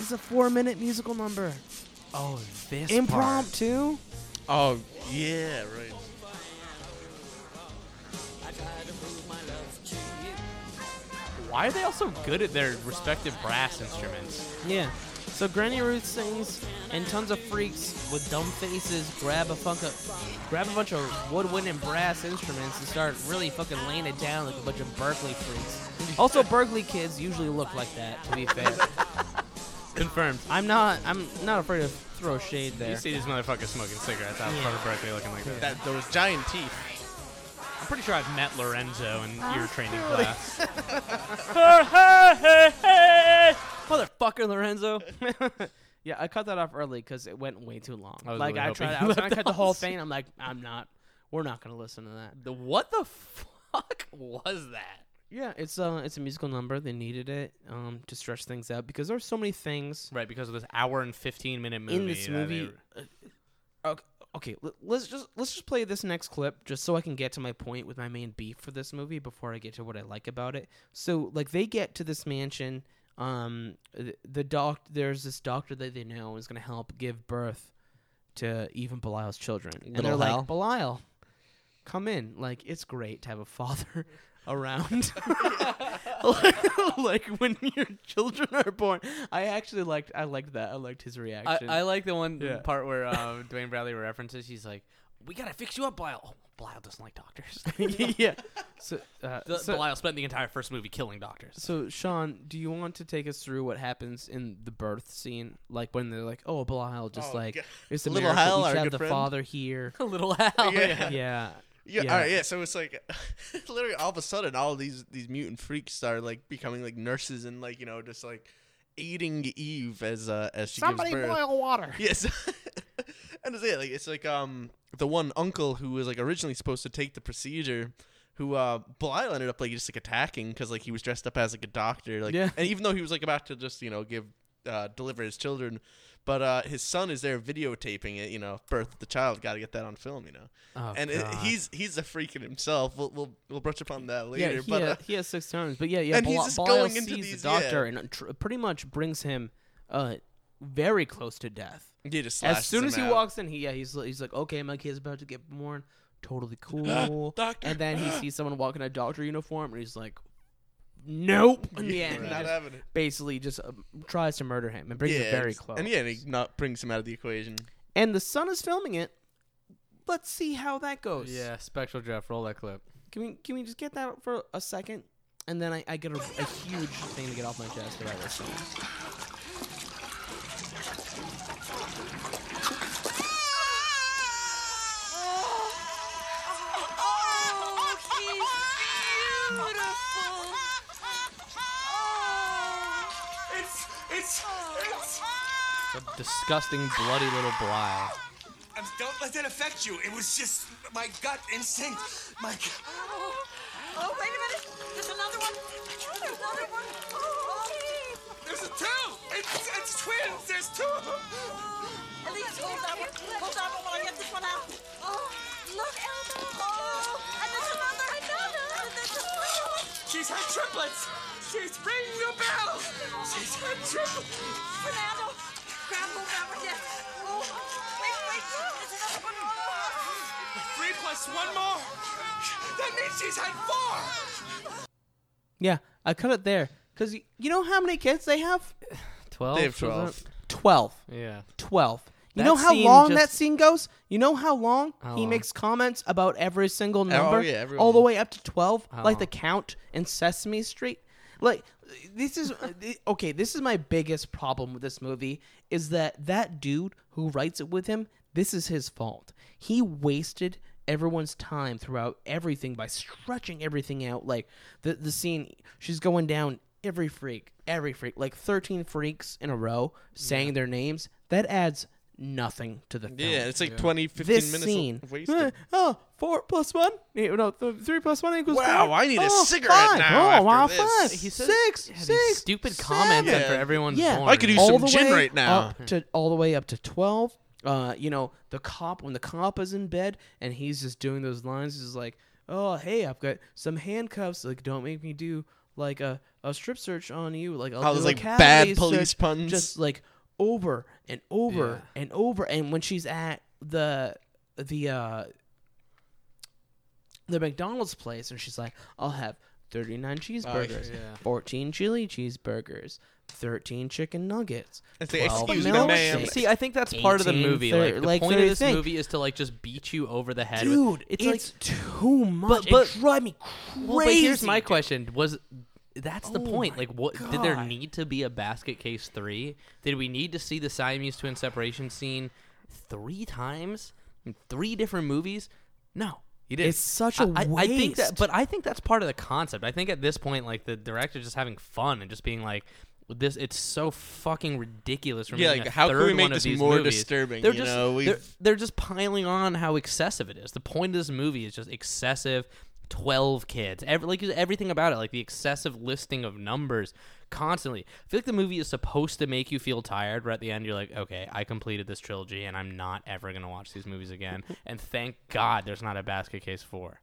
is a four minute musical number Oh, this impromptu oh yeah, right. Why are they all so good at their respective brass instruments? yeah so granny ruth sings and tons of freaks with dumb faces grab a funk of, grab a bunch of woodwind and brass instruments and start really fucking laying it down like a bunch of berkeley freaks also berkeley kids usually look like that to be fair Confirmed. I'm not. I'm not afraid to throw shade there. You see these motherfuckers smoking cigarettes out in front of Berkeley looking like that. That those giant teeth. I'm pretty sure I've met Lorenzo in your training class. Motherfucker, Lorenzo. yeah, I cut that off early because it went way too long. I was like really I hoping tried. you I was left gonna cut the out whole some- thing. I'm like, I'm not. We're not gonna listen to that. The what the fuck was that? Yeah, it's uh it's a musical number. They needed it um to stretch things out because there's so many things Right, because of this hour and fifteen minute movie. in this that they- movie. uh, okay, okay, l- let's just let's just play this next clip just so I can get to my point with my main beef for this movie before I get to what I like about it. So like they get to this mansion. Um, the, the doc there's this doctor that they know is gonna help give birth to even Belial's children, and Little they're Hal. like Belial, come in. Like it's great to have a father around. like when your children are born. I actually liked I liked that. I liked his I, reaction. I like the one Yeah. part where um, Dwayne Bradley references. He's like, "We gotta fix you up, Blyle." Oh, Blyle doesn't like doctors. yeah. So, uh, The- so, Blyle spent the entire first movie killing doctors. so, Sean, do you want to take us through what happens in the birth scene? Like when they're like, "Oh, Belial, just Oh, like God. it's a Little miracle. Hal, you should our have good the friend. father here." A little Hal. Yeah. Oh, yeah. Yeah, Yeah. All right. Yeah. So it's like, literally, all of a sudden, all these these mutant freaks start like becoming like nurses and like you know just like aiding Eve as uh as she gives birth. water. Yes. and it's it. Like it's like um the one uncle who was like originally supposed to take the procedure. Who uh Belial ended up like just like attacking because like he was dressed up as like a doctor like Yeah. and even though he was like about to just you know give uh deliver his children but uh his son is there videotaping it you know birth of the child got to get that on film you know Oh, and it, God. he's he's a freak in himself we'll we'll, we'll brush upon that Yeah, later he, but ha- uh, he has six times, but yeah, yeah. and he's Belial, just Belial going sees into the these- doctor yeah. and tr- pretty much brings him uh, very close to death. he just As slashes soon him as he out. walks in, he yeah, he's li- he's like, okay, my kid's about to get born, totally cool. doctor. And then he sees someone walk in a doctor uniform, and he's like, nope. And yeah, and he not just having it basically just um, tries to murder him and brings him very it's- close. and yeah and he not brings him out of the equation And the son is filming it. Let's see how that goes. yeah, Spectral Jeff, roll that clip. Can we can we just get that for a second? And then I, I get a, a huge thing to get off my chest about this song. Oh, he's beautiful. Oh, it's it's it's. A disgusting, bloody little Blyle. Um, Don't let that affect you. It was just my gut instinct. My g- Oh, oh, wait a minute. There's another one. There's another one. Oh, there's a two. It's, it's twins. There's two of them. Elise, hold that one. Hold that one while I get this one out. Oh, look, Elmo. Oh, and there's another. Another. And there's another one. She's had triplets. She's ringing the bell. She's had triplets. Fernando, grab hold that one. Yes. Oh, wait, wait. There's another one. Oh. Three plus one more. That means she's had four. Yeah, I cut it there because you know how many kids they have? Twelve. They have was 12. Twelve. that? Yeah. 12. You That know how scene long just- Oh. that scene goes? You know how long How he long? makes comments about every Oh, single number? yeah, every all the one. way up to 12, Oh. like the long? count in Sesame Street. Like this is okay, this is my biggest problem with this movie is that that dude who writes it with him, this is his fault. He wasted everyone's time throughout everything by stretching everything out like the the scene she's going down every freak, every freak, like 13 freaks in a row saying their names, that adds nothing to the film. Yeah, it's like twenty, fifteen this 20, 15 minutes scene. of Eh, wasted. Oh, four plus one? Eh, No, th- three plus one equals Wow, four. I need a Oh, cigarette five. now Oh, wow, after this. five. He says- six, Yeah, six, These stupid comments seven. after everyone's Yeah. born. I could use all some the gin way right now. up to all the way up to twelve. Uh, you know the cop when the cop is in bed and he's just doing those lines. He's like, "Oh, hey, I've got some handcuffs. Like, don't make me do like a, a strip search on you. Like, I'll do Oh, those, a like, cavity bad police search." puns. Just like over and over and over. And when she's at the the uh the McDonald's place and she's like, I'll have 39 cheeseburgers, Oh, 14 chili cheeseburgers, 13 chicken nuggets. It's like, 12 excuse me, milkshakes." ma'am. See, I think that's part of the 18, movie. thirty- like the like, point of this thirty-thing. movie is to like just beat you over the head. with- Dude, it's, like, too much. but- it drive me crazy. Oh Well, but here's my question: Was that's the point? my Like, what did there God. need to be a basket case three? Did we need to see the Siamese twin separation scene three times in three different movies? No, you didn't. It's such a I- I- I think that, waste. but I think that's part of the concept. I think at this point, like the director's just having fun and just being like. this it's so fucking ridiculous. we're Yeah, making like, a how can third we make one of this these more movies. disturbing, They're you just know? they're, We've- they're just piling on how excessive it is. The point of this movie is just excessive. Twelve kids, every, like everything about it, like the excessive listing of numbers constantly. I feel like the movie is supposed to make you feel tired, but at the end you're like, okay, I completed this trilogy, and I'm not ever gonna watch these movies again. and thank God there's not a basket case four.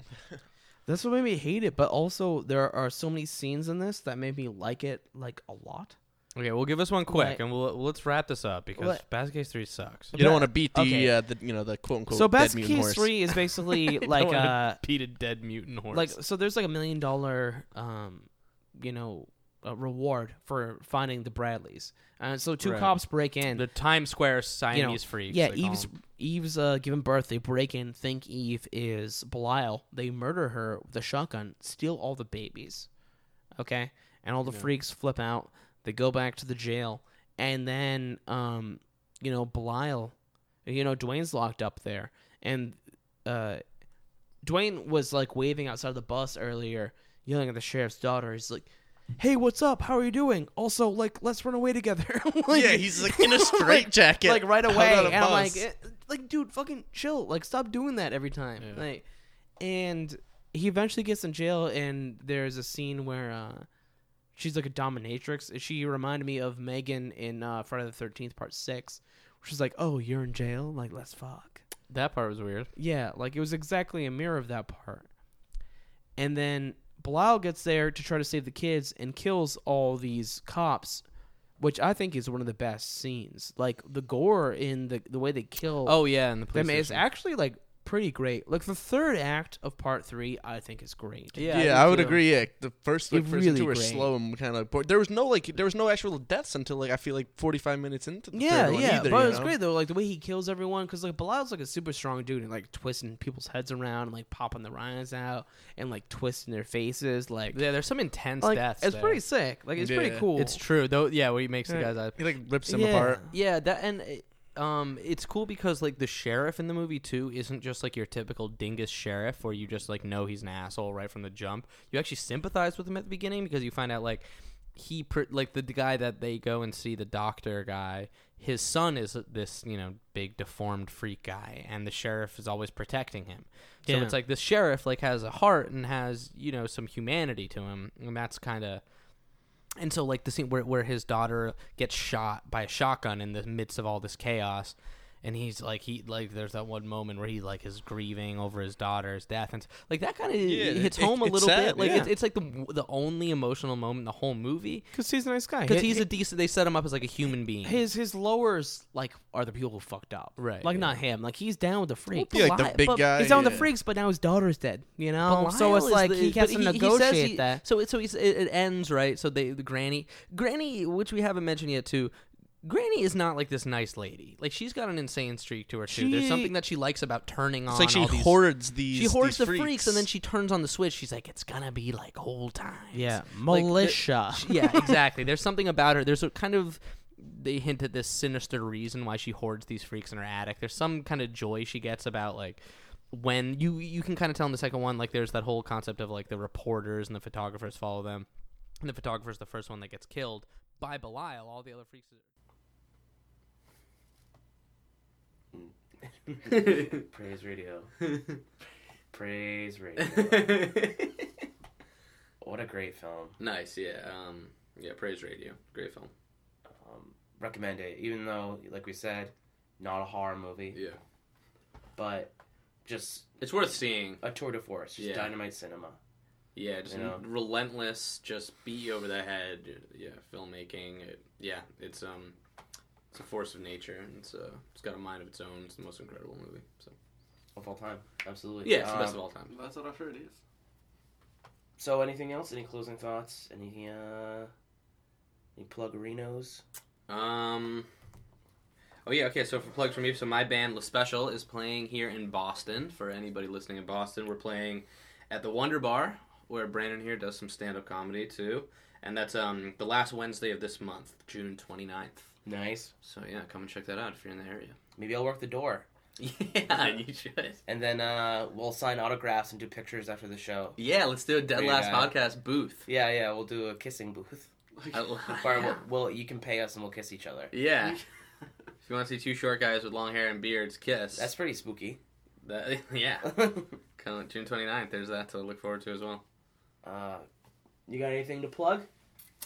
That's what made me hate it, but also there are so many scenes in this that made me like it like a lot. Okay, well, give us one quick, Like- and we'll let's wrap this up because What? Basket Case Three sucks. You don't want to beat the, okay. uh, the you know the quote unquote. so dead Best mutant Case horse. Three is basically like uh beat a dead mutant horse. like so there's like a million dollar um you know uh, reward for finding the Bradleys, and so two Right. cops break in. the Times Square you know, Siamese freaks. yeah, they call Eve's 'em. Eve's uh, giving birth. They break in, think Eve is Belial. They murder her with a shotgun, steal all the babies. Okay, and all the freaks flip out. They go back to the jail, and then um, you know Belial, you know Dwayne's locked up there, and uh, Dwayne was like waving outside the bus earlier, yelling at the sheriff's daughter. He's like. Hey, what's up? How are you doing? Also, like, let's run away together. Like- yeah, he's like in a straitjacket. like right out away on a and i'm like bus. eh, like dude fucking chill like stop doing that every time like and he eventually gets in jail and there's a scene where uh she's like a dominatrix she reminded me of megan in uh friday the 13th part 6 which is like oh you're in jail like let's fuck that part was weird. yeah, like it was exactly a mirror of that part. And then Belial gets there to try to save the kids and kills all these cops, which I think is one of the best scenes. Like the gore in the the way they kill Oh yeah, and the police. them is actually like pretty great. Like the third act of part three, I think is great. Yeah, I, would agree. Yeah, the first like It first and really two were great. slow and kind of bored. There was no like there was no actual deaths until like I feel like 45 minutes into the Yeah, third one yeah, either, but you it's know? great though, like the way he kills everyone, because like Belial's like a super strong dude and like twisting people's heads around and like popping their eyes out and like twisting their faces, like Yeah, there's some intense like, deaths. It's there. pretty sick. Like it's pretty Yeah. cool. It's true though. Yeah, where he makes the guys. Eye. He like rips them Yeah. apart. Yeah, that and it- um, it's cool because like the sheriff in the movie too isn't just like your typical dingus sheriff where you just like know he's an asshole right from the jump. You actually sympathize with him at the beginning because you find out like he pr- like the guy that they go and see the doctor guy. His son is this you know big deformed freak guy, and the sheriff is always protecting him. So Yeah. it's like the sheriff like has a heart and has you know some humanity to him, and that's kind of and so like the scene where, where his daughter gets shot by a shotgun in the midst of all this chaos and he's like he like there's that one moment where he like is grieving over his daughter's death and s- like that kind of Yeah, hits it- home a it's little sad, bit like yeah. it's, it's like the w- the only emotional moment in the whole movie because he's a nice guy. because Hi- he's a decent they set him up as like a human being hi- his his lowers like are the people who fucked up. Right, Like yeah. not him. Like he's down with the freaks. Yeah, like the big but guy. he's down with yeah. the freaks, but now his daughter's dead. You know, But so Lyle it's is like the- he has but to he- he says negotiate he- that. So it so he's, it, it ends right. So they the granny granny which we haven't mentioned yet too. Granny is not like this nice lady. Like she's got an insane streak to her too. There's She- something that she likes about turning on. It's like she all these- hoards these. She hoards these the freaks. and then she turns on the switch. She's like, it's gonna be like old times. Yeah, Like, the- militia. she- yeah, exactly. There's something about her. There's a kind of they hint at this sinister reason why she hoards these freaks in her attic. There's some kind of joy she gets about like when you you can kind of tell in the second one like there's that whole concept of like the reporters and the photographers follow them, and the photographer's the first one that gets killed by Belial. All the other freaks. Praise radio. Praise radio. what a great film. Nice, yeah. Um, yeah, Praise Radio. Great film. Recommend it, even though, like we said, not a horror movie, Yeah. but just It's worth seeing. a tour de force, just Yeah. dynamite cinema. Yeah, just You know? relentless, just beat you over the head. Yeah, filmmaking. It, yeah, it's um, it's a force of nature, and it's uh, it's got a mind of its own. It's the most incredible movie. So Of all time, absolutely. yeah, it's the best Um, of all time. That's what I've heard it is. So, anything else? Any closing thoughts? Any uh, any pluggerinos? Um. Oh yeah, okay. So for plugs from me, so my band La Special is playing here in Boston. For anybody listening in Boston, we're playing at the Wonder Bar, where Brandon here does some stand-up comedy too, and that's um the last Wednesday of this month, June 29th. Nice. So yeah, come and check that out if you're in the area. Maybe I'll work the door, Yeah, you should. and then uh, we'll sign autographs and do pictures after the show. Yeah, let's do a dead Yeah. last podcast booth. Yeah, yeah, we'll do a kissing booth. Or we'll, well, you can pay us and we'll kiss each other. yeah. if you want to see two short guys with long hair and beards kiss, That's pretty spooky. that, yeah. uh, Come June 29th, there's that to look forward to as well. Uh, you got anything to plug?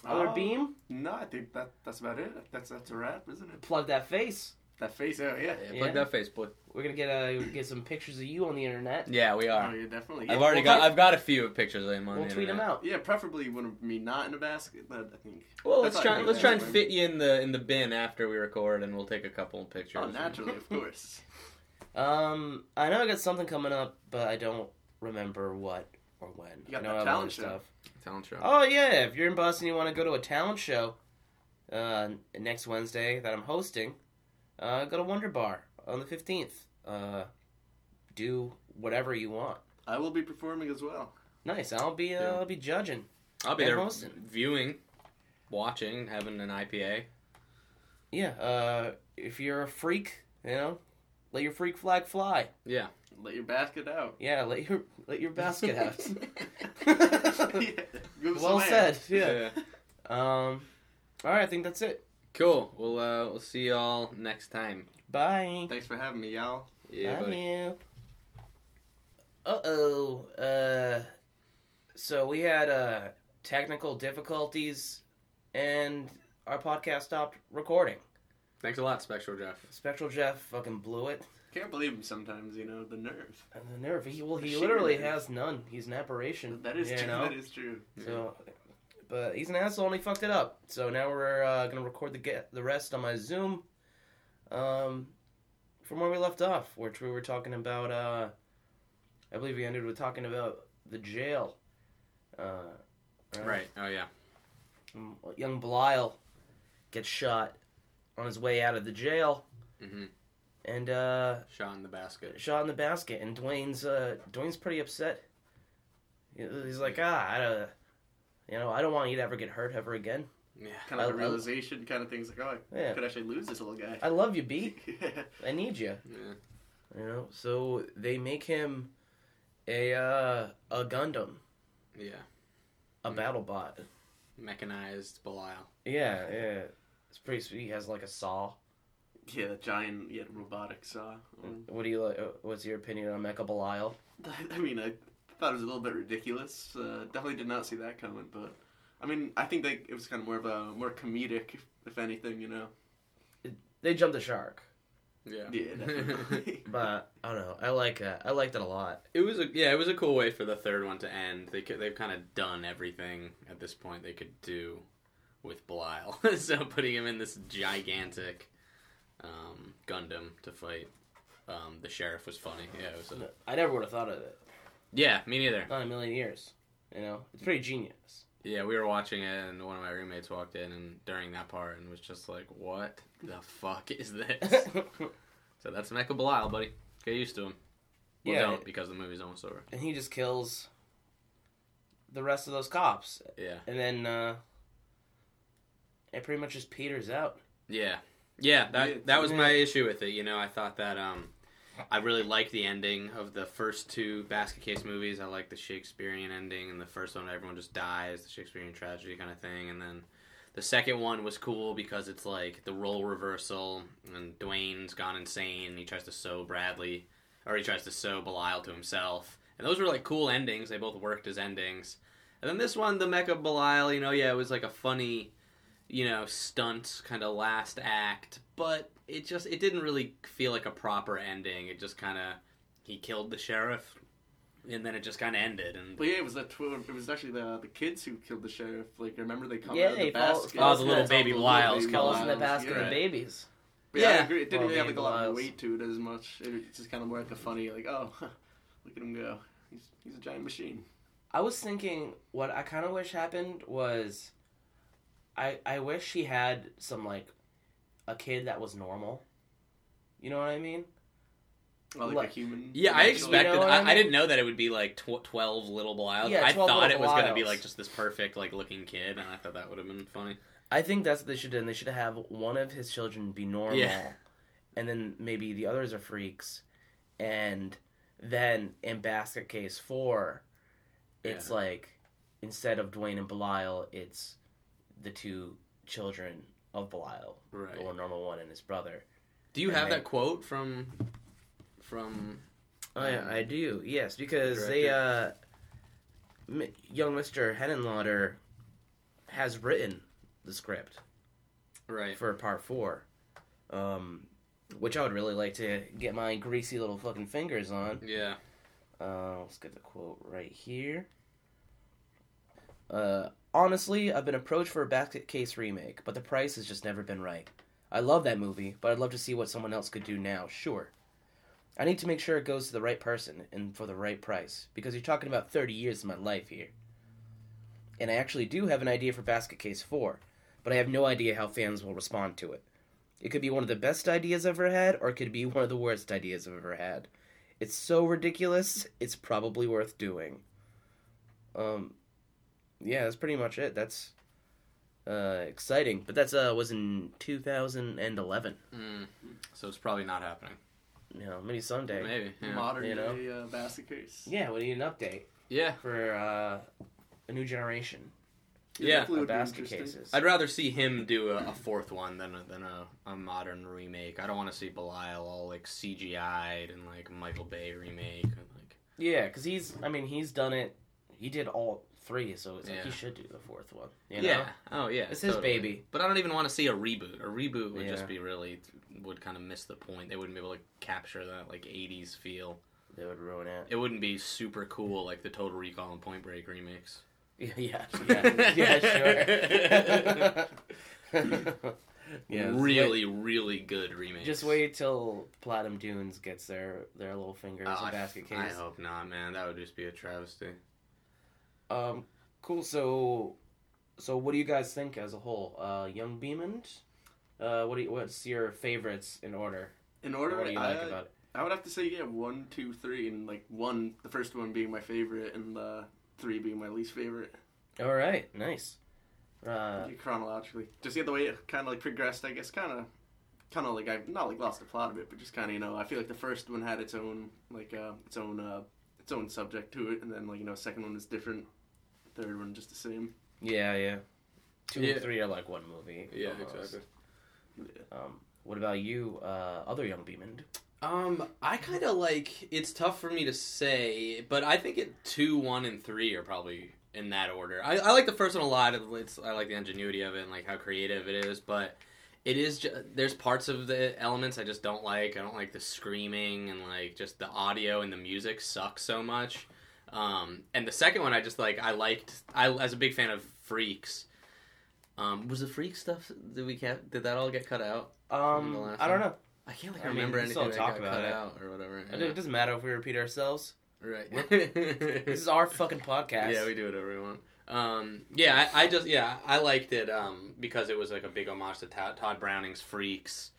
Other Um, beam? No, I think that that's about it. That's that's a wrap, isn't it? Plug that face. That face out, yeah. Yeah, Yeah. plug that face, boy. We're gonna get uh, get some pictures of you on the internet. Yeah, we Oh, are. you're definitely. Ah. I've already we'll got. tweet- I've got a few pictures of him on We'll the tweet them internet. out. Yeah, preferably wouldn't be not in a basket, but I think. Well, That's let's not try. good. Let's try and That's fit you in the in the bin after we record, and we'll take a couple pictures. Oh, naturally, of course. Um, I know I got something coming up, but I don't remember what or when. You got I know that I have talent other show. Talent show. Oh yeah, if you're in Boston, you want to go to a talent show uh, next Wednesday that I'm hosting. Uh, go to Wonder Bar on the fifteenth. Uh, do whatever you want. I will be performing as well. Nice. I'll be uh, Yeah. I'll be judging. I'll be and there Boston. viewing, watching, having an IPA. Yeah. Uh, if you're a freak, you know, let your freak flag fly. Yeah. Let your basket out. Yeah. Let your let your basket out. Yeah, give us well some said. air. Yeah. Um. All right. I think that's it. Cool. Well, uh, we'll see y'all next time. Bye. Thanks for having me, y'all. Yeah, buddy. Uh oh. Uh, so we had uh technical difficulties, and our podcast stopped recording. Thanks a lot, Spectral Jeff. Spectral Jeff fucking blew it. Can't believe him sometimes, you know, the nerve. And the nerve. He well, he Sheer literally nerve. has none. He's an aberration. That is you true. know? That is true. So, but he's an asshole and he fucked it up. So now we're uh, gonna record the get the rest on my Zoom, um, from where we left off, which we were talking about. Uh, I believe we ended with talking about the jail. Uh, Right. Oh yeah. Mm, Young Belial gets shot on his way out of the jail Mhm. and uh, Shot in the basket. shot in the basket. And Dwayne's uh, Dwayne's pretty upset. He's like, ah, I don't, you know, I don't want you to ever get hurt ever again. Yeah. Kind of I- a I- realization, kind of things like, oh, I Yeah. could actually lose this little guy. I love you, B. yeah. I need you. Yeah. You know, so they make him a uh, a Gundam, Yeah. a battle bot. Mechanized Belial. Yeah, yeah. It's pretty sweet. He has like a saw. Yeah, that giant yet robotic saw. Um, What do you like? What's your opinion on Mecha Belial? I mean, I thought it was a little bit ridiculous. Uh, definitely did not see that coming, but I mean, I think they, it was kind of more of a more comedic, if, if anything, you know. They jumped the shark, Yeah. Yeah, definitely. but I don't know. I like that. I liked it a lot. it was a yeah. It was a cool way for the third one to end. They could, they've kind of done everything at this point they could do with Belial. so putting him in this gigantic um, Gundam to fight um, the sheriff was funny. Yeah. It was a, I never would have thought of it. yeah. Me neither. Not in a million years. You know, it's pretty genius. Yeah, we were watching it, and one of my roommates walked in, and during that part, and was just like, "What the fuck is this?" and so that's Mecha Belial, buddy. Get used to him. Well, Yeah. don't because the movie's almost over. he just kills the rest of those cops, Yeah, and then uh, it pretty much just peters out. yeah, yeah. Yeah. That that was my issue with it. You know, I thought that um, I really liked the ending of the first two Basket Case movies. I liked the Shakespearean ending, and the first one everyone just dies, the Shakespearean tragedy kind of thing, and then The second one was cool because it's like the role reversal, and Dwayne's gone insane. And he tries to sew Bradley, or he tries to sew Belial to himself, and those were like cool endings. They both worked as endings. And then this one, the Mecha Belial, you know, yeah, it was like a funny, you know, stunt kind of last act, but it just it didn't really feel like a proper ending. It just kind of he killed the sheriff, and then it just kind of ended. And Well, yeah, it was that. Tw- it was actually the the kids who killed the sheriff. Like, I remember they come Yeah, out of the they fall- basket. fall Oh, the little baby Lyles baby come Calls out. in the Lyles, basket yeah. of babies. Yeah, Yeah. I agree. It Well, didn't really have like a Baby lot of Lyles. weight to it as much. It just kind of more like a funny, like, oh, look at him go. He's he's a giant machine. I was thinking what I kind of wish happened was, I I wish she had some like, a kid that was normal. You know what I mean? Well, like, Like- a human. Yeah, I eventually. expected. You know what I, I I, mean? didn't know that it would be like tw- twelve little Bliles. Yeah, I 12 thought it little was going to be Bliles. like just this perfect like looking kid, and I thought that would have been funny. I think that's what they should do. and They should have one of his children be normal, Yeah. and then maybe the others are freaks, and then in Basket Case Four, it's like instead of Dwayne and Belial, it's the two children of Belial, Right. the normal one and his brother. Do you And have they- that quote from from Oh, yeah, I do. Yes, because Director. they, uh, m- young Mister Henenlotter has written the script right? for part four, um, which I would really like to get my greasy little fucking fingers on. Yeah. Uh, let's get the quote right here. Uh, honestly, I've been approached for a basket case remake, but the price has just never been right. I love that movie, but I'd love to see what someone else could do now, sure. I need to make sure it goes to the right person and for the right price, because you're talking about 30 years of my life here. And I actually do have an idea for Basket Case 4, but I have no idea how fans will respond to it. It could be one of the best ideas I've ever had, or it could be one of the worst ideas I've ever had. It's so ridiculous. It's probably worth doing. Um, yeah, that's pretty much it. That's uh exciting, but that's uh was in 2011. Mm. So it's probably not happening. You know, maybe someday. Maybe. Yeah. Modern You know? day uh, basket case. Yeah, we need an update yeah. for uh a new generation Yeah, definitely of would be basket interesting. cases. I'd rather see him do a, a fourth one than a, than a, a modern remake. I don't want to see Belial all like CGI'd and like Michael Bay remake. And, like Yeah, cuz he's I mean, he's done it. He did all three, so it's like Yeah. he should do the fourth one, you know? yeah, oh yeah, It's his baby. But I don't even want to see a reboot. A reboot would Yeah. just be really would kind of miss the point. They wouldn't be able to capture that like '80s feel. They would ruin it. It wouldn't be super cool like the Total Recall and Point Break remakes. Yeah, yeah, yeah, yeah sure. yeah, it's like- really, really good remakes. Just wait till Platinum Dunes gets their their little fingers Oh, in I- basket I case. hope not, man. That would just be a travesty. Um, cool. So, so what do you guys think as a whole? Uh, Young Beamond. Uh, what do you, what's your favorites in order? In Or order, what do you I, like about it? I would have to say yeah, one, two, three, and like one, the first one being my favorite, and the three being my least favorite. All right, nice. Uh, chronologically, just yeah, the way it kind of like progressed, I guess, kind of, kind of like I not like lost the plot of it, but just kind of you know, I feel like the first one had its own like uh, its own uh, its own subject to it, and then like you know, second one is different, third one just the same. yeah, yeah. Two Yeah. and three are like one movie. Uh-huh. almost. Um, what about you, uh, other Young Beamond? Um, I kind of like. It's tough for me to say, but I think it two, one, and three are probably in that order. I, I like the first one a lot. It's I like the ingenuity of it and like how creative it is, but it is ju- there's parts of the elements I just don't like. I don't like the screaming and like just the audio and the music sucks so much. Um, and the second one I just like. I liked. I as a big fan of Freaks. Um, was the freak stuff? Did we cap? Did that all get cut out? the Um, last I don't one? know. I can't like I mean, remember we can anything still that talk got about cut it. out or whatever. It doesn't matter if we repeat ourselves. Right. This is our fucking podcast. yeah, we do whatever we want. Um, yeah, I, I just yeah, I liked it um, because it was like a big homage to Todd, Todd Browning's Freaks,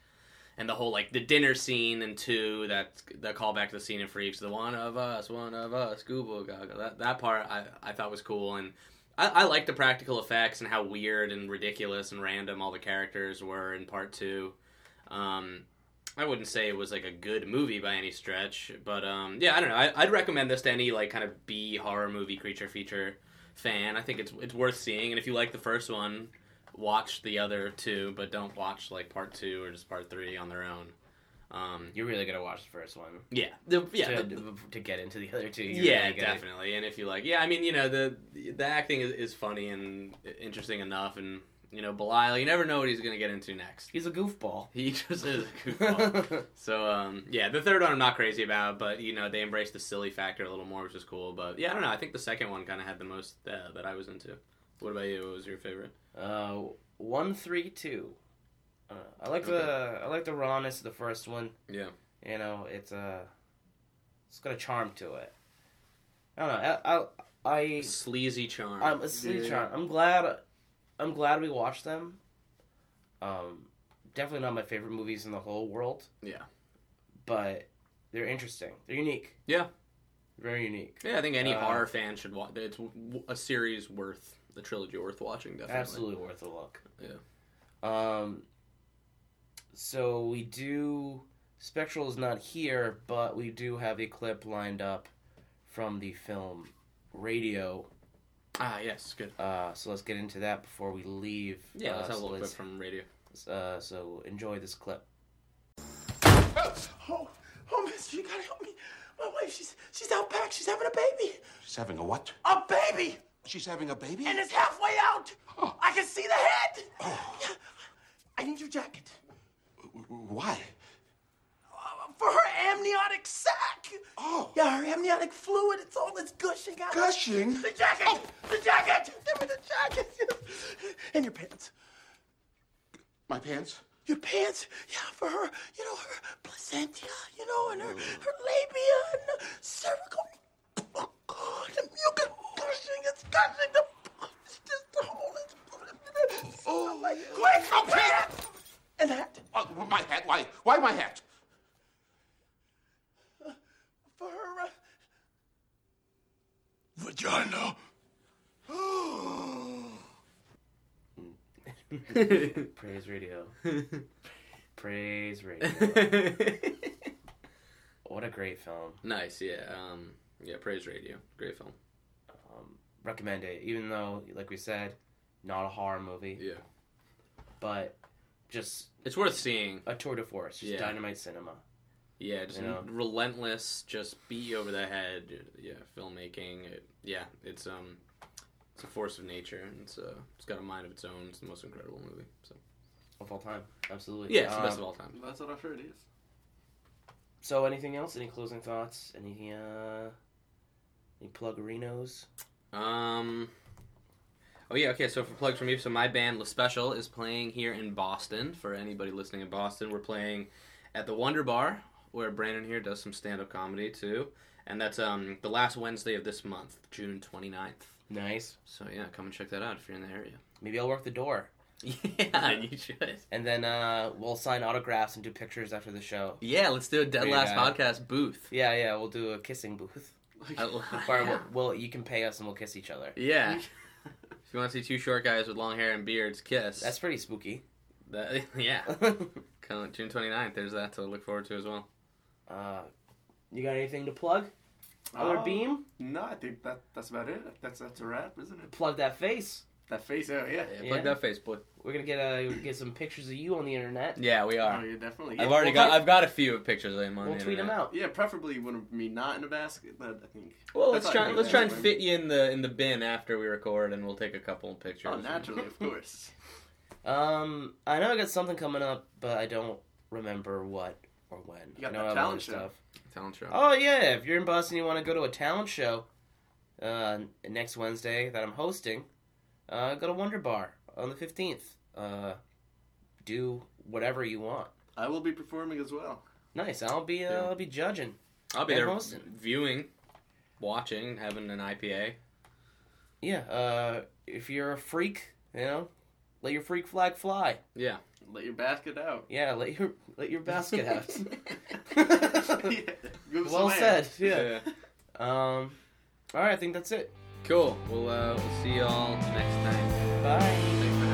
and the whole like the dinner scene and two that the callback to the scene in Freaks, the one of us, one of us, Google Gaga. That that part I I thought was cool and. I, I liked the practical effects and how weird and ridiculous and random all the characters were in part two. Um, I wouldn't say it was like a good movie by any stretch, but um, yeah, I don't know. I, I'd recommend this to any like kind of B horror movie creature feature fan. I think it's it's worth seeing, and if you like the first one, watch the other two, but don't watch like part two or just part three on their own. Um, You're really gonna watch the first one. yeah, the, yeah, to, the- to get into the other two. you're yeah, really gonna- definitely. And if you like, yeah, I mean, you know, the the acting is, is funny and interesting enough, and you know, Belial, you never know what he's gonna get into next. He's a goofball. He just is a goofball. So um, yeah, the third one I'm not crazy about, but you know they embraced the silly factor a little more, which is cool. But yeah, I don't know. I think the second one kind of had the most uh, that I was into. What about you? What was your favorite? uh, one, three, two. Uh, I like the I like the rawness of the first one. Yeah. You know, it's uh, it's got a charm to it. I don't know. I I, I Sleazy charm. I'm a sleaze charm. I'm glad. I'm glad we watched them. Um, definitely not my favorite movies in the whole world. Yeah. But they're interesting. They're unique. Yeah. Very unique. yeah, I think any Uh, horror fan should watch. It's w- a series worth the trilogy worth watching. Definitely. Absolutely worth a look. Yeah. Um. So we do. Spectral is not here, but we do have a clip lined up from the film Radio Ah, yes, good. Uh, so let's get into that before we leave. Yeah, uh, let's have a little Split clip from radio. City. Uh, so enjoy this clip. Oh, oh, mister, you gotta help me. My wife, she's she's out back. She's having a baby. She's having a what? A baby, She's having a baby? and it's halfway out. I can see the head. Oh. I need your jacket Why? Uh, for her amniotic sac. Oh. Yeah, her amniotic fluid. It's all it's gushing out. Gushing? Oh. The jacket. The jacket. Give me the jacket. and your pants. My pants? Your pants, yeah, for her, you know, her placentia, you know, and her, her labia and the cervical. Oh, God, the mucus gushing, it's gushing, the, it's just the whole, it's, oh, my, quick, her pants! And hat, Oh, my hat. Why? Why my hat? for her, uh, Vagina. Praise radio. Praise radio. what a great film. Nice, yeah. Um, yeah, Praise Radio. Great film. Recommend it, even though, like we said, not a horror movie, Yeah. but just It's worth seeing. a tour de force. Just Yeah. dynamite cinema. Yeah, just You know? relentless, just beat you over the head. Yeah, filmmaking. It, yeah, it's um, it's a force of nature, and it's uh, it's got a mind of its own. It's the most incredible movie. So Of all time. Absolutely. yeah, it's the best Um, of all time. That's what I've heard it is. So, anything else? Any closing thoughts? Any uh, any pluggerinos? Um. Oh yeah, okay. So for plugs from you, so my band La Special is playing here in Boston. For anybody listening in Boston, we're playing at the Wonder Bar, where Brandon here does some stand-up comedy too, and that's um the last Wednesday of this month, June 29th. Nice. So yeah, come and check that out if you're in the area. Maybe I'll work the door, Yeah, you should. and then uh, we'll sign autographs and do pictures after the show. Yeah, let's do a dead Pretty last bad. podcast booth. Yeah, yeah. We'll do a kissing booth. I- Or we'll, we'll- you can pay us and we'll kiss each other. yeah. if you want to see two short guys with long hair and beards kiss, That's pretty spooky. that, yeah. uh, Come June 29th. There's that to look forward to as well. you got anything to plug? Other Uh, beam? No, I think that that's about it. That's that's a wrap, isn't it? Plug that face. That face, oh yeah. Yeah, Yeah. plug that face, boy. We're gonna get uh, get some pictures of you on the internet. Yeah, we Oh, are. you're definitely. I've already we'll got. tweet- I've got a few pictures of him on. We'll the tweet them internet. out. Yeah, preferably when me not in a basket, but I think. Well, let's that's not try. gonna Let's be try bad, and but- fit you in the in the bin after we record, and we'll take a couple of pictures. Oh, naturally, of course. Um, I know I got something coming up, but I don't remember what or when. You got I know that I have talent other show. Talent show. Oh yeah, if you're in Boston, you want to go to a talent show uh, next Wednesday that I'm hosting. Uh, go to Wonder Bar on the fifteenth. Uh, do whatever you want. I will be performing as well. Nice. I'll be uh, Yeah. I'll be judging. I'll be and there Austin. viewing, watching, having an IPA. Yeah. Uh, if you're a freak, you know, let your freak flag fly. Yeah. Let your basket out. Yeah. Let your let your basket out. Yeah, give us well some said. air. Yeah. Um. All right. I think that's it. Cool. Well, uh, we'll see y'all next time. Bye. Thanks for having